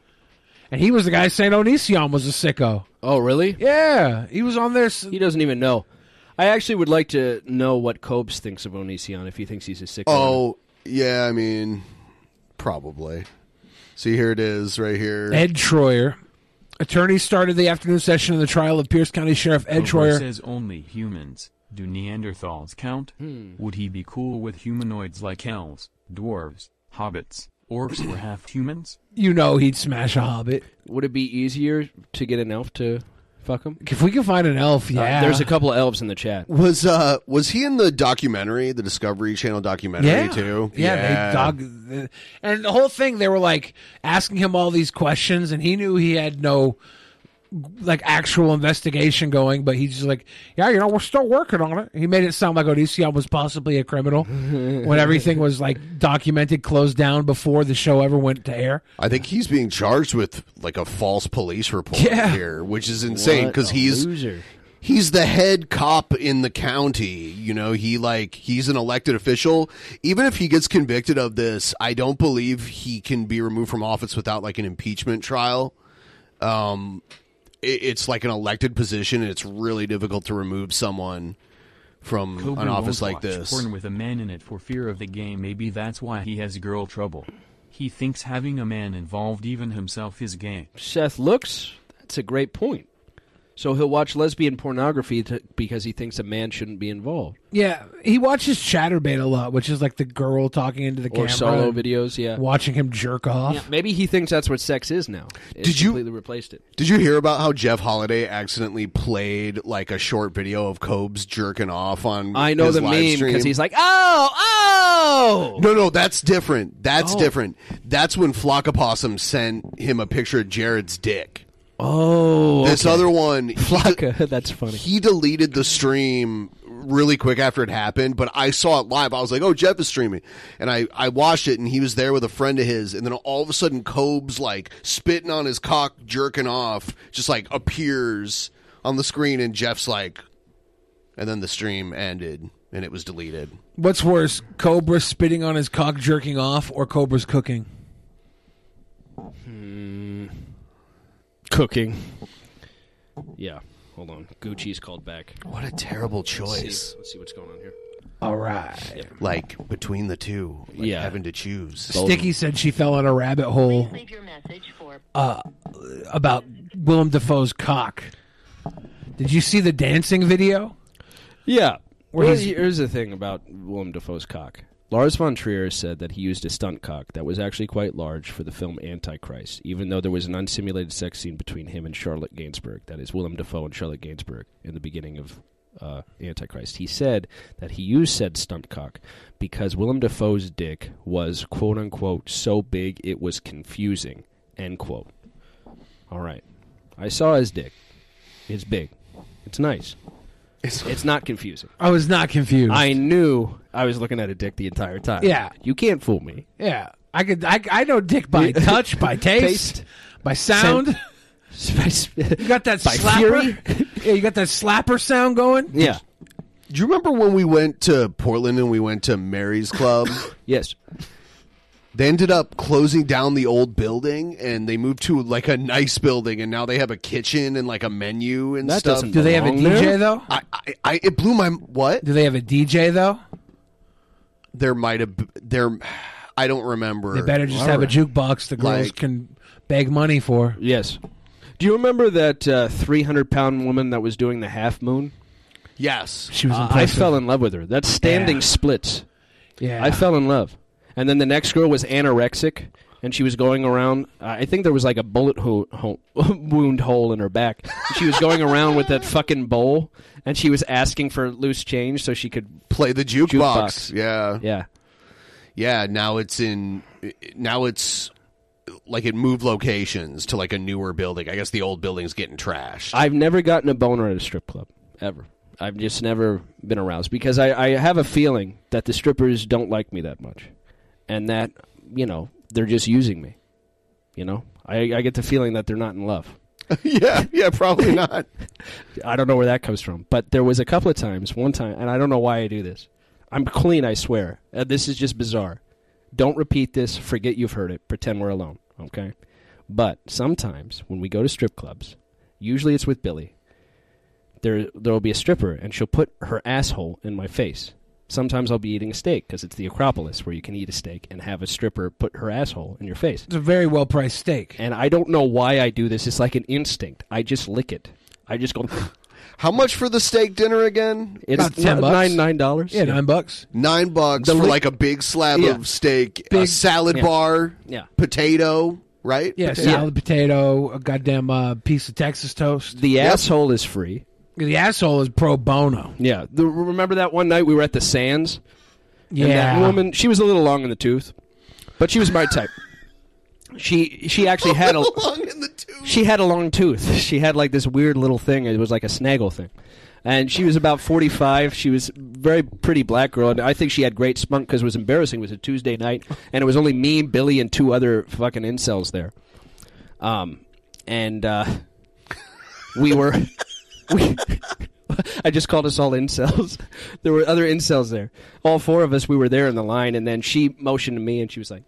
And he was the guy saying Onision was a sicko. Oh, really? Yeah, he was on there. He doesn't even know. I actually would like to know what Cobes thinks of Onision if he thinks he's a sick. Oh, yeah. I mean, probably. See, here it is, right here. Ed Troyer. Attorneys started the afternoon session of the trial of Pierce County Sheriff Ed Over Troyer. says only humans. Do Neanderthals count? Would he be cool with humanoids like elves, dwarves, hobbits, orcs, or half humans? You know he'd smash a hobbit. Would it be easier to get an elf to fuck him? Uh, If we can find an elf, yeah. there's a couple of elves in the chat. Was uh was he in the documentary, the Discovery Channel documentary Yeah. too? Yeah, they dog, and the whole thing they were like asking him all these questions, and he knew he had no like actual investigation going, but he's just like, yeah, you know, we're still working on it. He made it sound like Odysseus was possibly a criminal when everything was like documented, closed down before the show ever went to air. I think he's being charged with like a false police report Yeah. here, which is insane What because a he's loser. he's the head cop in the county. You know, he like he's an elected official. Even if he gets convicted of this, I don't believe he can be removed from office without like an impeachment trial. Um, it, it's like an elected position, and it's really difficult to remove someone from Cobra an office won't like watch this. Porn with a man in it for fear of the gay. Maybe that's why he has girl trouble. He thinks having a man involved, even himself, is gay. Seth looks. That's a great point. So he'll watch lesbian pornography to, because he thinks a man shouldn't be involved. Yeah, he watches Chatterbait a lot, which is like the girl talking into the Or camera, solo and videos, yeah. watching him jerk off. Yeah, maybe he thinks that's what sex is now. It's Did you- completely replaced it? Did you hear about how Jeff Holiday accidentally played like a short video of Cobes jerking off on? I know his the live meme stream? because he's like, oh, oh. No, no, that's different. That's Oh. different. That's when Flock Opossum sent him a picture of Jared's dick. Oh, This other (laughs) one, he de- Flocka, that's funny. he deleted the stream really quick after it happened, but I saw it live. I was like, "Oh, Jeff is streaming," and I I watched it, and he was there with a friend of his, and then all of a sudden, Cobes like spitting on his cock, jerking off, just like appears on the screen, and Jeff's like, and then the stream ended, and it was deleted. What's worse, Cobra spitting on his cock jerking off, or Cobra's cooking? Hmm, Cooking. Yeah, hold on. Gucci's called back. What a terrible Let's see- choice. Let's see what's going on here. All right. Like between the two, like Yeah. having to choose. Sticky said she fell in a rabbit hole uh, about Willem Dafoe's cock. Did you see the dancing video? Yeah, Well, here's the thing about Willem Dafoe's cock. Lars von Trier said that he used a stunt cock that was actually quite large for the film Antichrist, even though there was an unsimulated sex scene between him and Charlotte Gainsbourg. That is Willem Dafoe and Charlotte Gainsbourg in the beginning of uh, Antichrist. He said that he used said stunt cock because Willem Dafoe's dick was quote unquote so big it was confusing. End quote. All right, I saw his dick. It's big. It's nice. It's, not confusing. I was not confused. I knew I was looking at a dick the entire time. Yeah. you can't fool me. yeah, I could. I, I know dick by touch, by taste, Taste. by sound. you got that By slapper. yeah, you got that slapper sound going. Yeah. Do you remember when we went to Portland and we went to Mary's (laughs) Club? yes. They ended up closing down the old building and they moved to like a nice building and now they have a kitchen and like a menu and That stuff. doesn't Do they have a belong DJ there. though? I, I, I it blew my what? Do they have a DJ though? There might have b- there I don't remember. They better just have a jukebox the girls Like- can beg money for. Yes. Do you remember that uh, three hundred pound woman that was doing the half moon? Yes. She was I impressive. fell in love with her. That's standing Yeah. splits. Yeah. I fell in love. And then the next girl was anorexic, and she was going around. uh, I think there was like a bullet ho- ho- (laughs) wound hole in her back. She was going around with that fucking bowl, and she was asking for loose change so she could play the jukebox. Yeah. Yeah. Yeah, now it's in now it's like it moved locations to like a newer building. I guess the old building's getting trashed. I've never gotten a boner at a strip club ever. I've just never been aroused because I, I have a feeling that the strippers don't like me that much, and that you know they're just using me. You know, I, I get the feeling that they're not in love. (laughs) yeah, yeah, (laughs) probably not. I don't know where that comes from, but there was a couple of times, one time, and I don't know why I do this. I'm clean, I swear. Uh, this is just bizarre. Don't repeat this. Forget you've heard it. Pretend we're alone, okay? But sometimes when we go to strip clubs, usually it's with Billy. There, there will be a stripper, and she'll put her asshole in my face. Sometimes I'll be eating a steak because it's the Acropolis where you can eat a steak and have a stripper put her asshole in your face. It's a very well priced steak. And I don't know why I do this. It's like an instinct. I just lick it. I just go. (laughs) How much for the steak dinner again? It's About 10 n- bucks. nine- nine dollars. Yeah, nine bucks. Nine bucks The for li- like a big slab Yeah. of steak, a Big- salad Yeah. bar, Yeah. potato, right? Yeah, salad, potato, a goddamn uh, piece of Texas toast. The asshole is free. The asshole is pro bono. Yeah. The, remember that one night we were at the Sands? And Yeah. that woman, she was a little long in the tooth, but she was my type. She she actually had (laughs) a long in the tooth. She had a long tooth. She had like this weird little thing. It was like a snaggle thing. And she was about 45. She was very pretty black girl. And I think she had great spunk because it was embarrassing. It was a (laughs) Tuesday night. And it was only me, Billy, and two other fucking incels there. Um, and uh, (laughs) we were. we, (laughs) I just called us all incels. (laughs) there were other incels there. All four of us, we were there in the line. And then she motioned to me and she was like,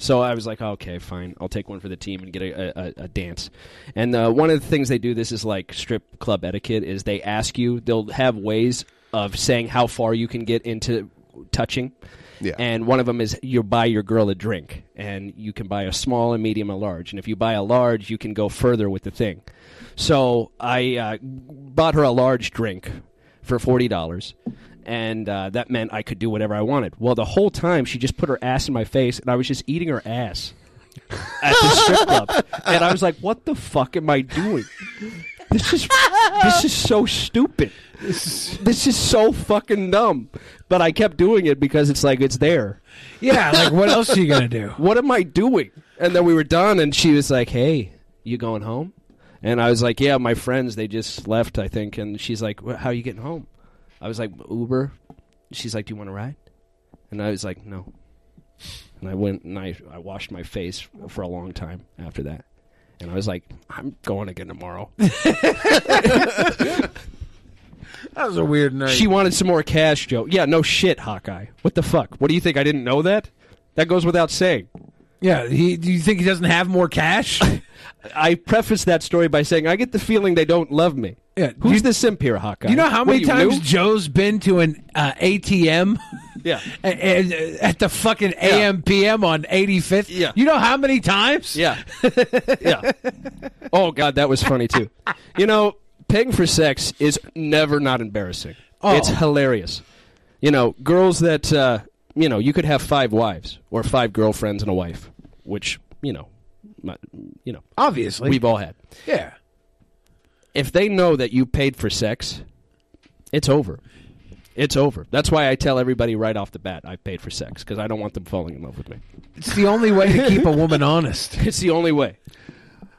so I was like, okay, fine. I'll take one for the team and get a, a, a dance. And uh, one of the things they do, this is like strip club etiquette, is they ask you, they'll have ways of saying how far you can get into touching. Yeah. And one of them is you buy your girl a drink, and you can buy a small, a medium, a large. And if you buy a large, you can go further with the thing. So I uh, bought her a large drink for forty dollars, and uh, that meant I could do whatever I wanted. Well, the whole time she just put her ass in my face, and I was just eating her ass at the strip club, and I was like, "What the fuck am I doing? This is this is so stupid. This is this is so fucking dumb." But I kept doing it because it's like it's there. Yeah, like, what else are you gonna do? (laughs) What am I doing? And then we were done, and she was like, "Hey, you going home?" And I was like, "Yeah, my friends they just left, I think." And she's like, "Wh- "How are you getting home?" I was like, "Uber." She's like, "Do you want to ride?" And I was like, "No." And I went and I, I washed my face for a long time after that. And I was like, I'm going (laughs) again tomorrow. That was a weird night. She wanted some more cash, Joe. Yeah, no shit, Hawkeye. What the fuck? What do you think? I didn't know that? That goes without saying. Yeah, he, do you think he doesn't have more cash? (laughs) I prefaced that story by saying, I get the feeling they don't love me. Yeah, Who's the simp here, Hawkeye? you know how What many are you, times new? Joe's been to an uh, ATM? (laughs) (laughs) Yeah. and, and, uh, at the fucking AM PM on 85th? Yeah. You know how many times? (laughs) Yeah. yeah. Oh God, that was funny too. You know, paying for sex is never not embarrassing. Oh. It's hilarious. You know, girls that uh, you know you could have five wives or five girlfriends and a wife, which you know, my, you know, Obviously. we've all had. Yeah. If they know that you paid for sex, it's over. It's over. That's why I tell everybody right off the bat I paid for sex because I don't want them falling in love with me. It's the only way to keep a (laughs) woman honest. It's the only way.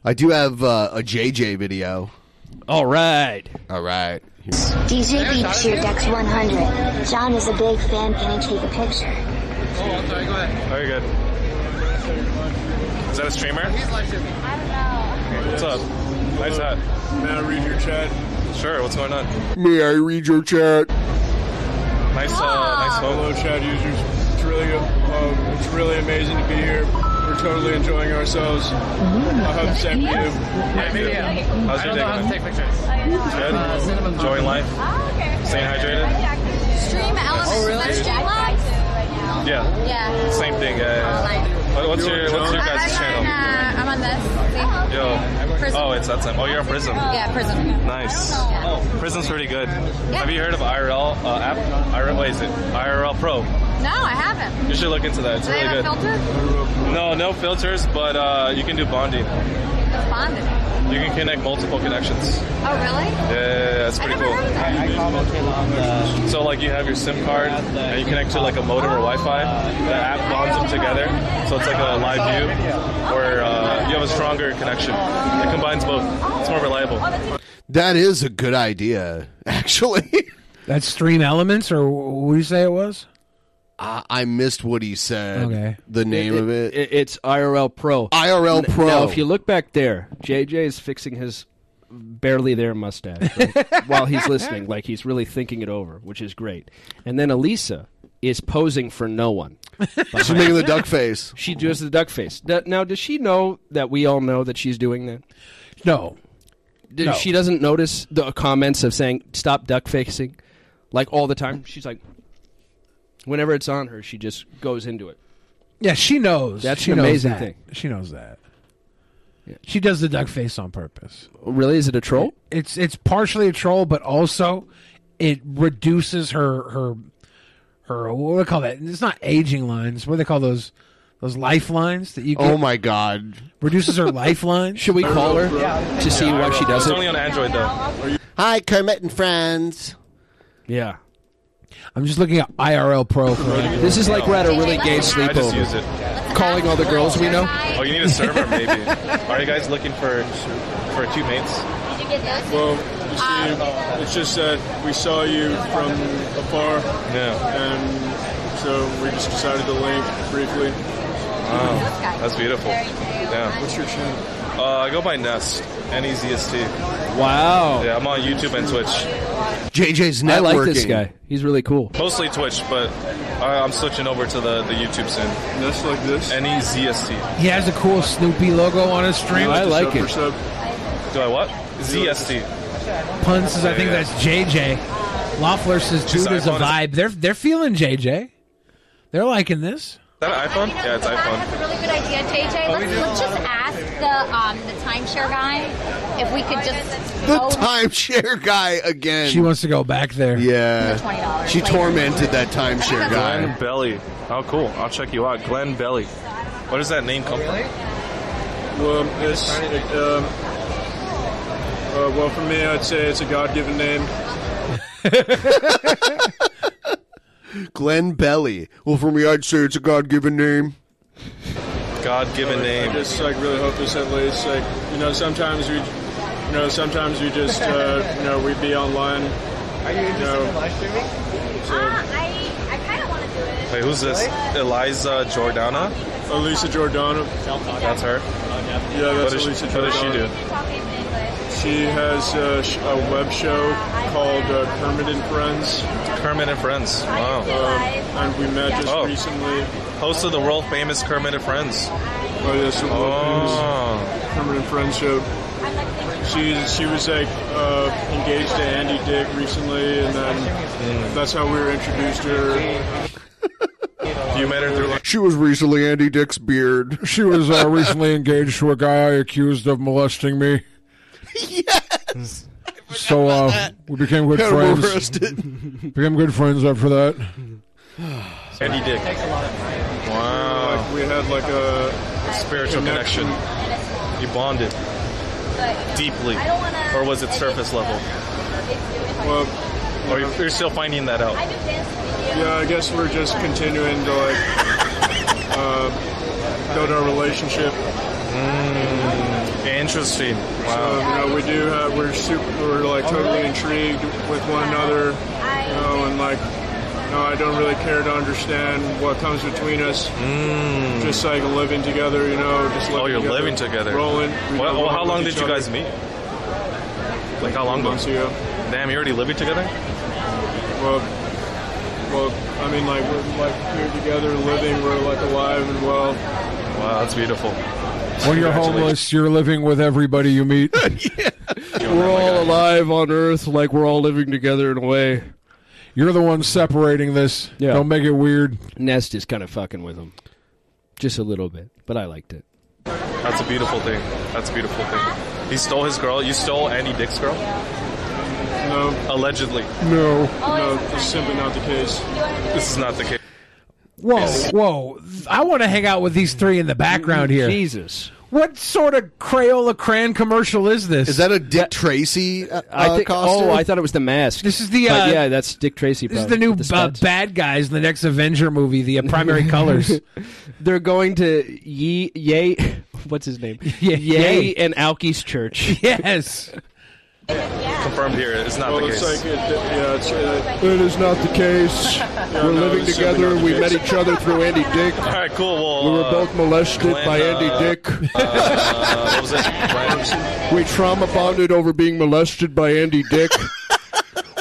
I do have uh, a JJ video. All right. All right. Here. DJ Beats here, Dex 100. John is a big fan. Can I take a picture? Oh, I'm sorry. Go ahead. Very good. Is that a streamer? What's up? Hi, Todd. May I read your chat? Sure. What's going on? May I read your chat? Nice, uh, nice hello, chat users. It's really good. Um, it's really amazing to be here. We're totally enjoying ourselves. I hope same to you. How's your day going? Good. Uh, enjoying life. Oh, Staying hydrated. Stream elements. Oh, really? Let's stream live. Yeah. Yeah. Same thing. Uh, what- what's your What's your guys' I'm, channel? uh, I'm on this. See? Yo. Prism. Uh, Oh, it's that time. Oh, you're on Prism. Yeah, Prism. Nice. Prism's pretty good. Have you heard of IRL uh, app? IRL, what is it? IRL Pro. No, I haven't. You should look into that. It's Do they really have a good. filter? No, no filters, but uh, you can do bonding. It's bonded. You can connect multiple connections. Oh, really? Yeah, yeah, yeah, that's pretty cool. So like you have your SIM card and you connect to like a modem or Wi-Fi. The app bonds them together, so it's like a live view where uh, you have a stronger connection. It combines both. It's more reliable. That is a good idea, (laughs) actually. (laughs) That's Stream Elements, or wh- what do you say it was? I, I missed what he said. Okay. The name of it. It's IRL Pro. IRL N- Pro. Now, if you look back there, JJ is fixing his barely there mustache (laughs) right? while he's listening, like he's really thinking it over, which is great. And then Elisa is posing for no one. (laughs) She's making the duck face. (laughs) She does the duck face. D- Now, does she know that we all know that she's doing that? No. D- No. She doesn't notice the comments of saying "stop duck facing," like all the time. She's like, whenever it's on her, she just goes into it. Yeah, she knows. That's she an knows amazing that. thing. She knows that. She does the duck face on purpose. Really? Is it a troll? It's it's partially a troll, but also it reduces her her her what do they call that? It's not aging lines. What do they call those those lifelines that you? Get? Oh my god! Reduces her lifeline. Should we call her to see why she does it's it? only on Android though. Hi, Kermit and friends. Yeah. I'm just looking at IRL Pro. For This is like we're at a really gay I just use sleepover. it. Calling all the girls we know. Oh, you need (laughs) a server maybe. Are you guys looking for for two mates? Well, you Uh, see, it's just uh, Uh, that we saw you from afar. Yeah. And so we just decided to link briefly. Wow, that's beautiful. Yeah. What's your channel? Uh, I go by Nest, E N-E-Z-S-T. Wow. Yeah, I'm on YouTube and Twitch. JJ's networking. I like this guy. He's really cool. Mostly Twitch, but I, I'm switching over to the, the YouTube E soon. Nest like this? N-E-Z-S-T. He has a cool Snoopy logo on his stream. Do I what? Z-S-T. Pun says I think Yeah. that's JJ. Loeffler says dude is a iPhone is- vibe. They're they're feeling JJ. They're liking this. Is that an iPhone? Yeah, it's iPhone. That's a really good idea, JJ. Let's, let's just ask the um, the timeshare guy if we could just The go timeshare guy again. She wants to go back there. Yeah. $20 She later. tormented that timeshare guy. Glenn Belly. How cool. I'll check you out. Glenn Belly. Where does that name come from? Well, it's um, uh, well for me, I'd say it's a God-given name. Glenn Belly. Well, for me, I'd say it's a God-given name. God-given I name. just like really hope this at least like you know sometimes we, you know sometimes we just uh, you know we'd be online. Are you interested in live streaming? Uh, I kind of want to do it. Wait, who's this? Eliza Jordana? Elisa Jordana. That's her. Yeah, that's what does, Elisa what does she do? Jordana. She has uh, sh- a web show called uh, Kermit and Friends. Um, Kermit and Friends. Wow. and we met just Oh. recently. Host of the world famous Kermit and Friends. Oh. Oh yes, the world famous Kermit and Friends show. She she was like uh, engaged to Andy Dick recently, and then that's how we were introduced to her. (laughs) You met her through. She was recently Andy (laughs) Dick's beard. She was uh, recently engaged to a guy accused of molesting me. yes. (laughs) I So uh, we became good Got friends. roasted. (laughs) became good friends after that. Andy Dick. Wow. Like we had like a, spiritual connection. You bonded deeply, or was it uh, surface level? Well, or you're, you're still finding that out. Yeah, I guess we're just continuing to like uh, build our relationship. Mm-hmm. Mm, Interesting. Wow. you know, we do have, we're super, we're like totally intrigued with one another, you know, and like, no, I don't really care to understand what comes between us. Just like living together, you know, just living Mm. Oh, you're together, living together. rolling. we Well, roll how with long each did you other. guys meet? Like how long ago? Months ago. Damn, you're already living together. Well, well, I mean, like we're like here together, living, we're like alive and well. Wow, that's beautiful. When you're homeless, you're living with everybody you meet. We're all alive on Earth, like we're all living together in a way. You're the one separating this. Yeah. Don't make it weird. Nest is kind of fucking with him, just a little bit. But I liked it. That's a beautiful thing. That's a beautiful thing. He stole his girl. You stole Andy Dick's girl. No. Allegedly. Oh, No. No, this is simply not the case. This is not the case. Whoa, whoa. I want to hang out with these three in the background here. Jesus. What sort of Crayola Crayon commercial is this? Is that a Dick Tracy uh, I think, oh, I thought it was the mask. This is the, uh, yeah, that's Dick Tracy. this is probably, the new with uh, studs. bad guys in the next Avenger movie, the uh, primary (laughs) colors. They're going to Ye (laughs) Yay. What's his name? Yay, Yay. and Alki's church. Yes. Confirmed here. It's not Well, the it's case. like it, yeah, it's, uh, It is not the case. (laughs) we're no, living it's together. certainly not the We case. met each other through Andy Dick. (laughs) All right, cool. Well, we were uh, both molested Glenn, by Andy uh, Dick. uh, what was it? Glenn- We trauma bonded over being molested by Andy Dick.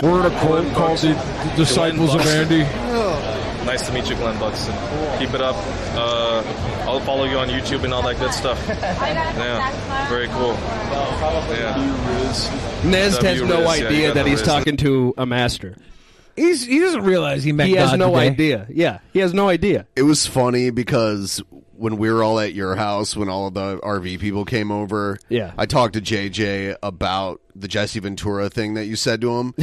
we're in a cult called the D- Disciples of Glenn Andy. Buxton. (laughs) Nice to meet you, Glenn Buxton. Keep it up. Uh, I'll follow you on YouTube and all that good stuff. Yeah, very cool. Yeah. Nest has W no Riz, yeah, you idea got that the he's Riz. talking to a master. He's, he doesn't realize he met He has God no today. idea. Yeah, he has no idea. It was funny because when we were all at your house, when all the RV people came over, Yeah. I talked to JJ about the Jesse Ventura thing that you said to (laughs) him,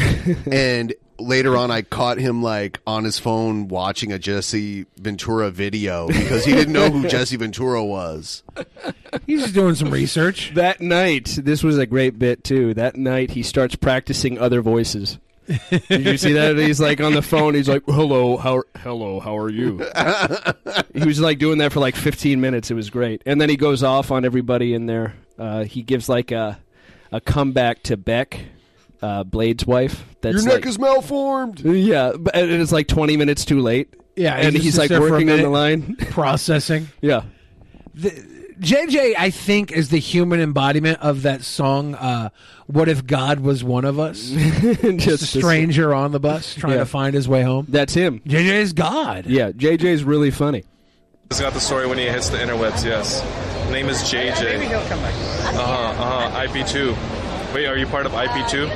and later on, I caught him like on his phone watching a Jesse Ventura video because he didn't know (laughs) who Jesse Ventura was. He's just doing some research. (laughs) That night, this was a great bit too. That night, he starts practicing other voices. Did you see that? He's like on the phone. He's like, "Hello, how hello, how are you?" (laughs) he was like doing that for like 15 minutes. It was great. And then he goes off on everybody in there. Uh, he gives like a a comeback to Beck, uh, Blade's wife. That's Your neck like- is malformed. yeah, but and it's like 20 minutes too late. Yeah, and just he's sits like there for a working on the minute, line. (laughs) processing. Yeah. JJ, I think, is the human embodiment of that song. Uh, what if God was one of (laughs) us? just a Just- stranger on the (laughs) bus trying Yeah. to find his way home. That's him. JJ is God. Yeah, JJ's really funny. He's got the story when he hits the interwebs, yes. Name is JJ. Maybe he'll come back. Uh huh, uh huh. IP2. Wait, are you part of IP2?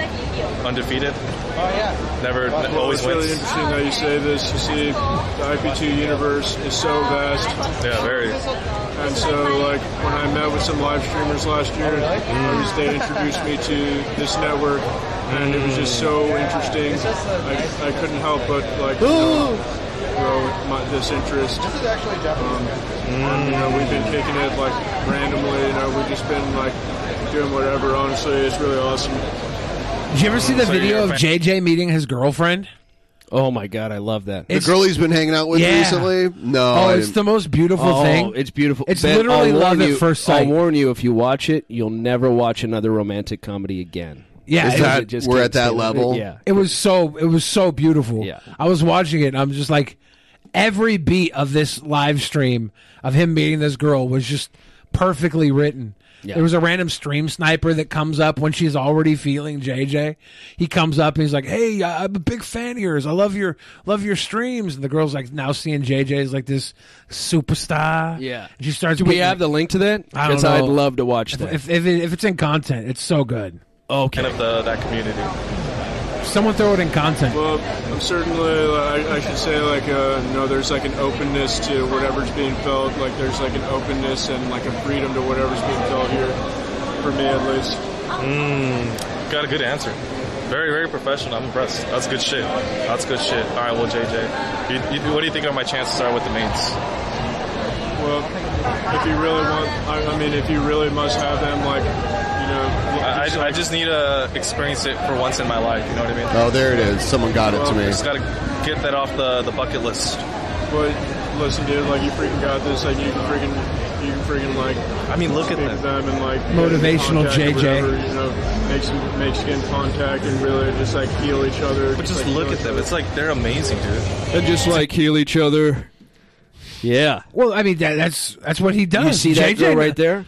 Undefeated? Oh, yeah. Never, ne- Well, always it's really wins. interesting how you say this. You see, The IP2 universe is so vast. Yeah, very. And so, like, when I met with some live streamers last year, I was- they introduced me to this network, and it was just so interesting. I, I couldn't help but, like, you know, grow my, this interest. Um, This is actually Japanese. You know, we've been kicking it, like, randomly. You know, we've just been, like, doing whatever. Honestly, it's really awesome. Did you ever see the So video you're a of fan- JJ meeting his girlfriend? Oh my god, I love that. The girl he's been hanging out with Yeah. recently? No, Oh, I it's didn't- the most beautiful oh, thing. It's beautiful. It's Ben, literally I'll warn love you- at first sight. I'll warn you, if you watch it, you'll never watch another romantic comedy again. Yeah, Is Because that- it just we're can't at that stand it. level? Yeah, It was so it was so beautiful. Yeah. I was watching it and I'm just like every beat of this live stream of him meeting this girl was just perfectly written. Yeah. There was a random stream sniper that comes up when she's already feeling JJ. He comes up and he's like, "Hey, I- I'm a big fan of yours. I love your love your streams." And the girl's like, now seeing JJ is like this superstar. Yeah. and she starts. Do we getting- have the link to that? I don't 'Cause I'd know. love to watch If- that. If oh, if, it, if it's in content, it's so good. Okay. Kind of the, that community. Someone throw it in content. Well, I'm certainly, like, I, I should say, like, uh, no, there's like an openness to whatever's being felt. Like, there's like an openness and like a freedom to whatever's being felt here, for me at least. Mm. Hmm, got a good answer. Very, very professional. I'm impressed. That's good shit. That's good shit. All right, well, JJ, you, you, what do you think are my chances are with the mates? Well, if you really want, I, I mean, if you really must have them, like, you know, I, I, I just need to experience it for once in my life. You know what I mean? Oh, there it is. Someone got it to I me. just gotta get that off the, the bucket list. But listen, dude, like you freaking got this. Like you can freaking, you can freaking like. I mean, look at speak to them and like Motivational get in contact JJ. or Whatever, you know, make some make skin contact and really just like heal each other. But just like, look at them. It's like they're amazing, dude. And just like heal each other. Yeah. Well, I mean that, that's that's what he does. You see that JJ girl right there?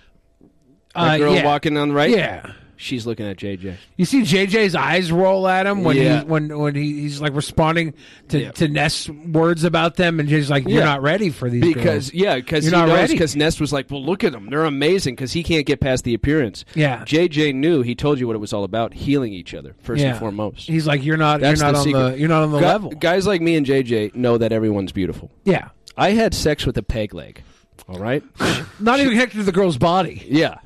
That Uh, girl yeah. walking on the right? Yeah. She's looking at JJ. You see JJ's eyes roll at him when Yeah. he when when he, he's like responding to to Ness words about them, and JJ's like, "You're Yeah. not ready for these because girls. yeah, because you're he not knows ready." because Ness was like, well, look at them, they're amazing because he can't get past the appearance. Yeah. JJ knew he told you what it was all about, healing each other first Yeah. and foremost. He's like, "You're not That's you're not on the the secret. you're not on the Gu- level." Guys like me and JJ know that everyone's beautiful. Yeah, I had sex with a peg leg. All right, (laughs) not even connected to the girl's body. Yeah,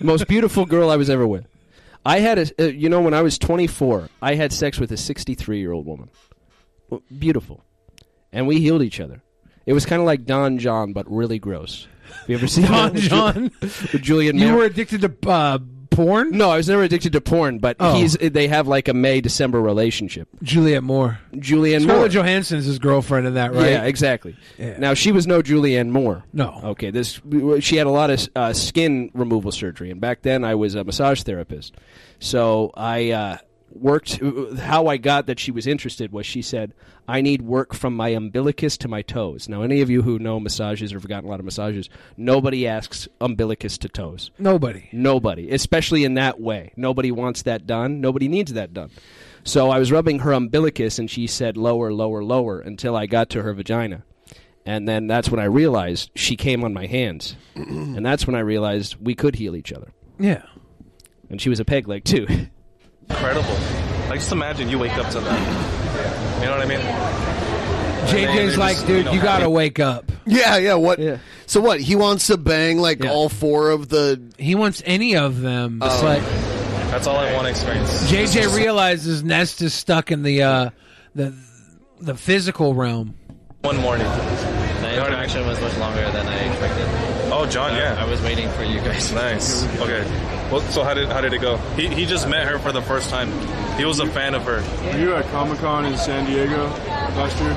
most beautiful girl I was ever with. I had a, uh, you know, when I was 24, I had sex with a 63 year old woman. W- Beautiful, and we healed each other. It was kind of like Don John, but really gross. Have you ever seen Don that with Ju- John? with Julian? You Mann? were addicted to uh, porn. No, I was never addicted to porn, but Oh. he's they have like a May December relationship. Juliet Moore. Julianne Moore. Scarlett Johansson is his girlfriend in that, right? Yeah, exactly. Now she was no Julianne Moore. No. Okay. This she had a lot of uh, skin removal surgery, and back then I was a massage therapist, so I uh, worked. How I got that she was interested was she said, "I need work from my umbilicus to my toes." Now, any of you who know massages or have gotten a lot of massages, nobody asks umbilicus to toes. Nobody. Nobody, especially in that way. Nobody wants that done. Nobody needs that done. So I was rubbing her umbilicus and she said lower, lower, lower until I got to her vagina. And then that's when I realized she came on (clears throat) my hands. and that's when I realized we could heal each other. Yeah. And she was a peg leg too. Incredible. Like, just imagine you wake up to that. You know what I mean? And then you're JJ's just, like, dude, know, you gotta happy. wake up. Yeah, yeah. What? So what? He wants to bang like all four of the. He wants any of them. Um, It's Oh. like Um, That's all I want to experience. JJ realizes Nest is stuck in the uh, the the physical realm. One morning. The interaction was much longer than I expected. Uh, Oh, John, yeah. I was waiting for you guys. (laughs) Nice. Okay. Well, so how did how did it go? He, he just met her for the first time. He was a fan of her. Were you at Comic Con in San Diego last year?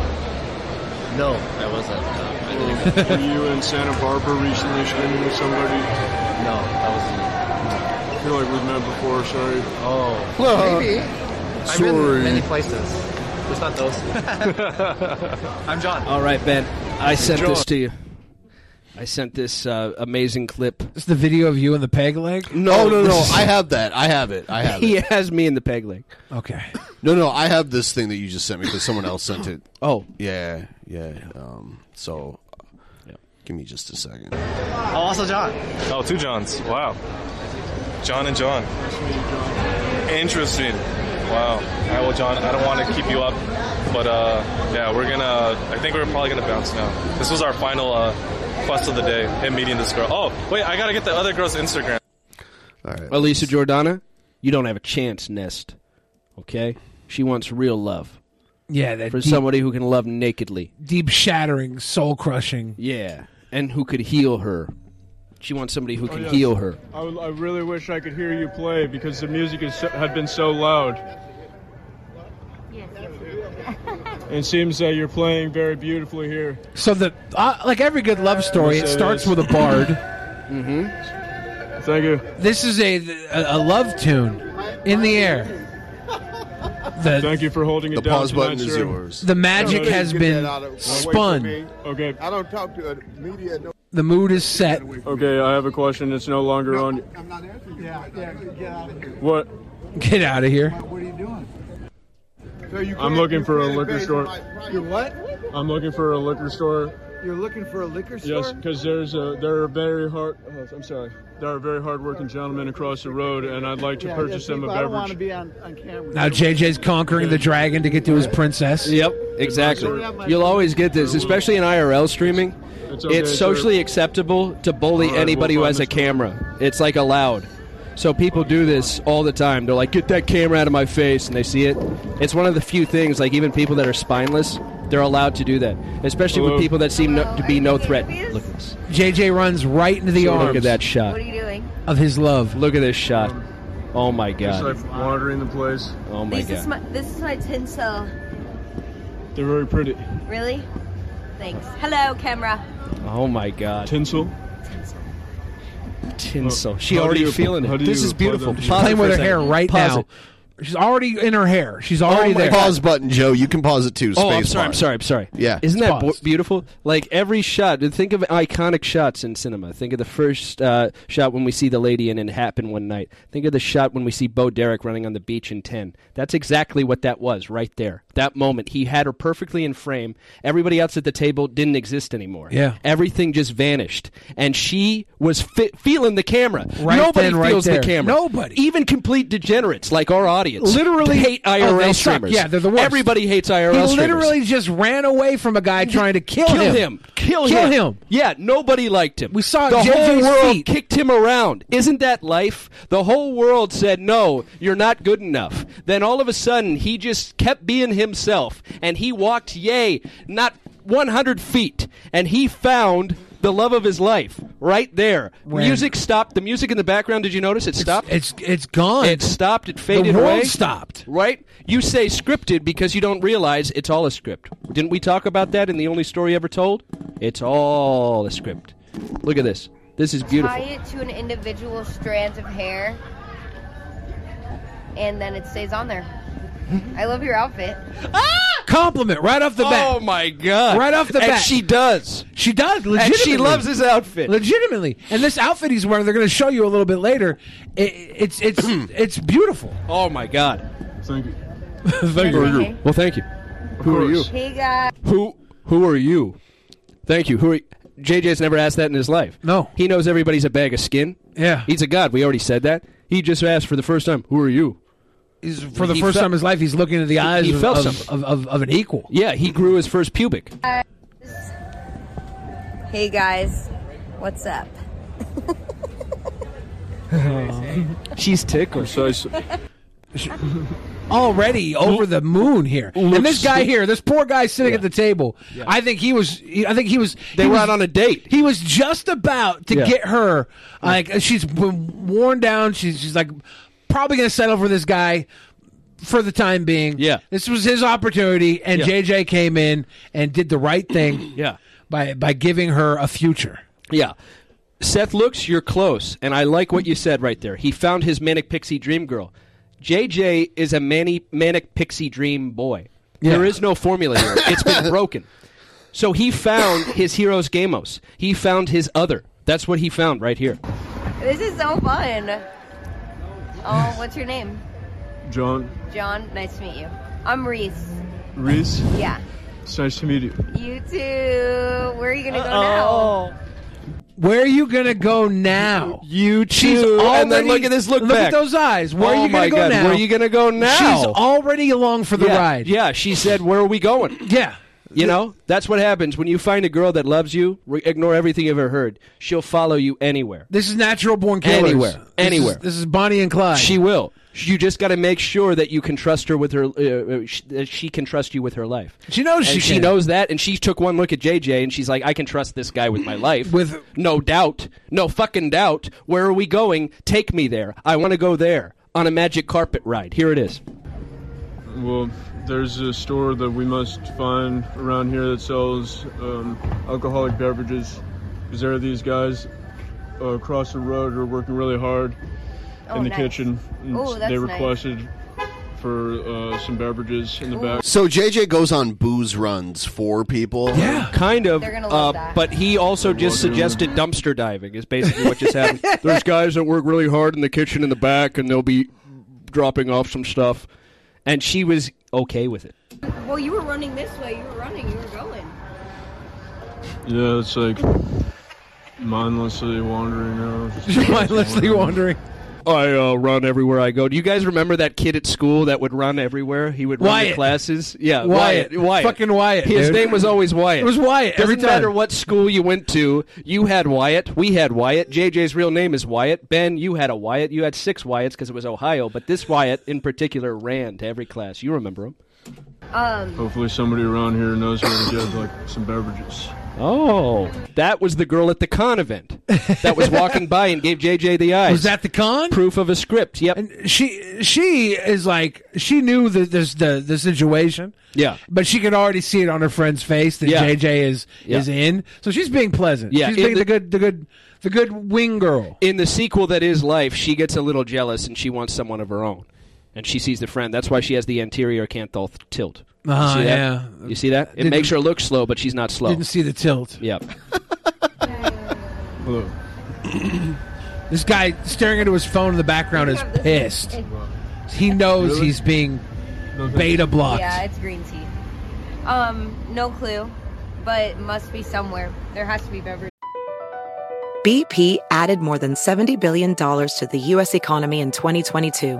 No, I wasn't. No, I didn't. (laughs) Were you in Santa Barbara recently streaming with somebody? No, I wasn't. I feel like we've met before. Sorry. Oh. Maybe. I've been Sorry. many places. Just not (laughs) those. I'm John. All right, Ben. I sent John. this to you. I sent this uh, amazing clip. It's the video of you and the peg leg. No, Oh, no, (laughs) no. I have that. I have it. I have He it. has me in the peg leg. Okay. (laughs) No, no. I have this thing that you just sent me because someone else sent it. Oh. Yeah, yeah. Um. So, give me just a second. Oh, also John. Oh, two Johns. Wow. John and John. Interesting. Wow. All right, well, John, I don't want to keep you up, but uh, yeah, we're gonna. I think we're probably gonna bounce now. This was our final uh, quest of the day. Him meeting this girl. Oh, wait, I gotta get the other girl's Instagram. All right. Elisa Jordana, you don't have a chance, Nest. Okay? She wants real love. Yeah, that for deep- somebody who can love nakedly. Deep shattering, soul crushing. Yeah, and who could heal her. She wants somebody who Oh, can yes. heal her. I, I really wish I could hear you play because the music is so, had been so loud. It seems that you're playing very beautifully here. So the uh, like every good love story, it Yes, it starts is. with a bard. Mm-hmm. Thank you. This is a a, a love tune in the air. The, Thank you for holding it The down. pause tonight, button is sir. yours. The magic Okay. has Get been that out of- spun. Okay. I don't talk to uh, media. No. The mood is set. Okay, I have a question. It's no longer on. I'm not answering you. Yeah, yeah, get out of here. What? Get out of here. What are you doing? I'm looking for a liquor store. You're what? I'm looking for a liquor store. You're looking for a liquor store? Yes, because there's a there are very hard. oh, I'm sorry. There are very hardworking gentlemen across the road, and I'd like to Yeah, purchase yeah, them a people, I don't want to beverage. be on, on camera. Now JJ's conquering the dragon to get to his princess. Yep, exactly. You'll always get this, especially in IRL streaming. It's, okay, sir. socially acceptable to bully All right, anybody we'll who find has a this girl. camera. It's like allowed. So people do this all the time. They're like, "Get that camera out of my face," and they see it. It's one of the few things. Like even people that are spineless, they're allowed to do that, especially Hello. with people that seem no, to be no threat. Look at this. JJ runs right into the Look arms. at that shot. What are you doing? Of his love. Look at this shot. Oh my Just god. like wandering the place. Oh my this is god. my this is my tinsel. They're very pretty. Really? Thanks. Hello, camera. Oh my god. Tinsel. Tinsel. Well, She how do already you- feeling how it. do This you is beautiful. apply that? Pause She's playing it for with a her second. hair right Pause now. it. She's already in her hair. She's already Oh my there. Pause button, Joe. You can pause it too. Oh, I'm space sorry. bar. I'm sorry. I'm sorry. Yeah. Isn't that bo- beautiful? Like every shot. Think of iconic shots in cinema. Think of the first uh, shot when we see the lady in "It Happened One Night." Think of the shot when we see Bo Derek running on the beach in Ten. That's exactly what that was right there. That moment, he had her perfectly in frame. Everybody else at the table didn't exist anymore. Yeah. Everything just vanished, and she was fi- feeling the camera. Right Nobody then, right feels there. the camera. Nobody. Even complete degenerates like our audience Literally hate oh, they IRL suck. streamers. Yeah, they're the worst. Everybody hates IRL He streamers. literally just ran away from a guy trying to kill, Kill him. him. Kill, Kill him. him. Yeah, nobody liked him. We saw the JJ's whole world feet. kicked him around. Isn't that life? The whole world said, "No, you're not good enough." Then all of a sudden, he just kept being himself, and he walked, yay, not 100 feet, and he found the love of his life right there. Ran. Music stopped. The music in the background. Did you notice it stopped? It's it's gone. It stopped. It faded the world away. stopped. Right? You say scripted because you don't realize it's all a script. Didn't we talk about that in the only story ever told? It's all a script. Look at this. This is Tie beautiful. it to an individual strand of hair, and then it stays on there. I love your outfit. Compliment right off the bat. Oh my god! Right off the And bat. she does. She does. And she Legitimately. loves his outfit. Legitimately. And this outfit he's wearing, they're going to show you a little bit later. I it's (clears throat) it's it's beautiful. Oh my god! Thank you. (laughs) thank you. Well, thank you. Who are you? Hey guys. Who Who are you? Thank you. Who are JJ's never asked that in his life. No. He knows everybody's a bag of skin. Yeah. He's a god. We already said that. He just asked for the first time, "Who are you?" He's, for the He first felt- time in his life, he's looking into the He- eyes he of, felt of, something. of, of, of an equal. Yeah, he grew his first pubic. Hey guys. What's up? (laughs) She's tickled. Already over the moon here, and this guy here, this poor guy sitting at the table. Yeah. I think he was. I think he was. They he were was- out on a date. He was just about to Yeah. get her. Like she's been worn down. She's she's like probably going to settle for this guy for the time being. Yeah, this was his opportunity, and Yeah. JJ came in and did the right thing. Yeah. by by giving her a future. Yeah. Seth looks, you're close, and I like what you said right there. He found his manic pixie dream girl. JJ is a mani- manic pixie dream boy. There is no formula here. it's been broken. So he found his hero's gamos. He found his other. That's what he found right here. This is so fun. Oh, what's your name? John John, nice to meet you. I'm Reese. Reese. Yeah. It's nice to meet you. You too. Where are you gonna go now? Where are you gonna go now? You She's too. already, And then look at this look Look back. at those eyes. Where Oh are you gonna my go God, now? where are you gonna go now? She's already along for the yeah, ride. Yeah, she said, "Where are we going?" (clears throat) Yeah. You know, that's what happens when you find a girl that loves you. Re- ignore everything you've ever heard. She'll follow you anywhere. This is natural born killers. Anywhere. This is- Anywhere. this is Bonnie and Clyde. She will. You just got to make sure that you can trust her with her. Uh, uh, sh- that she can trust you with her life. She knows And she can. knows that, and she took one look at JJ, and she's like, "I can trust this guy with my life, with no doubt, no fucking doubt." Where are we going? Take me there. I want to go there on a magic carpet ride. Here it is. Well, there's a store that we must find around here that sells um, alcoholic beverages. Because there are these guys uh, across the road who are working really hard Oh, in the nice. kitchen. and Ooh, that's they nice. requested for uh, some beverages in the back. So JJ goes on booze runs for people. Yeah, kind of. They're gonna Uh, love that. but he also just suggested dumpster diving is basically what just happened. (laughs) There's guys that work really hard in the kitchen in the back, and they'll be dropping off some stuff. And she was okay with it. Well, you were running this way. You were running. You were going. Yeah, it's like mindlessly wandering now. (laughs) mindlessly wandering. I uh, run everywhere I go. Do you guys remember that kid at school that would run everywhere? He would run to Wyatt. classes. Yeah, Wyatt. Wyatt. Wyatt. Fucking Wyatt, His dude. name was always Wyatt. It was Wyatt Doesn't every time. matter what school you went to. You had Wyatt. We had Wyatt. JJ's real name is Wyatt. Ben, you had a Wyatt. You had six Wyatts because it was Ohio, but this Wyatt in particular ran to every class. You remember him? Um, Hopefully, somebody around here knows where to get like some beverages. Oh, that was the girl at the con event that was walking by and gave JJ the eyes. Was that the con? Proof of a script. Yep. she she is like she knew the this the the situation. Yeah. But she could already see it on her friend's face that Yeah. JJ is Yeah. is in. So she's being pleasant. Yeah, She's in being the, the- good the good the good wing girl. (clears throat) In the sequel that is life, she gets a little jealous and she wants someone of her own. And she sees the friend. That's why she has the anterior canthal th- tilt. You Ah, see that? yeah. You see that? It Didn't- makes her look slow, but she's not slow. Didn't see the tilt. Yep. Hello. This guy staring into his phone in the background is pissed. He knows Really? he's being No, no. beta blocked. Yeah, it's green tea. Um, no clue, but must be somewhere. There has to be beverages. BP added more than $70 billion to the U.S. economy in 2022.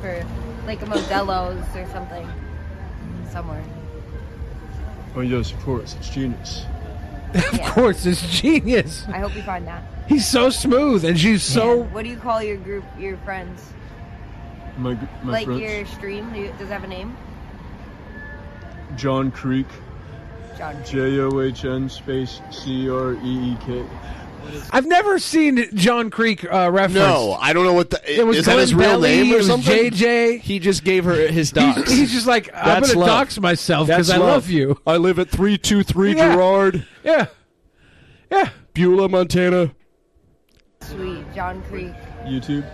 for like a Modelo's or something somewhere. Oh, yes, of course. It's genius. (laughs) Of course, it's genius. I hope you find that. He's so smooth, and she's (laughs) so. What do you call your group, your friends? My, my like friends. your stream? Do you- Does it have a name? John Creek. John. J O H N space C R E E K. I've never seen John Creek uh, referenced. No, I don't know what the. It was is that his Glenn real Belly, name it or was something? JJ. He just gave her his (laughs) He's, he's just like I'm That's gonna love. dox myself because That's I love. love you. I live at three two three Yeah. Gerard. Yeah. Yeah. Beulah, Montana. Sweet. John Creek. YouTube.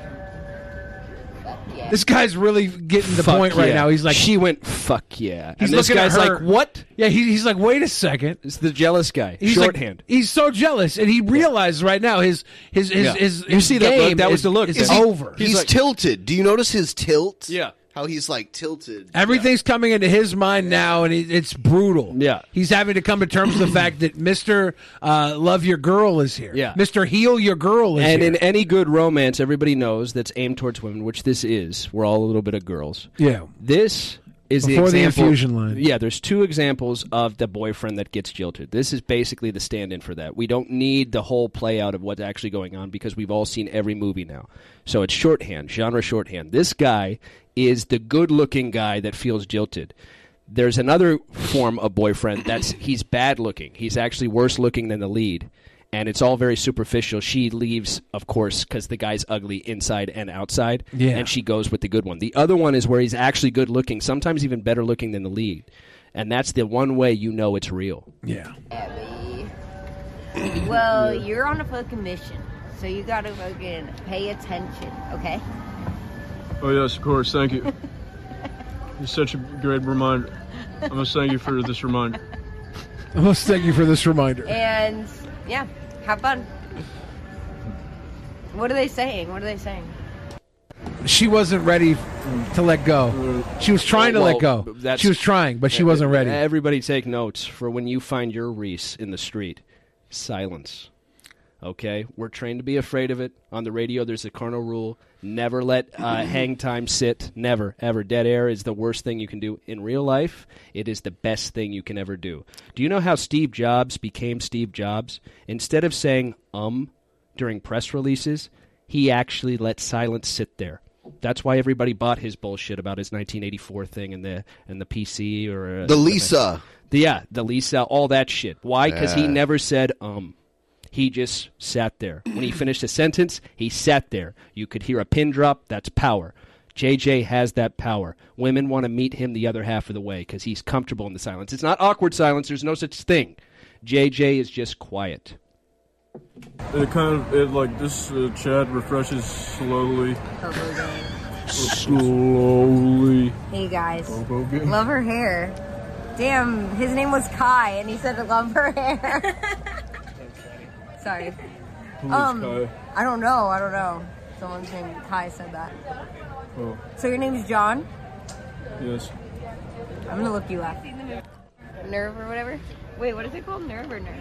Yeah. This guy's really getting the Fuck point right yeah. now. He's like, she went, "Fuck yeah!" He's and this looking at guy's her- like, "What?" Yeah, he, he's like, "Wait a second. It's the jealous guy. He's like- Shorthand. he's so jealous, and he realizes right now his his his, Yeah. his, his You see that game look? That was is- the look. Is Is he- over. he's He's like- tilted. Do you notice his tilt? Yeah. How he's like tilted. Everything's coming into his mind now, and it, it's brutal. Yeah, he's having to come to terms with the fact that Mister uh, Love Your Girl is here. Yeah. Mister Heal Your Girl is and here. in any good romance, everybody knows that's aimed towards women, which this is. We're all a little bit of girls. Yeah. This is Before the the example- infusion line. Yeah, there's two examples of the boyfriend that gets jilted. This is basically the stand-in for that. We don't need the whole play out of what's actually going on because we've all seen every movie now. So it's shorthand, genre shorthand. This guy is the good-looking guy that feels jilted. There's another form of boyfriend that's he's bad looking. He's actually worse looking than the lead and it's all very superficial. She leaves, of course, because the guy's ugly inside and outside, Yeah. and she goes with the good one. The other one is where he's actually good looking, sometimes even better looking than the lead, and that's the one way you know it's real. Yeah, Well, you're on a fucking mission, so you gotta fucking pay attention, okay? Oh, yes, of course. Thank you. (laughs) You're such a great reminder. I must thank you for this reminder. most thank you for this reminder. And yeah, have fun. What are they saying? What are they saying? She wasn't ready to let go. She was trying to let Mm. Well, go. that's- She was trying, but she wasn't ready. Everybody take notes for when you find your Reese in the street. Silence. Okay, we're trained to be afraid of it. On the radio, there's a cardinal rule: never let uh, hang time sit. Never, ever. Dead air is the worst thing you can do. In real life, it is the best thing you can ever do. Do you know how Steve Jobs became Steve Jobs? Instead of saying "um" during press releases, he actually let silence sit there. That's why everybody bought his bullshit about his 1984 thing and the and the PC or uh, The Lisa. The- yeah, the Lisa, all that shit. Why? Because he Yeah. never said um. He just sat there. When he finished a sentence, he sat there. You could hear a pin drop. That's power. JJ has that power. Women want to meet him the other half of the way because he's comfortable in the silence. It's not awkward silence. There's no such thing. JJ is just quiet. It kind of it like this. Uh, Chad refreshes slowly. slowly. Hey guys, Bobo game. love her hair. Damn, his name was Kai, and he said to love her (laughs) hair. Sorry. Um, Who is Kai? I don't know. I don't know. Someone's name Kai said that. Oh, So your name's John. yes. I'm gonna look you up. Nerve or whatever. Wait, what is it called? Nerve or nerve?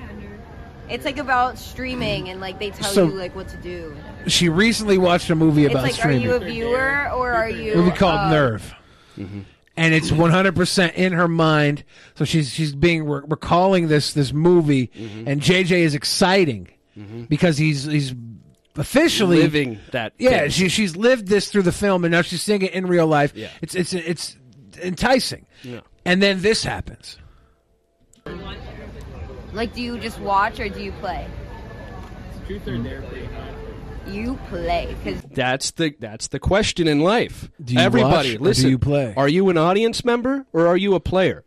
It's like about streaming and like they tell So- you like what to do. She recently watched a movie It's about like, streaming. are you a viewer or are you? movie called uh, Nerve. And it's 100% in her mind. So she's she's being re- recalling this this movie Mm-hmm. and JJ is exciting because he's he's officially Living that Yeah, thing. she she's lived this through the film and now she's seeing it in real life. Yeah. It's it's it's enticing. Yeah. And then this happens. Like, do you just watch or do you play? Truth or dare, please. You play because That's the that's the question in life. Do you Everybody, watch or do listen. you play? Are you an audience member or are you a player?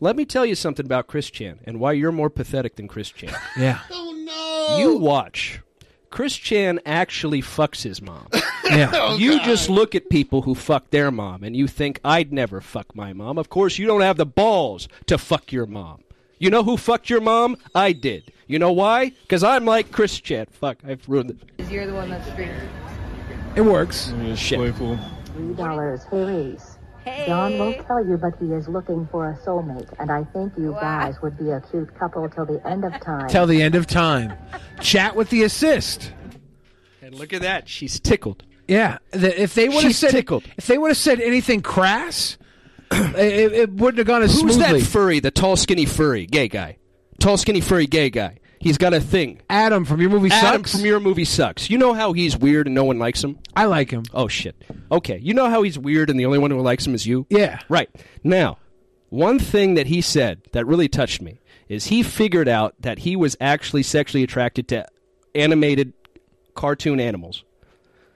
Let me tell you something about Chris Chan and why you're more pathetic than Chris Chan. Yeah. You watch. Chris Chan actually fucks his mom. Yeah. you just look at people who fuck their mom and you think, I'd never fuck my mom. Of course, you don't have the balls to fuck your mom. You know who fucked your mom? I did. You know why? Because I'm like Chris Chan. Fuck, I've ruined it. you're the one that's streaming. It works. Shit. Three dollars, Harry's. John will tell you, but he is looking for a soulmate, and I think you guys would be a cute couple till the end of time. (laughs) Till the end of time. Chat with the assist. And look at that. She's tickled. Yeah, the, if they would have She's said tickled. if they would have said anything crass, (clears throat) it, it wouldn't have gone as Who's smoothly. that furry? The tall, skinny, furry gay guy. Tall, skinny, furry gay guy. He's got a thing. Adam from your movie Adam sucks. from your movie sucks. You know how he's weird and no one likes him. I like him. Oh shit. Okay. You know how he's weird and the only one who likes him is you. Yeah. Right now, one thing that he said that really touched me is he figured out that he was actually sexually attracted to animated cartoon animals.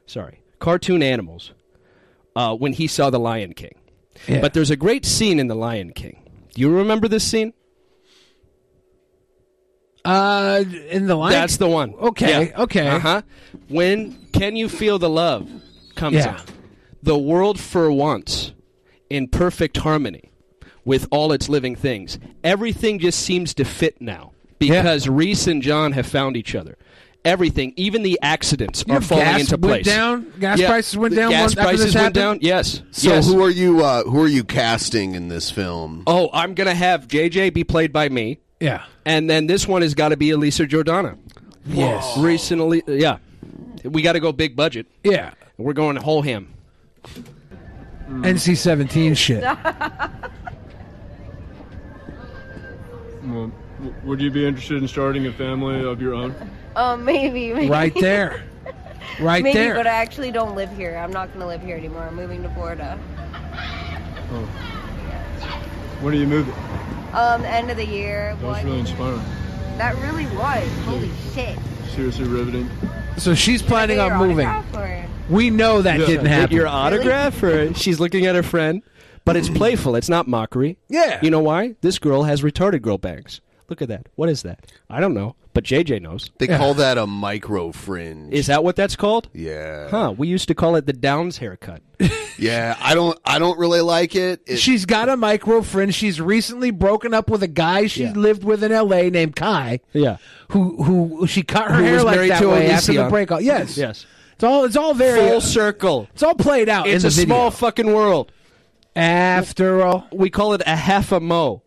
Sorry, cartoon animals. Uh, when he saw the Lion King. Yeah. But there's a great scene in the Lion King. Do you remember this scene? Uh, in the line. That's the one. Okay, Yeah. okay. Uh huh. When can you feel the love comes Yeah. on? The world for once in perfect harmony with all its living things. Everything just seems to fit now because Reese and John have found each other. Everything, even the accidents, You are have falling gas into went place. down? Gas prices went The down Gas once after prices this went happened? down. Yes. So yes. who are you? Uh, who are you casting in this film? Oh, I'm gonna have JJ be played by me. Yeah. And then this one has got to be Elisa Jordana. Yes. Recently, yeah. We got to go big budget. Yeah. We're going whole ham. NC seventeen shit. Well, w- would you be interested in starting a family of your own? Um, maybe, maybe. (laughs) Right (laughs) there. Right maybe, there. But I actually don't live here. I'm not gonna live here anymore. I'm moving to Florida. Oh. When are you moving? Um, end of the year. That was What? really inspiring. That really was. Holy shit. Seriously riveting. So she's planning Your on moving. autograph or- We know that Yeah. didn't happen. Your autograph, or she's looking at her friend, but it's playful. It's not mockery. Yeah. You know why? This girl has retarded girl bangs. Look at that. What is that? I don't know, but JJ knows. They call that a micro fringe. Is that what that's called? Yeah. Huh? We used to call it the Downs haircut. Yeah, I don't. I don't really like it. It- She's got a micro friend. She's recently broken up with a guy she lived with in L.A. named Kai. Yeah. Who who she cut her Who hair was like married that to way Elysion. after the breakup. Yes. Yes. It's all it's all very Full circle. It's all played out. It's in a the video. small fucking world. After all, we call it a half a mo.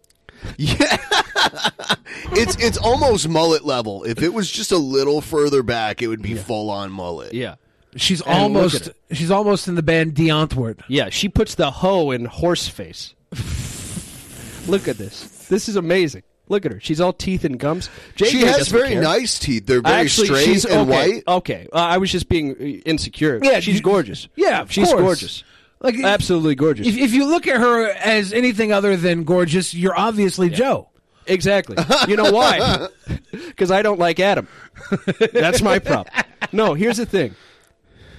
it's it's almost mullet level. If it was just a little further back, it would be full on mullet. Yeah. She's And look at almost it. she's almost in the band Deontward. Yeah, she Oh, puts the hoe in horse face. Look at this. This is amazing. Look at her. She's all teeth and gums. JJ She has doesn't very care. nice teeth. They're very Actually, straight she's- and okay, white. Okay. Uh, I was just being uh, insecure. Yeah, she's you- gorgeous. yeah, of she's course. gorgeous. Like, if- absolutely gorgeous. If, if you look at her as anything other than gorgeous, you're obviously Joe. Exactly. (laughs) You (laughs) know why? Because I don't like Adam. That's my (laughs) problem. No, here's the thing.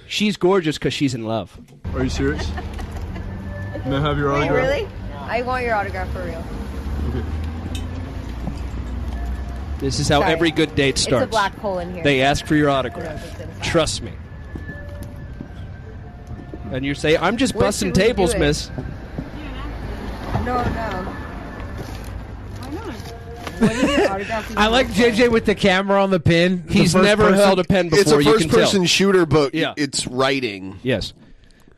She's gorgeous because she's in love. Are you serious? May I have your Wait, autograph? really? I want your autograph for real. This is how Sorry. every good date It's a starts. black hole in here. They ask for your autograph. Trust me. And you say, "I'm just What busting should we tables, do it? miss." No, no. Why not? I like JJ with the camera on the pin. He's never held a pen It's before, a you can first person tell. shooter, but Yeah. it's writing. Yes.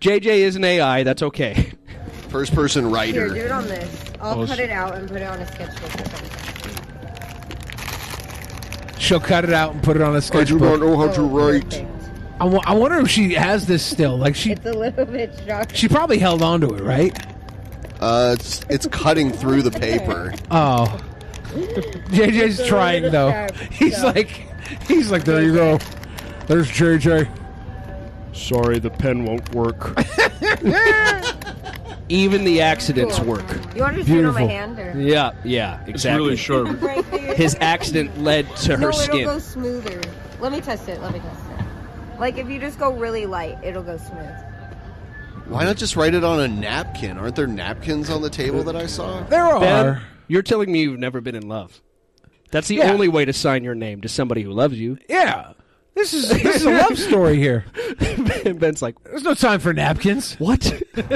JJ is an AI. That's okay. (laughs) First person Here, writer. do it on this. I'll Oh, cut sh- it out and put it on a sketchbook. or something. She'll cut it out and put it on a sketchbook. don't know how to Oh, write. I, wa- I wonder if she has this still. Like she, It's a little bit shocking. she probably held on to it, right? Uh, it's it's cutting through the paper. Oh, (laughs) JJ's trying though. (laughs) He's like, he's like, there you go. There's JJ. Sorry, the pen won't work. (laughs) Even the accidents work. You want her to sit on my hand? Or? Yeah, yeah, exactly. really short. Right there. His accident led to no, her it'll go skin. smoother. Let me test it. Let me test it. Like if you just go really light, it'll go smooth. Why not just write it on a napkin? Aren't there napkins on the table that I saw? Ben, you're telling me you've never been in love. That's the Yeah. only way to sign your name to somebody who loves you. Yeah, this is this is a love story here. (laughs) Ben's like, there's no time for napkins. What? (laughs)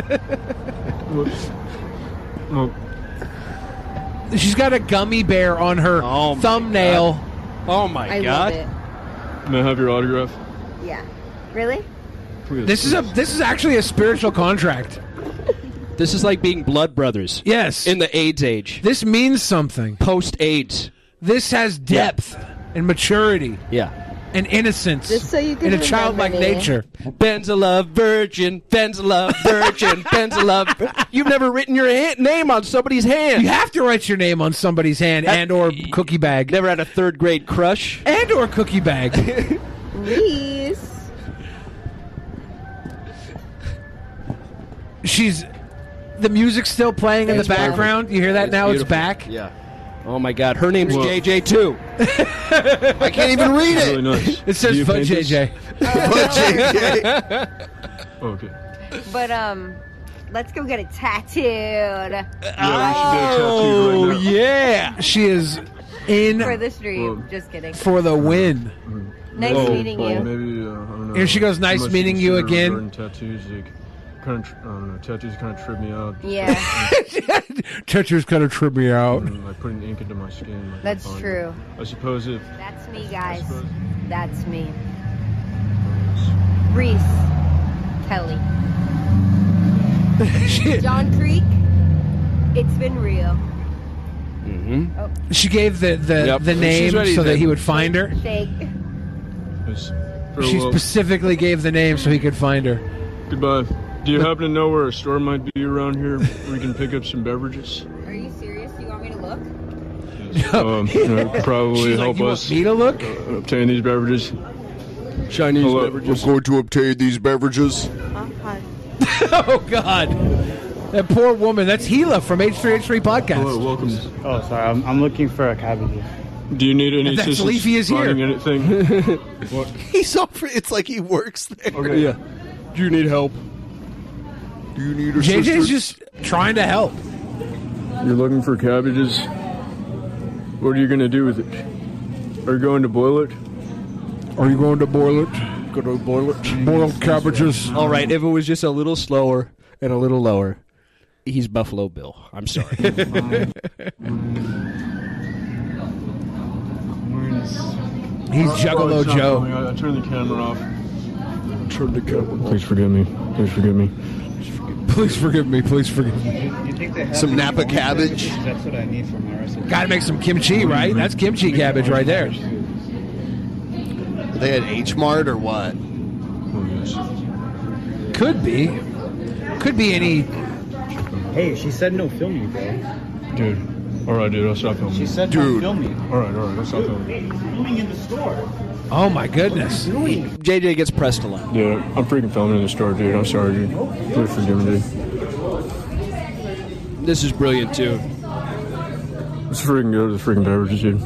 She's got a gummy bear on her thumbnail. Oh my I love it. May I have your autograph? Yeah. Really? This is a this is actually a spiritual contract. This is like being blood brothers. Yes. In the AIDS age. This means something. Post AIDS. This has depth and maturity. Yeah. And innocence. Just so you can and a childlike remember me. nature. Ben's a love virgin. Ben's a love virgin. Ben's a love. vir- You've never written your ha- name on somebody's hand. You have to write your name on somebody's hand and or cookie bag. Never had a third grade crush. And or cookie bag. (laughs) Reese. She's the music's still playing in the It's perfect. background. You hear that now? It's beautiful. (laughs) back. Yeah. Oh my God. Her name's (laughs) JJ too. I can't even read it. It says You "Fuck paint this? JJ. Okay. But um, let's go get it tattooed. Oh yeah, she is in for the stream. Just kidding. for the win. Nice meeting you. Maybe, uh, I don't know. Here she goes, nice How much meeting you consider again. regarding Tattoos, like, kind of, I don't know, tattoos kind of trip me out. Yeah, (laughs) Tetris kind of tripped me out. Mm, Like putting ink into my skin. like, That's I find- true. I suppose if that's me, guys. That's me. Reese (laughs) Kelly. John Creek. It's been real. Mm-hmm. Oh. She gave the the, Yep. the She's name ready so that then. he would find her. Shake. it's for a She little- specifically gave the name so he could find her. (laughs) Goodbye. Do you happen to know where a store might be around here where you can pick up some beverages? Are you serious? You want me to look? Um, you know, (laughs) probably She's like, help "You want us me to look? uh, obtain these beverages. Chinese beverages. We're going to obtain these beverages. oh God, that poor woman. That's Gila from H3H3 podcast. welcome. Oh, sorry. I'm, I'm looking for a cabbage. Do you need any That's assistance Leafy is here. finding anything? what? He's all for, It's like he works there. Okay. Yeah. Do you need help? Do you need JJ's just trying to help. You're looking for cabbages. What are you going to do with it? Are you going to boil it? Are you going to boil it? Go to boil it. Boiled cabbages. All right, if it was just a little slower and a little lower, he's Buffalo Bill. (laughs) I'm sorry. Oh, He's Juggalo Joe. I, I turned the camera off. Turn the camera. Please forgive me. Please forgive me. Please forgive me. Please forgive me. You think they have Some these Napa orange cabbage? beverages? That's what I need for my recipe. Got to make some kimchi, right? That's kimchi cabbage right there. They had H Mart or what? Could be. Could be any. Hey, she said no filming, bro. Dude, All right, dude, I'll stop filming. She said don't Dude. film me. All right, all right, I'll stop filming. Moving in the store. Oh my goodness. JJ gets pressed a lot. Yeah, I'm freaking filming in the store, dude. I'm sorry, dude. Please forgive me, dude. This is brilliant too. Let's freaking go to the freaking beverages, dude.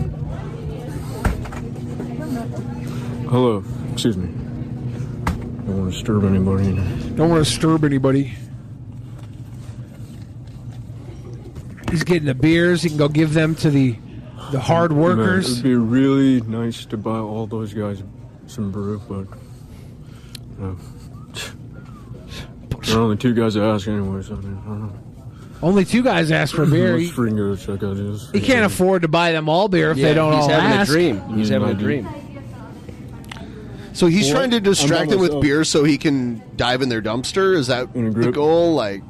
Hello, excuse me. Don't want to disturb anybody. Don't want to disturb anybody. He's getting the beers. He can go give them to the the hard Man, workers. it'd be really nice to buy all those guys some brew, but no. there are only two guys that ask anyway, so I mean, I don't know. Only two guys asked for beer. Let's He, freaking go check out this. he can't afford to buy them all beer if Yeah, they don't he's all having a ask. dream. He's having a dream. So he's Well, trying to I'm by distract them with myself. beer so he can dive in their dumpster. Is that the goal? Like,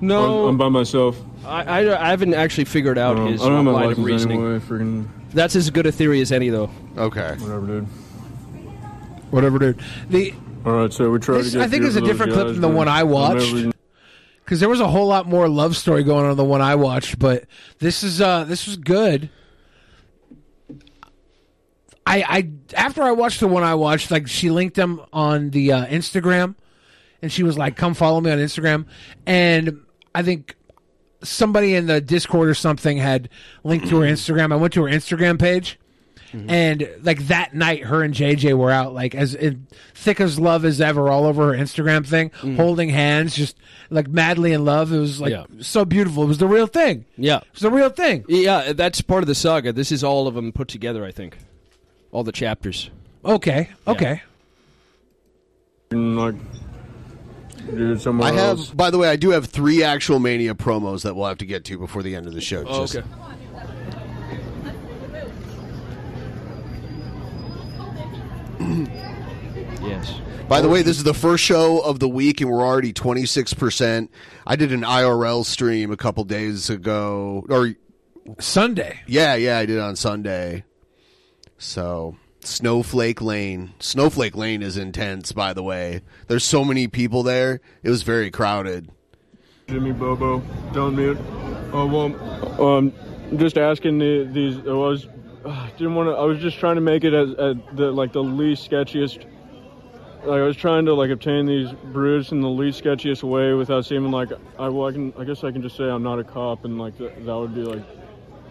No. I'm by myself. I, I, I haven't actually figured out Um, No, his Um, I don't have my line of license reasoning. anyway, freaking- That's as good a theory as any, though. Okay. Whatever, dude. Whatever, dude. The All right, so we tried to This- get I think beer it's a for those different clip guys, than the but one I I'm watched. never- Because there was a whole lot more love story going on in the one I watched, but this is uh this was good. I I after I watched the one I watched, like she linked them on the uh, Instagram, and she was like, "Come follow me on Instagram," and I think somebody in the Discord or something had linked to her Instagram. I went to her Instagram page. And like that night, her and JJ were out like as in, thick as love as ever, all over her Instagram thing, holding hands, just like madly in love. It was like Yeah. so beautiful. It was the real thing. Yeah, it's the real thing. Yeah, that's part of the saga. This is all of them put together. I think all the chapters. Okay, okay. freaking, like, dude, I somewhere have. else. By the way, I do have three actual mania promos that we'll have to get to before the end of the show. Oh, Just- okay. (clears throat) Yes. By the way, this is the first show of the week, and we're already twenty six percent. I did an IRL stream a couple days ago, or Sunday. Yeah, yeah, I did on Sunday. So Snowflake Lane, Snowflake Lane is intense. By the way, there's so many people there; it was very crowded. Jimmy Bobo, down mute. Uh, well, um, just asking the, these. I was uh, didn't want to. I was just trying to make it as, as the like the least sketchiest. Like I was trying to like obtain these brews in the least sketchiest way without seeming like I. Well, I can. I guess I can just say I'm not a cop, and like th- that would be like.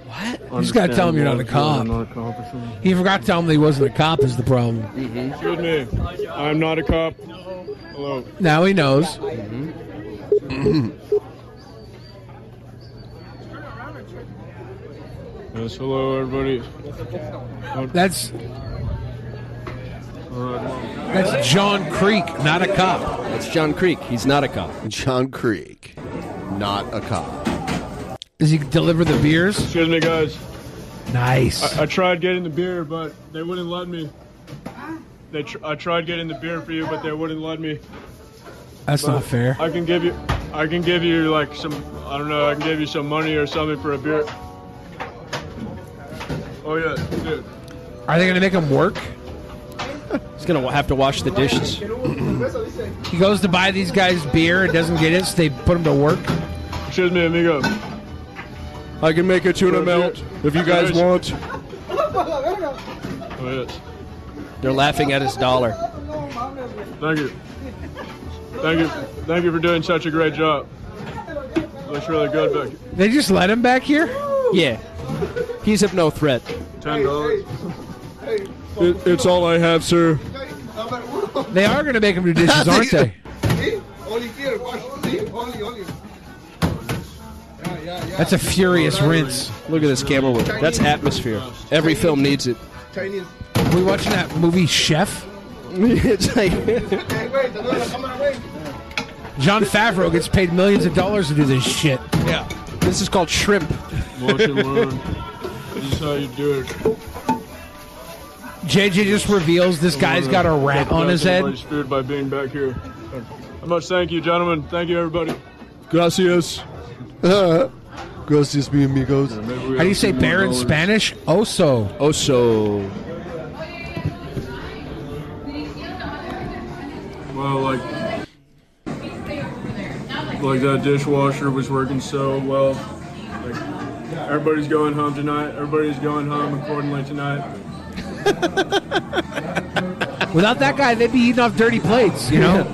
What? You just gotta tell him you're not a cop. I'm not a cop or something. He forgot to tell him that he wasn't a cop is the problem. Excuse me. I'm not a cop. Hello. Mm-hmm. Now he knows. Yes, hello everybody. That's that's John Creek, not a cop. That's John Creek. He's not a cop. John Creek, not a cop. Does he deliver the beers? Excuse me, guys. Nice. I, I tried getting the beer, but they wouldn't let me. They tr- I tried getting the beer for you, but they wouldn't let me. That's But not fair. I can give you, I can give you like some, I don't know, I can give you some money or something for a beer. Oh yeah, dude. Are they going to make him work? He's going to have to wash the dishes. He goes to buy these guys beer and doesn't get it, so they put him to work. Excuse me, amigo. I can make a tuna melt if you guys want. Oh yes. They're laughing at his dollar. Thank you. Thank you. Thank you for doing such a great job. Looks really good, Becky. They just let him back here? Yeah. He's of no threat. Ten dollars. It, it's all I have, sir. They are going to make him do (laughs) dishes, aren't they? That's a furious rinse. Look at this camera work. That's atmosphere. Every film needs it. Chinese. We watching that movie Chef? it's (laughs) like John Favreau gets paid millions of dollars to do this shit. Yeah. This is called (laughs) shrimp. Watch and learn. This is how you do it. JJ just reveals this guy's got a rat on his head. Everybody's Food by being back here. I must thank you, gentlemen. Thank you, everybody. Gracias. (laughs) Gracias, mi amigos. How do you say bear in Spanish? Oso. (laughs) Oso. Well, like, like that dishwasher was working so well. Like, Everybody's going home tonight. Everybody's going home accordingly tonight. Without that guy, they'd be eating off dirty plates, you know?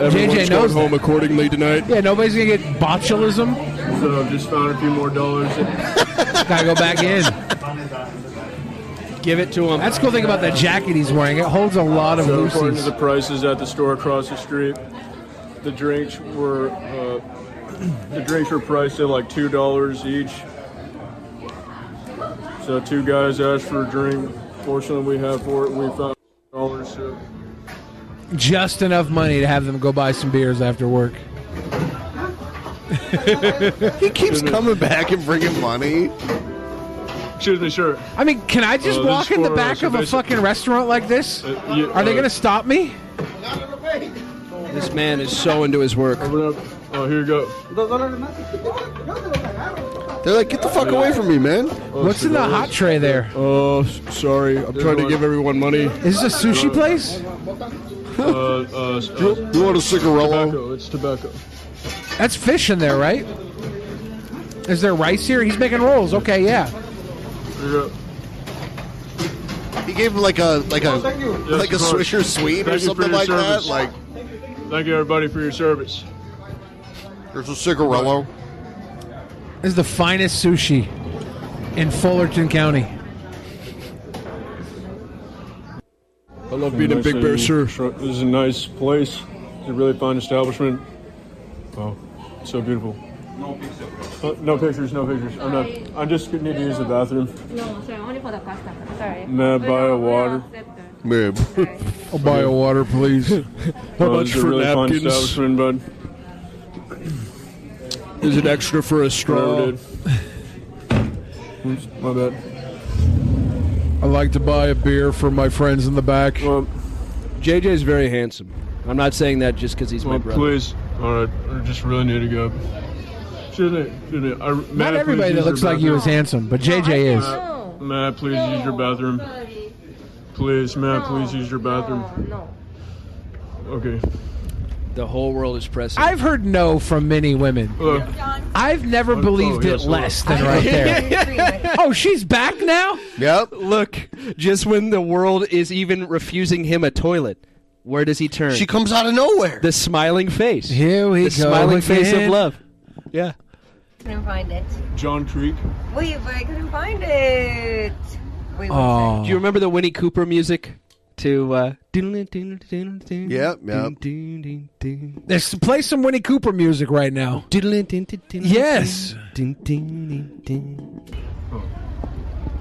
Everyone's JJ going knows home accordingly tonight. Yeah, nobody's going to get botulism. So I've just found a few more dollars. (laughs) Gotta (laughs) go back in. Give it to him. That's the cool thing about that jacket he's wearing. It holds a lot of so according to loosies. the prices at the store across the street, the drinks were uh, (clears throat) the drinks were priced at like two dollars each. So two guys asked for a drink. Fortunately, we had for it. We found dollars. So Just enough money to have them go buy some beers after work. he keeps coming back and bringing money. Excuse me, sure. I mean, can I just Uh, this walk in the for, uh, back so of a basically- fucking restaurant like this? yeah, Are they uh, going to stop me? This man is so into his work. Oh, here you go. They're like, get the fuck away from me, man. Oh, What's in the hot tray there? Oh, s- sorry. I'm trying to give everyone money. Is this a sushi place? (laughs) Uh, uh, uh, You want a Tobacco. It's tobacco. That's fish in there, right? Is there rice here? He's making rolls. Okay, yeah. Here you go. He gave him like a like a Yes, like a of course. Swisher Sweet or Thank you for something your like that. service. Like Thank you, everybody, for your service. there's a cigarillo. This is the finest sushi in Fullerton County. I love being in Big Bear, sir. This is a nice place. It's a really fine establishment. Wow, so beautiful. No pictures. No, pictures. No pictures. I'm not. I just need to use the bathroom. No, sorry, only for the pasta. Sorry. May I buy a water? Babe. (laughs) I'll buy a water, please. How Oh, much this is a for really fine napkins? establishment, bud. Is it extra for a Whatever, straw? dude. Oops, my bad. I like to buy a beer for my friends in the back. JJ's very handsome. I'm not saying that just because he's my Well, brother. Oh, please. All right. I just really need to go. Should I? Should I? I may I Not please everybody that use looks your like you is bathroom? handsome, but JJ is. May- May I please use your bathroom? Please, may I please use your bathroom? No. Okay. The whole world is pressing. I've heard no from many women. Look. I've never believed oh, it yes, hello. less than (laughs) right there. oh, she's back now? Yep. Look, just when the world is even refusing him a toilet, where does he turn? She comes out of nowhere. The smiling face. Here we the go smiling face of again. love. Yeah. Couldn't find it. John Creek. Wait, but I couldn't find it. Wait, one Oh. Oh. Do you remember the Winnie Cooper music? To uh, yep, Let's play some Winnie Cooper music right now. Yes. Oh.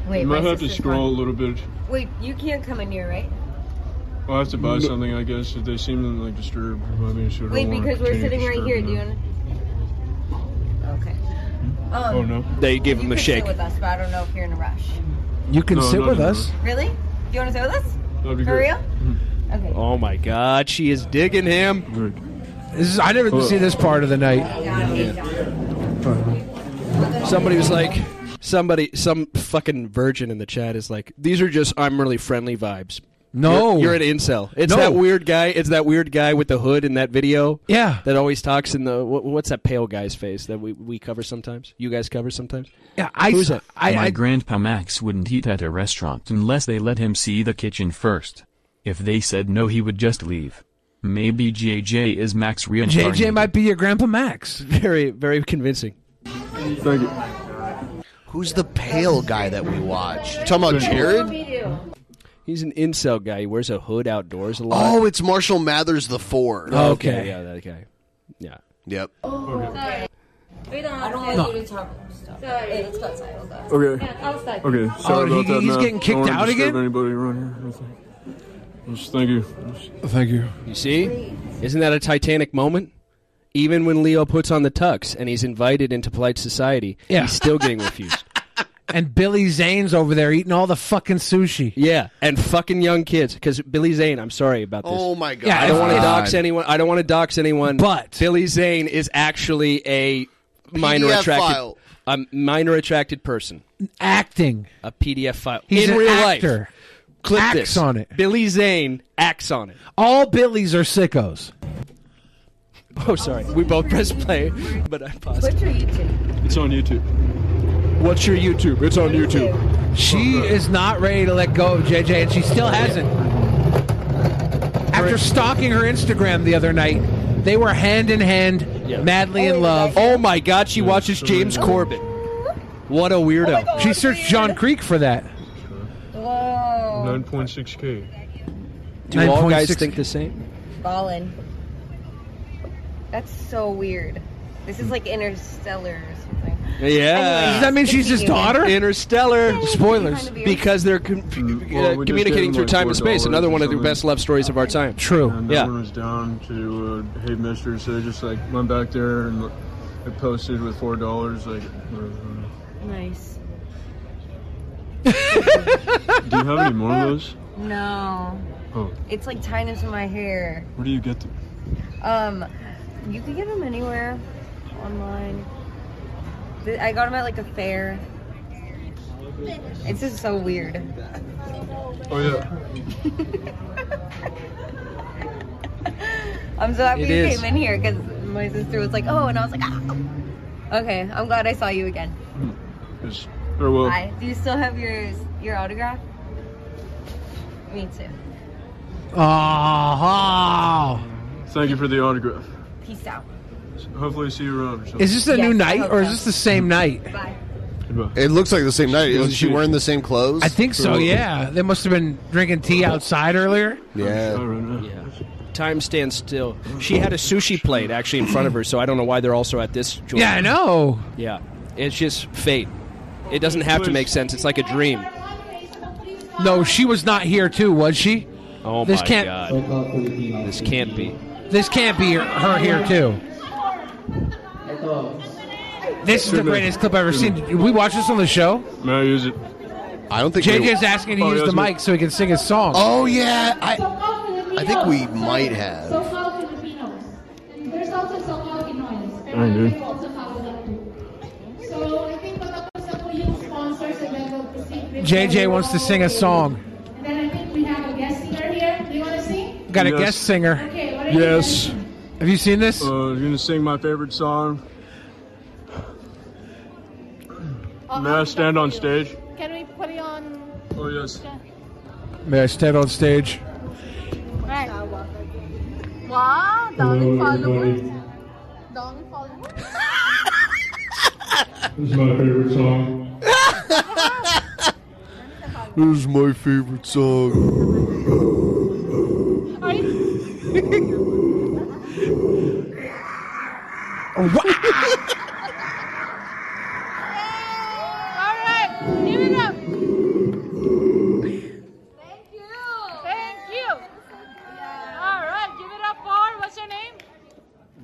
Wait, you my might have to sister's scroll a little bit. sec. Wait, you can't come in here, right? I'll have to buy something, I guess, if they seem like disturbed. I mean, should I Wait, wanna because we're continue sitting right here, disturbing dude. Okay. Um, them? Oh no. They give you could sit with us, but I don't know if you're in a rush. You can No, sit not with anymore. us. Really? Do you want to sit with us? That'd be For great. real? Okay. Oh my God, she is digging him. This is, I never Oh. see this part of the night. Somebody was like, somebody, some fucking virgin in the chat is like, these are just I'm really friendly vibes. No. you're, you're an incel. It's No. that weird guy. It's that weird guy with the hood in that video. Yeah. that always talks in the what, what's that pale guy's face that we, we cover sometimes. You guys cover sometimes. Yeah, I Who's that? My grandpa Max wouldn't eat at a restaurant unless they let him see the kitchen first. If they said no, he would just leave. Maybe JJ is Max reincarnated. JJ might be your grandpa Max. Very, very convincing. Thank you. Who's the pale guy that we watched? You talking about Jared? He's an Oh, incel guy. He wears a hood outdoors a lot. Oh, it's Marshall Mathers the Four. Oh, Okay. yeah, that guy. Yeah. Yep. Sorry. We don't I don't like you to talk stuff. Sorry. Hey, let's go outside. Let's go outside. Okay. Yeah, outside. Okay. Sorry Oh, about he- that, he's man. getting kicked I don't wanna out disturb again? Anybody around here? Just thank you. Thank you. You see? Isn't that a Titanic moment? Even when Leo puts on the tux and he's invited into polite society, Yeah. he's still (laughs) getting refused. And Billy Zane's over there eating all the fucking sushi. Yeah, and fucking young kids. Because Billy Zane, I'm sorry about this. Oh my god. Yeah, I don't want to God. dox anyone. I don't want to dox anyone. But- Billy Zane is actually a minor PDF attracted, file. a minor attracted person. Acting. A PDF file He's in an real actor. life. Clip Acts this. on it. Billy Zane acts on it. (laughs) All Billys are sickos. Oh, sorry. We both pressed play, but uh, I paused. What's your YouTube? It's on YouTube. What's your YouTube? It's on YouTube. She is not ready to let go of JJ, and she still hasn't. After stalking her Instagram the other night, they were hand in hand, madly in love. Oh my God, she watches James Corbin. What a Oh weirdo! she searched John Creek for that. Whoa. 9.6K. Do all guys 9.6 think the same? Ballin. That's so weird. This is like interstellar or something. Yeah. Does that mean she's his daughter? Interstellar. Spoilers. Because they're com- Mm, Well, uh, we just gave communicating him through like time and space. $4 Another or one of the something. best love stories of our time. And Yeah. everyone was down to uh, hey mister, so I just like went back there and I posted with four dollars. Like, uh, Nice. do you have any more of (laughs) those? No. Oh, It's like tying into my hair. where do you get them? Um, you can get them anywhere online. Th- I got them at like a fair. It's just so weird. Oh yeah. I'm so happy It you is. came in here because my sister was like, "Oh," and I was like, "Ah." "Okay." I'm glad I saw you again. 'Cause- or well, Hi. Do you still have your your autograph? Me too. Oh, thank you for the autograph. Peace (laughs) out. Hopefully, see you around. Or something. is this a new night or is this the same night? It looks like the same night. Isn't she wearing the same clothes? I think so. Yeah, they must have been drinking tea outside earlier. Yeah. Time stands still. She had a sushi plate actually in front of her, so I don't know why they're also at this. Joint. Yeah, I know. Yeah, it's just fate. It doesn't have to make sense. It's like a dream. No, she was not here too, was she? Oh This my can't- god, this can't be. This can't be her, her here too. This is the greatest clip I've ever seen. Did we watch this on the show? May I use it? Oh, I don't think JJ's asking to use the mic so he can sing his song. Oh yeah, I I think we might have. (laughs) Socao Filipinos. And there's also Socao Pinoys. Pero Ayun. we also follow that too. So, I think patapos na po yung sponsors and then we'll proceed with JJ wants to sing a song. And then I think we have a guest singer here. Do you want to sing? Got a guest singer. Okay, what are you Yes. Have you seen this? Uh, I'm gonna sing my favorite song. May I stand on stage? Can we put it on? Oh yes. May I stand on stage? Right. Wow, Darwin followers. Darwin followers. This is my favorite song. This is my favorite song. Are you? All right, give it up. Thank you. Thank you. All right, give it up for what's your name?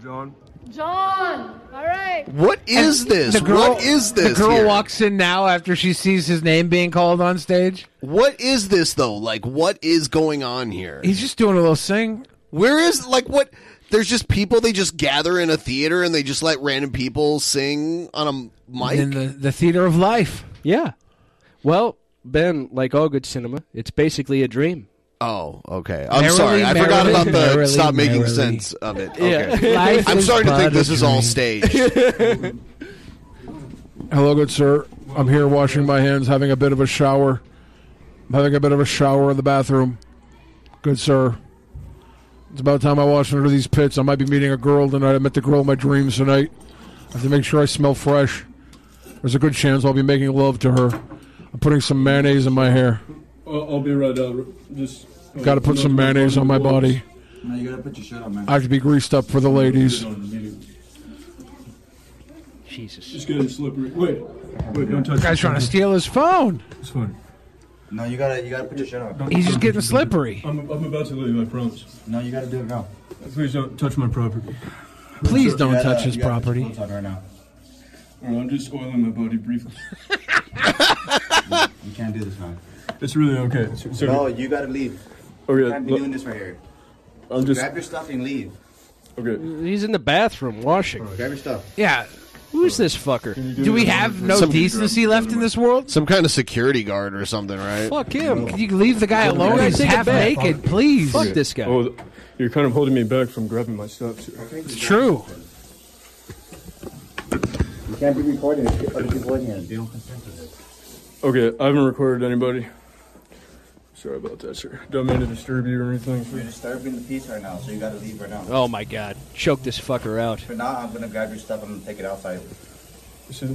John. John. All right. What is And this? the girl- what is this? The girl here? walks in now after she sees his name being called on stage. What is this though? Like, what is going on here? He's just doing a little sing. Where is like what? There's just people. They just gather in a theater and they just let random people sing on a m- mic. In the, the theater of life. Yeah. Well, Ben, like all good cinema, it's basically a dream. Oh, okay. I'm sorry, I forgot about the stop making sense of it. (laughs) Okay. (laughs) Life I'm is starting to think but a this is all dream. staged. (laughs) Hello, good sir. I'm here washing my hands, having a bit of a shower. I'm having a bit of a shower in the bathroom. Good sir. It's about time I washed under these pits. I might be meeting a girl tonight. I met the girl of my dreams tonight. I have to make sure I smell fresh. There's a good chance I'll be making love to her. I'm putting some mayonnaise in my hair. Uh, I'll, I'll be right out. Just uh, Gotta put some mayonnaise on my body. No, you gotta put your shirt on, I have to be greased up for the ladies. Jesus. Just getting slippery. Wait, wait, don't touch. The guy's trying to steal his phone. It's fine. No, you gotta, you gotta put your shirt on. He's just getting slippery. I'm, I'm about to leave. I promise. No, you gotta do it now. Please don't touch my property. Please don't You gotta- touch his you gotta put property. your clothes on right now. Well, Oh, I'm just oiling my body briefly. (laughs) You can't do this, man. It's really okay. It's, it's No, okay. you gotta leave. Okay, You can't be look- doing this right here. I'm just. Grab your stuff and leave. Okay. He's in the bathroom washing. Grab your stuff. Yeah. Who's this fucker? Do we have no decency left in this world? Some kind of security guard or something, right? Fuck him. Can you leave the guy alone? He's half naked. Please. Fuck this guy. Oh, You're kind of holding me back from grabbing my stuff. It's true. You can't be recording if other people in here. They don't consent to this. Okay, I haven't recorded anybody. Sorry about that, sir. Don't mean to disturb you or anything. You're disturbing the peace right now, so you gotta leave right now. Oh my god. Choke this fucker out. For now, I'm gonna grab your stuff. I'm gonna take it outside.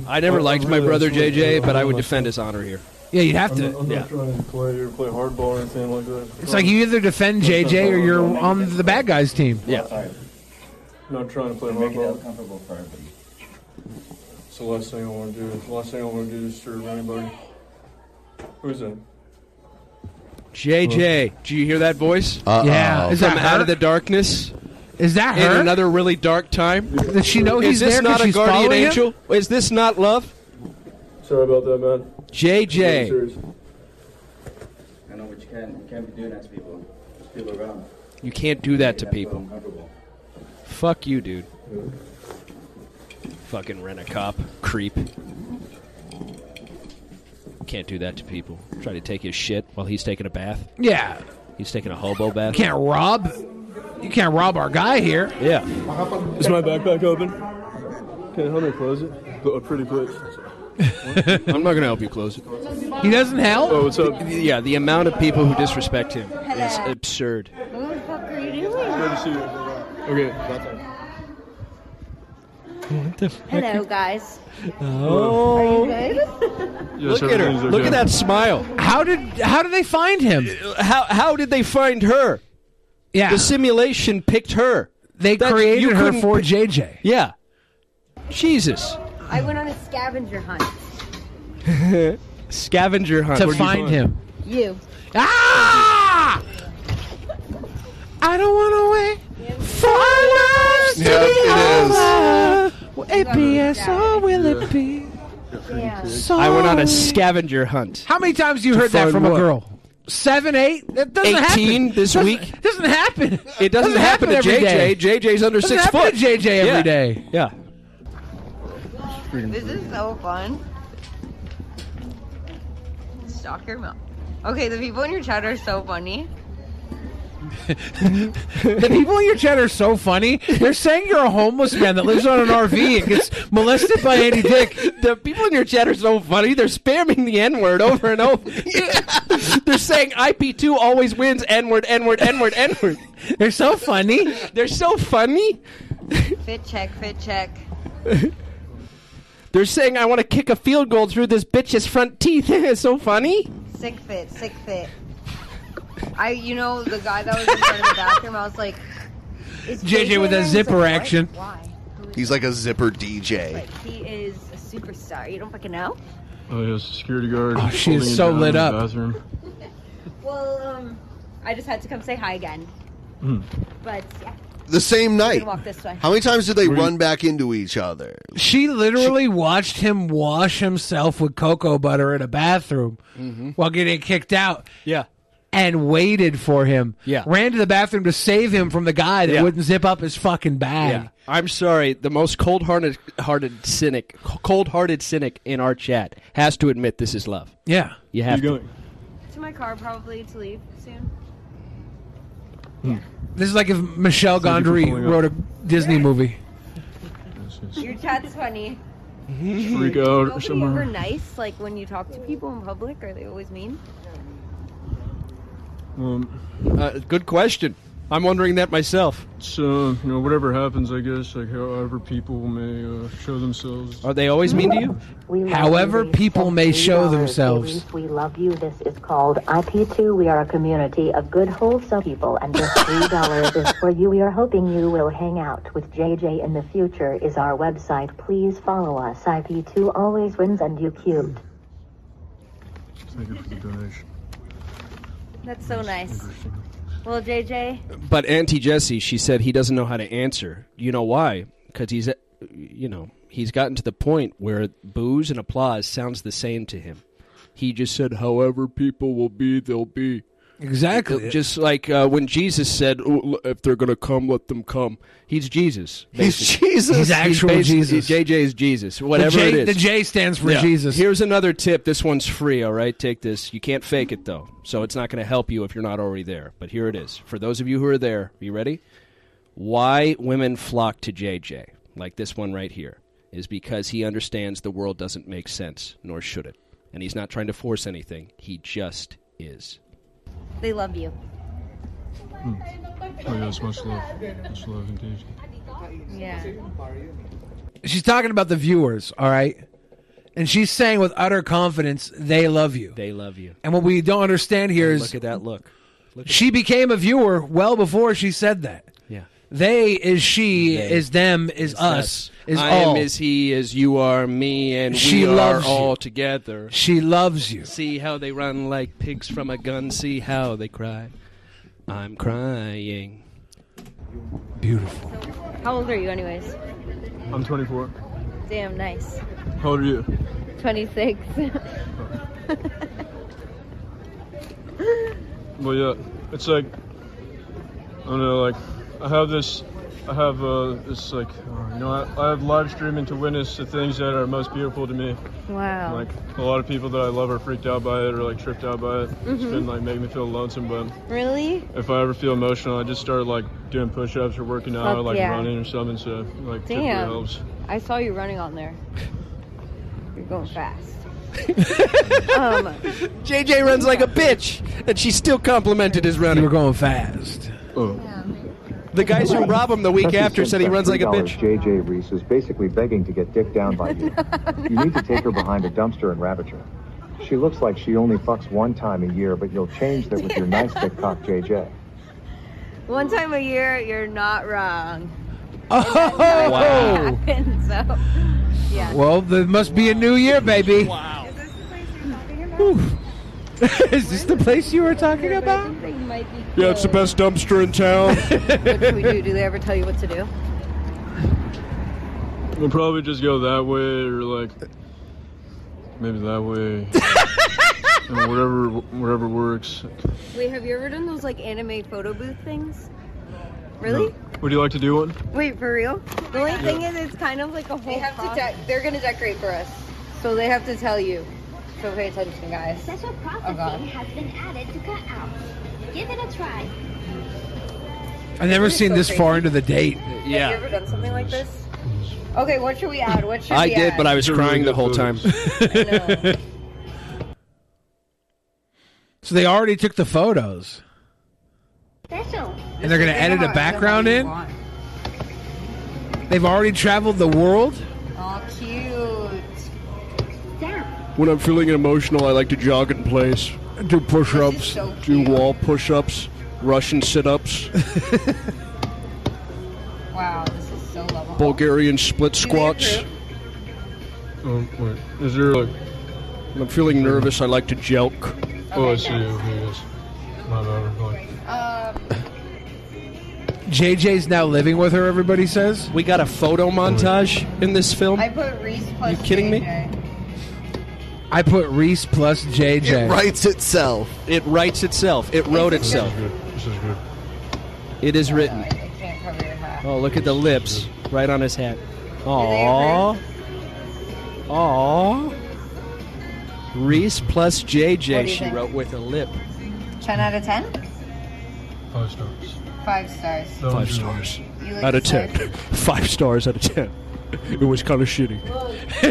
I never liked my brother JJ, but I would defend his honor here. Yeah, you'd have I'm to. Not, I'm yeah. not trying to play or play hardball or anything like that. It's like you either defend JJ or you're on the bad guys team. Yeah. I'm not trying to play hardball. comfortable for everybody. It's the last thing I want to do. It's the last thing I want to do is disturb anybody. Who's that? JJ, do you hear that voice? Uh-oh. Yeah. Is Is from that out her? of the darkness. Is that In her? another really dark time. Does she know he's Is this there 'cause not a she's guardian following him? angel? Is this not love? Sorry about that, man. JJ. I know what you can. You can't be doing that to people. There's people around. You can't do that to That's people. uncomfortable. Fuck you, dude. Fucking rent a cop. Creep. Can't do that to people. Try to take his shit while he's taking a bath. Yeah. He's taking a hobo bath. You can't rob. You can't rob our guy here. Yeah. Is my backpack open? Can you help me close it? But pretty quick. I'm not going to help you close it. He doesn't help? Oh, what's up? Yeah, the amount of people who disrespect him is absurd. What the fuck are you doing? Good to see you. Okay. What the fuck? Hello, guys. Oh. Are (laughs) you good? Look at her. Look at that smile. How did how did they find him? How how did they find her? Yeah. The simulation picked her. They you created her couldn't for pi- JJ. Yeah. Jesus. I went on a scavenger hunt. (laughs) Scavenger hunt. To Where'd you find him. You. Ah! I don't want to wait for us to Yep, be it over. Will it be us or will it be? So I went on a scavenger hunt. How many times you heard that find from a what? girl? Seven, eight? That doesn't happen. 18 this Doesn't- week? Doesn't happen. It doesn't, happen, every to day. JJ. JJ's under Doesn't six happen foot. to JJ every yeah. day. Yeah. This is so fun. Stalker mom. Okay, the people in your chat are so (laughs) funny. (laughs) the people in your chat are so funny. They're saying you're a homeless man that lives on an RV and gets molested by Andy Dick. The people in your chat are so funny. They're spamming the N word over and over. (laughs) They're saying IP2 always wins N word, N word, N word, N word. They're so funny. They're so funny. Fit check, fit check. They're saying I want to kick a field goal through this bitch's front teeth. (laughs) it's so funny. Sick fit, sick fit. I, you know, the guy that was in front of the bathroom, I was like, is JJ with in a there? He's zipper like, what? action. Why? Who is He's like a zipper DJ. Like, he is a superstar. You don't fucking know? Oh, yeah, security guard. Oh, she is holding it so down in lit the up. Bathroom. Well, um, I just had to come say hi again. Hmm. Mm. But yeah, The same we night. can walk this way. How many times did they run back into each other? She literally watched him wash himself with cocoa butter in a bathroom while getting kicked out Yeah. and waited for him. Yeah. Ran to the bathroom to save him from the guy that Yeah. wouldn't zip up his fucking bag. Yeah. I'm sorry. The most cold-hearted, hearted cynic, cold-hearted cynic in our chat has to admit this is love. Yeah. You have You to. going? To my car, probably to leave soon. Hmm. This is like if Michelle Thank you for Gondry pulling up. wrote a Disney movie. Your chat's funny. Freak out or Nobody ever somewhere. nice like when you talk to people in public? Are they always mean? Um, Uh, good question. I'm wondering that myself. so, uh, you know, whatever happens, I guess, like however people may uh, show themselves. Are they always mean to you? We love However, you. They people may $73 show at themselves. least. We love you. This is called IP2. We are a community of good, wholesome people, and this (laughs) $3 is for you. We are hoping you will hang out with JJ in the future, is our website. Please follow us. IP2 always wins, and you cute. Thank you for the donation. That's so nice. Well, JJ, But Auntie Jessie, she said he doesn't know how to answer. You know why? Because he's, uh, you know, he's gotten to the point where booze and applause sounds the same to him. He just said, "However people will be, they'll be." Exactly. Just like uh, when Jesus said, "Oh, l- "If they're going to come, let them come." He's Jesus. He's basically. Jesus. He's actual basically- Jesus. JJ is Jesus. Whatever The J- it is. the J stands for Jesus. Here's another tip. This one's free. All right, take this. You can't fake it though, so it's not going to help you if you're not already there. But here it is for those of you who are there. You ready? Why women flock to JJ, like this one right here, is because he understands the world doesn't make sense, nor should it, and he's not trying to force anything. He just is. They love you. Oh, yes, much love. Much love indeed. Yeah. She's talking about the viewers, all right? And she's saying with utter confidence, they love you. They love you. And what we don't understand here is Look at that look. she became a viewer well before she said that. Yeah. They is she, is them, is us, is I all. am as he as you are me and She we loves are you. all together. She loves you. See how they run like pigs from a gun. See how they cry. I'm crying. Beautiful. How old are you, anyways? I'm (laughs) 24. Damn, nice. How old are you? 26. Well, yeah, it's like I don't know. Like I have this, I have uh, this like uh, you know, I, I have live streaming to witness the things that are most beautiful to me. wow. Like a lot of people that I love are freaked out by it or like tripped out by it. It's Mhm. been like making me feel lonesome, but really? if I ever feel emotional, I just start like doing push-ups or working out, Fuck like yeah. running or something. So like typically Damn. helps. (laughs) I saw you running on there. You're going fast. um, JJ runs like a bitch, and she still complimented his running. You were going fast. Oh. The guys who rob him the week Chelsea after sent said he back runs like a $3. bitch. JJ Reese is basically begging to get dicked down by you. You need to take her behind a dumpster and ravage her. She looks like she only fucks one time a year, but you'll change that with your nice dick cock, JJ. one time a year, you're not (laughs) wrong. (laughs) Oh, Wow. so, yeah. Well, there must be a new year, baby. Wow. (laughs) Is this the place you were talking about? They might be Yeah, it's the best dumpster in town. (laughs) What do we do? Do they ever tell you what to do? (laughs) We'll probably just go that way or like maybe that way. (laughs) and whatever whatever works. Wait, have you ever done those like anime photo booth things? Really? Would you like to do one? Wait, for real? The only thing is, it's kind of like a whole. They have to. De- they're gonna decorate for us, so they have to tell you. So pay attention, guys. Special processing has been added to cut out. Give it a try. I've never seen this far into the date. Have you ever done something like this? Okay, what should we add? What should I we did, add? but I was crying the whole time. (laughs) So they already took the photos. Special. And they're going to edit a background in? They've already traveled the world? Oh, cute. When I'm feeling emotional, I like to jog in place, do push ups, do wall push ups, Russian sit (laughs) ups, Wow, this is so lovable. Bulgarian split squats. Um, wait, is there like. When I'm feeling nervous, I like to jelk. Oh, I see. Okay, yes. My bad. Like, JJ's now living with her, everybody says. We got a photo montage in this film. I put Reese plus. You kidding me? I put Reese plus JJ. It writes itself. It writes itself. It wrote itself. This is good. It is written. I can't cover your hat. Oh, look at the lips right on his hat. Aww. Aww. Reese plus What JJ, do you she think? wrote with a lip. Ten out of ten. (laughs) Five stars. Five stars. Five stars. You like Out of the ten. (laughs) Five stars out of ten. It was kind of shitty.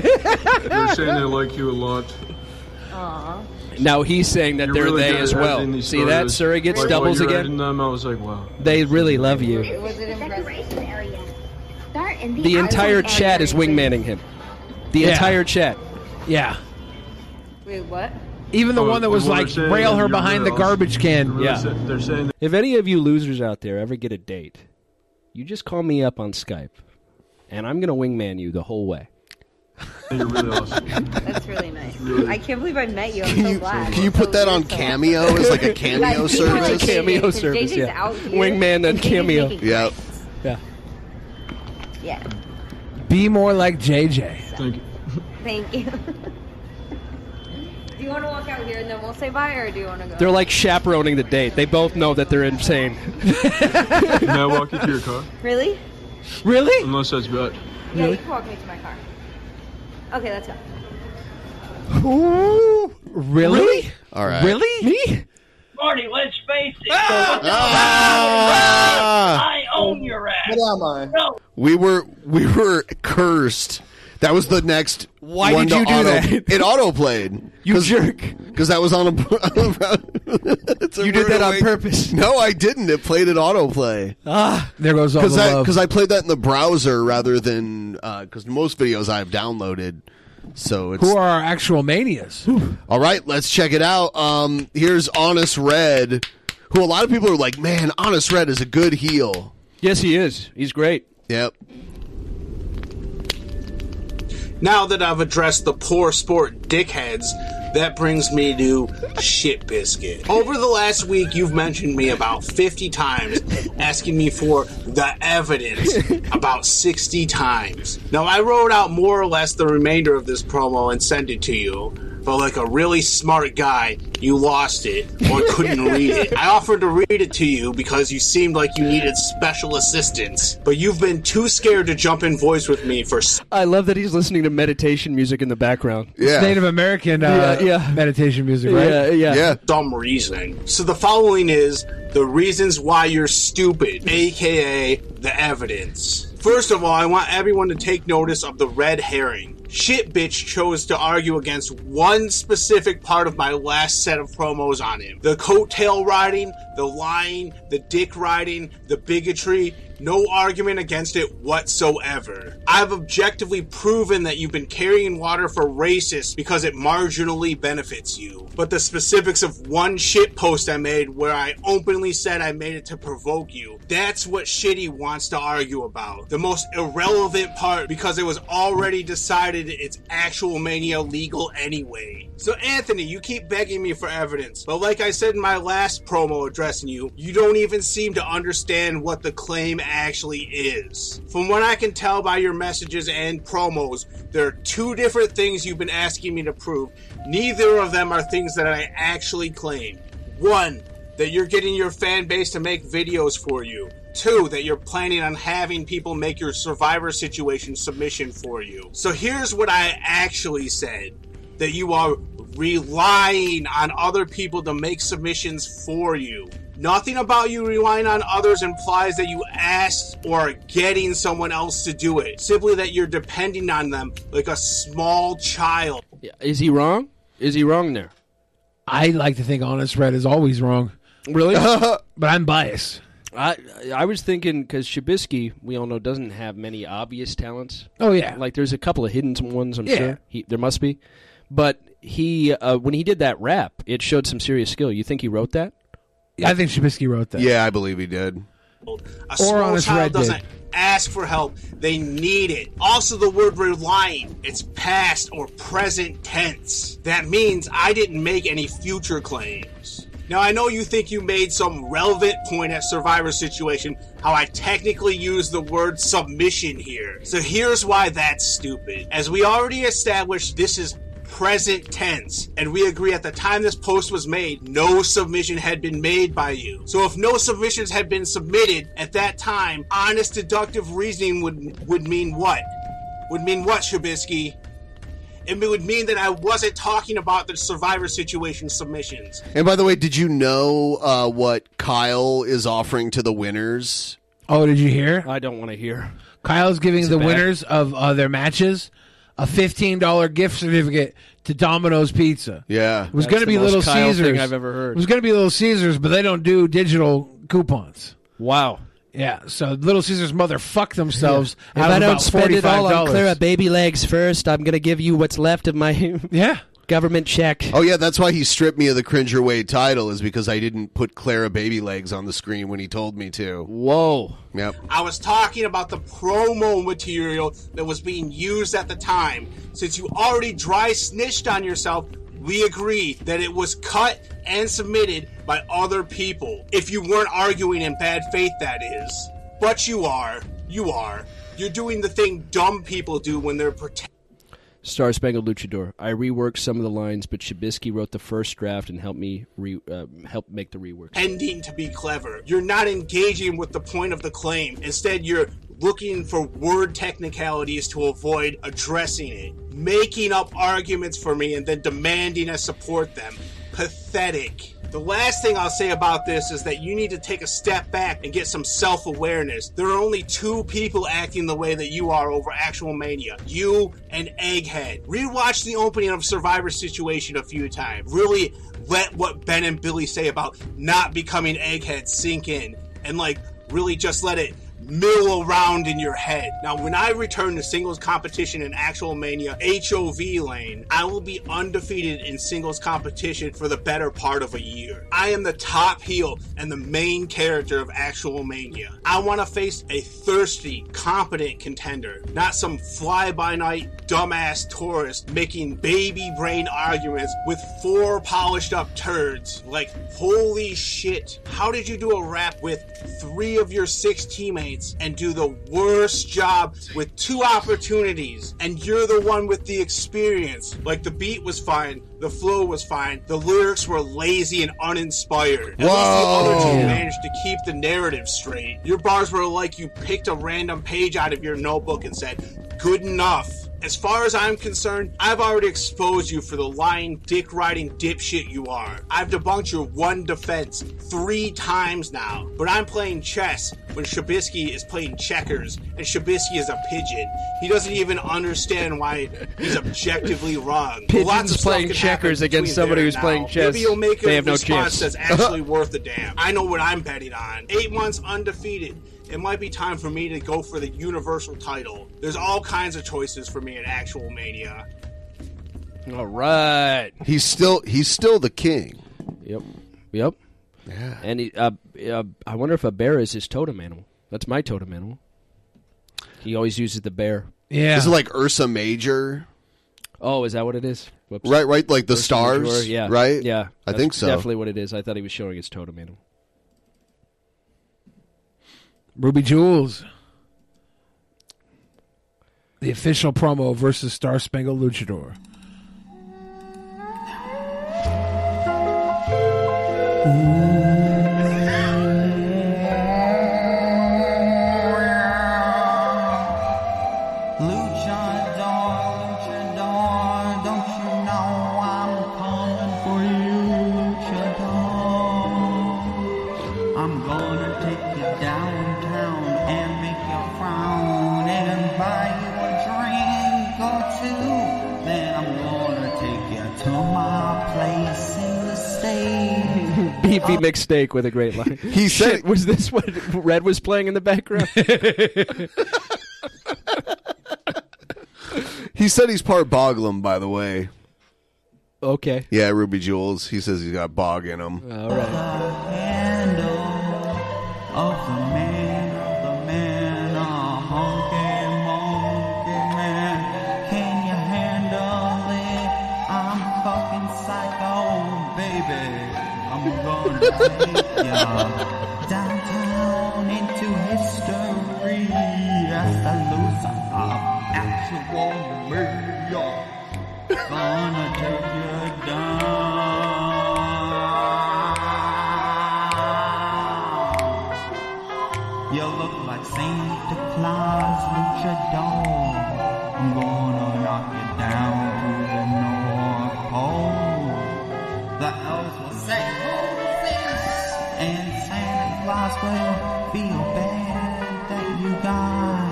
They're saying they like you a lot. Aww. Now he's saying that You're they're really they good as at well. editing these See that? photos. Surrogates Like, doubles while again. you're editing them, I was like, wow. They really love you. Was it Decoration area. Start in the, The entire outer chat is area. wingmanning him. The Yeah. entire chat. Yeah. Wait, what? Even the Oh, one that was what like, they're saying, rail her you're behind the really awesome. garbage can. Yeah. They're saying If any of you losers out there ever get a date, you just call me up on Skype, and I'm gonna wingman you the whole way. You're (laughs) really awesome. That's really nice. I can't believe I met you. I'm so glad. Can you put that on Cameo as (laughs) like a cameo Like, service? It's a cameo JJ's service, yeah. out here, Wingman and cameo. Yep. Yeah. Yeah. Be more like JJ. Thank you. Thank you. (laughs) Do you want to walk out here and then we'll say bye, or do you want to go? (laughs) They're (laughs) like chaperoning the date. They both know that they're insane. Can I walk you to your car? Really? (laughs) Really? Unless that's bad. Yeah, you can walk me to my car. Okay, let's go. Ooh, really? All right. Really? Ah! Me? Marty, let's face it. Ah. I own your ass. What am I? No. We were we were cursed. That was the next. Why one did to you do auto, that? (laughs) It auto played. You jerk. Because that was on a. (laughs) you did that on purpose. No, I didn't. It played an autoplay. Ah, there goes all the Because I love. because I played that in the browser rather than because most videos I've downloaded. So it's Who are our actual manias? all right, let's check it out. Um, here's Honest Red, who a lot of people are like, man, Honest Red is a good heel. Yes, he is. He's great. Yep. Now that I've addressed the poor sport dickheads, that brings me to Shit Biscuit. Over the last week, you've mentioned me about 50 times, asking me for the evidence about 60 times. Now, I wrote out more or less the remainder of this promo and sent it to you, but like a really smart guy, you lost it or couldn't read it. I offered to read it to you because you seemed like you needed special assistance, but you've been too scared to jump in voice with me for I love that he's listening to meditation music in the background. It's Native American uh, meditation music, right? Dumb reasoning. So the following is the reasons why you're stupid, aka the evidence. First of all, I want everyone to take notice of the red herring. Shit bitch chose to argue against one specific part of my last set of promos on him. The coattail riding, the lying, the dick riding, the bigotry, no argument against it whatsoever. I've objectively proven that you've been carrying water for racists because it marginally benefits you. But the specifics of one shit post I made where I openly said I made it to provoke you, that's what Shitty wants to argue about. The most irrelevant part because it was already decided it's actual mania legal anyway. So, Anthony, you keep begging me for evidence, but like I said in my last promo addressing you, you don't even seem to understand what the claim actually is. From what I can tell by your messages and promos, there are two different things you've been asking me to prove. Neither of them are things that I actually claim. One, that you're getting your fan base to make videos for you. Two, that you're planning on having people make your survivor situation submission for you. So here's what I actually said that you are relying on other people to make submissions for you. Nothing about you relying on others implies that you asked or are getting someone else to do it. Simply that you're depending on them like a small child. Is he wrong? Is he wrong there? I like to think Honest Red is always wrong. (laughs) Really? but I'm biased. I I was thinking because Shabisky, we all know, doesn't have many obvious talents. Oh, yeah. like there's a couple of hidden ones. I'm Yeah. sure he, there must be, but he uh, when he did that rap, it showed some serious skill. You think he wrote that? I think Shabisky wrote that. Yeah, I believe he did. A small Honest child Red did. doesn't ask for help; they need it. Also, the word relying—it's past or present tense. That means I didn't make any future claims. Now, I know you think you made some relevant point at Survivor Situation, how I technically used the word submission here. So here's why that's stupid. As we already established, this is present tense. And we agree at the time this post was made, no submission had been made by you. So if no submissions had been submitted at that time, honest deductive reasoning would would mean what? Would mean what, Shabisky? It would mean that I wasn't talking about the survivor situation submissions. And by the way, did you know uh, what Kyle is offering to the winners? Oh, did you hear? I don't want to hear. Kyle's giving Is it the bad? winners of uh, their matches a $15 gift certificate to Domino's Pizza. Yeah, It was going to be Little Caesars. It was going to be Little Caesars, but they don't do digital coupons. Wow. Yeah, so Little Caesars mother fucked themselves. If out of I don't about spend it all $45. on Clara baby legs first, I'm gonna give you what's left of my yeah government check. Oh yeah, that's why he stripped me of the cringerweight title is because I didn't put Clara Baby Legs on the screen when he told me to. Whoa. Yep. I was talking about the promo material that was being used at the time. Since you already dry snitched on yourself, we agree that it was cut and submitted by other people. If you weren't arguing in bad faith, that is. But you are. You are. You're doing the thing dumb people do when they're pretending. Star Spangled Luchador. I reworked some of the lines, but Shabisky wrote the first draft and helped me re- uh, help make the rework. ending to be clever. You're not engaging with the point of the claim. Instead, you're looking for word technicalities to avoid addressing it, making up arguments for me, and then demanding I support them. Pathetic. The last thing I'll say about this is that you need to take a step back and get some self awareness. There are only two people acting the way that you are over actual mania you and Egghead. Rewatch the opening of Survivor Situation a few times. Really let what Ben and Billy say about not becoming egghead sink in and like really just let it mill around in your head. Now, when I return to singles competition in actual mania HOV lane, I will be undefeated in singles competition for the better part of a year. I am the top heel and the main character of actual mania. I want to face a thirsty, competent contender, not some fly by night dumbass tourist making baby brain arguments with four polished up turds. Like, holy shit, how did you do a rap with three of your six teammates and do the worst job with two opportunities? And you're the one with the experience. Like, the beat was fine, the flow was fine, the lyrics were lazy and uninspired. At least the other Whoa. team managed to keep the narrative straight. Your bars were like you picked a random page out of your notebook and said, good enough. As far as I'm concerned, I've already exposed you for the lying, dick riding dipshit you are. I've debunked your one defense three times now, but I'm playing chess when Shabisky is playing checkers, and Shabisky is a pigeon. He doesn't even understand why he's objectively wrong. Pigeons Lots of stuff playing can checkers happen against between somebody there who's and playing now. chess. Maybe you'll make a They have no response chance. that's (laughs) actually worth a damn. I know what I'm betting on. Eight months undefeated. It might be time for me to go for the universal title. There's all kinds of choices for me in actual mania. All right. He's still he's still the king. Yep. Yep. Yeah. And he, uh, uh, I wonder if a bear is his totem animal. That's my totem animal. He always uses the bear. Yeah. Is it like Ursa Major? Oh, is that what it is? Whoops. Right, right, like the stars, Major, yeah. right? Yeah. I That's think so. Definitely what it is. I thought he was showing his totem animal. Ruby Jules. The official promo versus Star Spangled Luchador. Luchador, luchador, don't you know I'm calling for you, luchador? I'm gonna take you downtown and make you frown and buy you a drink or two. Then I'm gonna take you to my place in the (laughs) state. (laughs) Beefy McSteak with a great (laughs) line. he said, "Was this what Red was playing in the background?" (laughs) He said he's part Boglum, by the way. okay. Yeah, Ruby Jules. He says he's got bog in him. All right. of the man, of the man, ah, monkey, monkey man. Can you handle it? I'm fucking psycho, baby. I'm gonna (laughs) take ya downtown into history. As the loser of actual murder. Gonna take you down. You look like Santa Claus, luchador. I'm gonna knock you down to the North Pole. The elves will say, "Oh, "Hold this," and Santa Claus will feel bad that you got.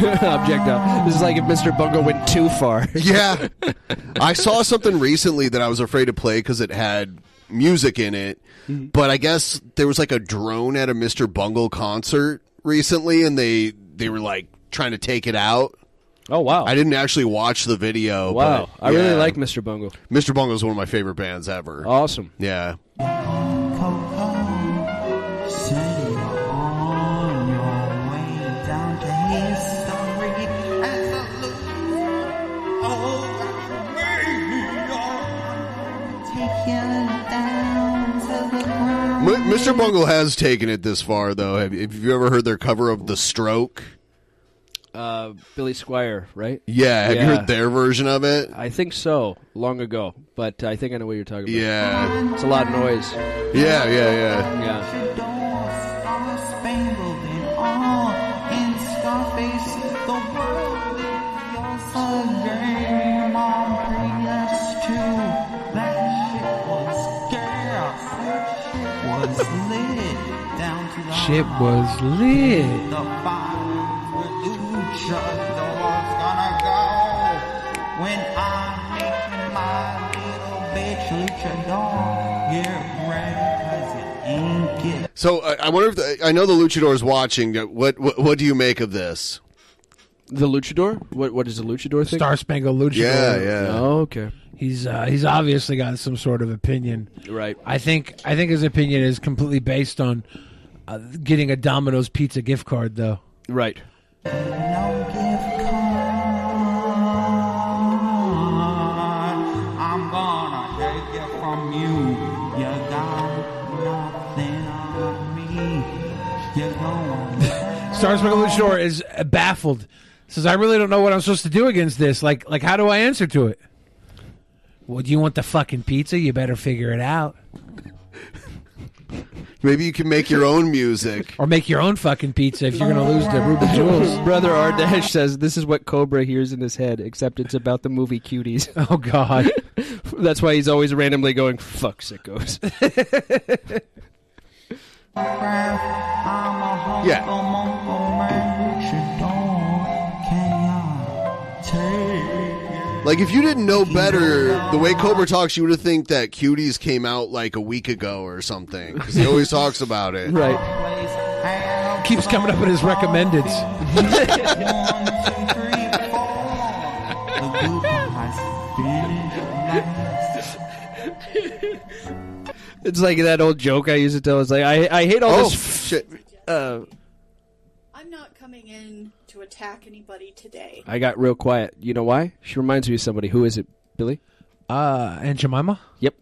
Objectile. This is like if Mr. Bungo went too far. (laughs) Yeah. I saw something recently that I was afraid to play because it had music in it, Mm-hmm. but I guess there was like a drone at a Mr. Bungle concert recently, and they they were like trying to take it out. Oh wow! I didn't actually watch the video. Wow. but, I really yeah. like Mr. Bungle. Mr. Bungle is one of my favorite bands ever. Awesome. Yeah. Say you're on your way down to history as a loser of murder. Take you down to the ground. M- Mr. Bungle has taken it this far, though. Have, have you ever heard their cover of The Stroke? uh, Billy Squire, right? Yeah, have you heard their version of it? I think so, long ago, but I think I know what you're talking about. Yeah. it's a lot of noise. Yeah, yeah, yeah. yeah. spangled in awe in Scarface. The world is yours. A game on PS2. That shit was chaos. That shit was lit down to the Shit was lit. the fire with Lucha. The world's gonna go when I'm making my little bitch luchador. Get ready, cause it ain't get So uh, I, I wonder if the, I know the luchador is watching. Uh, What, what what do you make of this? The luchador? What what is the luchador thing? Star Spangled Luchador. Oh, okay. He's uh, he's obviously got some sort of opinion. Right. I think I think his opinion is completely based on uh, getting a Domino's pizza gift card, though. Right. I'm gonna take it from you. You got nothing on me. You know Star Spangled Luchador is uh, baffled. Says, "I really don't know what I'm supposed to do against this. Like, like, how do I answer to it? Well, do you want the fucking pizza? You better figure it out, Maybe you can make your own music. or make your own fucking pizza if you're gonna lose to Ruben Jules." Brother R Dash says this is what Cobra hears in his head, except it's about the movie Cuties. (laughs) Oh God, (laughs) that's why he's always randomly going fuck sickos. (laughs) Yeah. Like if you didn't know better, the way Cobra talks, you would have think that Cuties came out like a week ago or something because he always talks about it. Right. Keeps coming up in his (laughs) recommendeds. It's like that old joke I used to tell. It's like I I hate all Oh, this f- shit. Uh, I'm not coming in to attack anybody today. I got real quiet. You know why? She reminds me of somebody. Who is it, Billy? Uh, Aunt Jemima. Yep.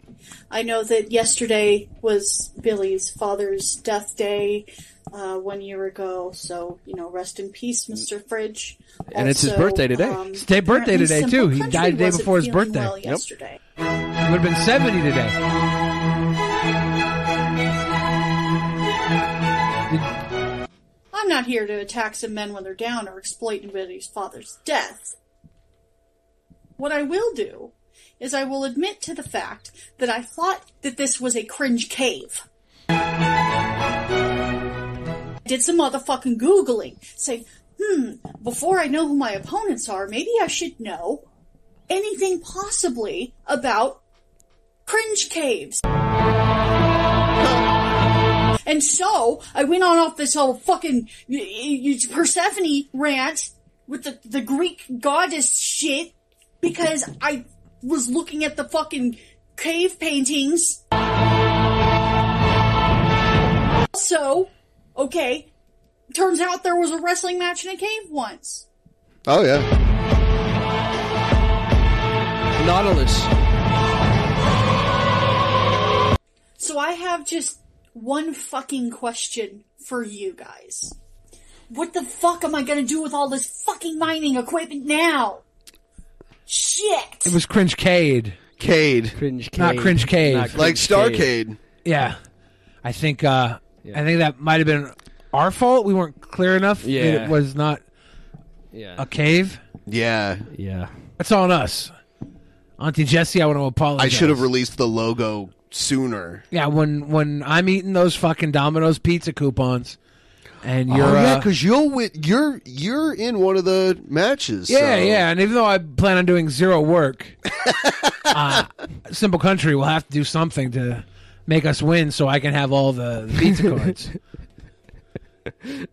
I know that yesterday was Billy's father's death day uh, one year ago, so, you know, rest in peace, Mr. Fridge. Mm. And it's his Also, birthday today. um, It's their birthday apparently today, Simple too. He Country died the day wasn't before his feeling birthday. well Yep. yesterday. Would have been seventy today. I'm not here to attack some men when they're down or exploit anybody's father's death. What I will do is I will admit to the fact that I thought that this was a cringe cave. I did some motherfucking Googling, say, hmm, before I know who my opponents are, maybe I should know anything possibly about cringe caves. And so I went on off this whole fucking y- y- Persephone rant with the, the Greek goddess shit because I was looking at the fucking cave paintings. Also, okay, turns out there was a wrestling match in a cave once. Oh yeah. Nautilus. So I have just one fucking question for you guys. What the fuck am I gonna do with all this fucking mining equipment now? Shit! It was Cringe Cade. Cade. Cringe Not Cade. Cringe Cade. Not Like Cringe Cade. Starcade. Yeah. I think uh I think that might have been our fault. We weren't clear enough. that Yeah. It was not Yeah. a cave. Yeah. Yeah. That's on us. Auntie Jessie, I want to apologize. I should have released the logo sooner. Yeah, when when I'm eating those fucking Domino's pizza coupons and you're oh yeah, uh, because you'll win. You're you're in one of the matches. Yeah, so- yeah, and even though I plan on doing zero (laughs) work, uh, Simple Country will have to do something to make us win, so I can have all the, the (laughs) pizza cards.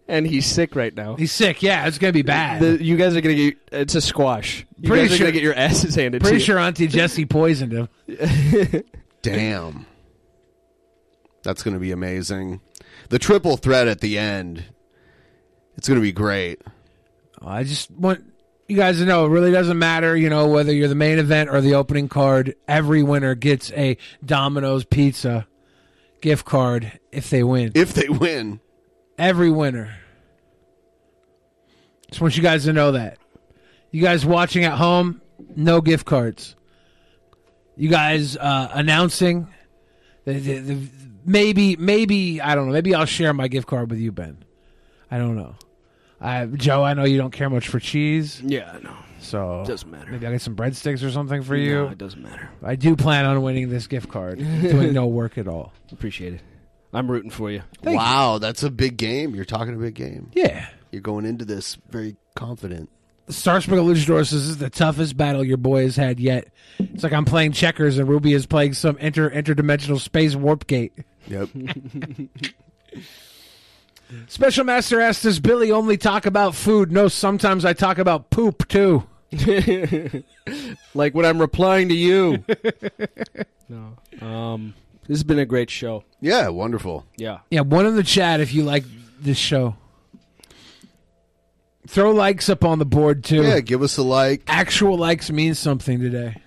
And he's sick right now. He's sick. Yeah, it's gonna be bad. The, you guys are gonna get. It's a squash. You Pretty guys are sure- gonna get your asses handed. Pretty to you. sure (laughs) Auntie Jessie poisoned him. Damn. That's going to be amazing. The triple threat at the end. It's going to be great. I just want you guys to know it really doesn't matter, you know, whether you're the main event or the opening card. Every winner gets a Domino's pizza gift card if they win. If they win. Every winner. Just want you guys to know that. You guys watching at home, no gift cards. You guys uh, announcing, the, the, the, maybe, maybe I don't know. Maybe I'll share my gift card with you, Ben. I don't know. I, Joe, I know you don't care much for cheese. Yeah, no. So Doesn't matter. Maybe I get some breadsticks or something for you. No, it doesn't matter. I do plan on winning this gift card. (laughs) doing no work at all. Appreciate it. I'm rooting for you. wow, that's a big game. You're talking a big game. Yeah. You're going into this very confident. Star Spangled Luchador says this is the toughest battle your boy has had yet. It's like I'm playing checkers and Ruby is playing some inter interdimensional space warp gate. (laughs) Yep. Special Master asks, "Does Billy only talk about food? No, sometimes I talk about poop too." (laughs) like when I'm replying to you. no. Um, this has been a great show. Yeah, wonderful. Yeah. (laughs) Yeah, one in the chat if you like this show. Throw likes up on the board too. Yeah, give us a like. Actual likes means something today.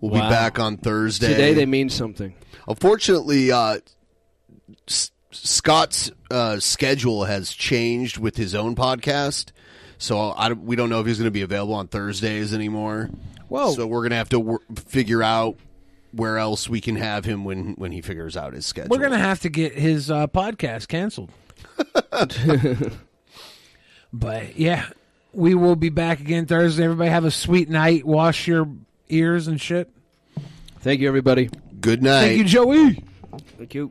We'll Wow. be back on Thursday. Today they mean something. Unfortunately, uh, S- Scott's uh, schedule has changed with his own podcast, so I don't- we don't know if he's going to be available on Thursdays anymore. Whoa! So we're going to have to wor- figure out where else we can have him when when he figures out his schedule. We're gonna have to get his uh, podcast canceled. (laughs) but yeah, we will be back again Thursday. Everybody have a sweet night. Wash your ears and shit. Thank you, everybody. Good night. Thank you, Joey. Thank you.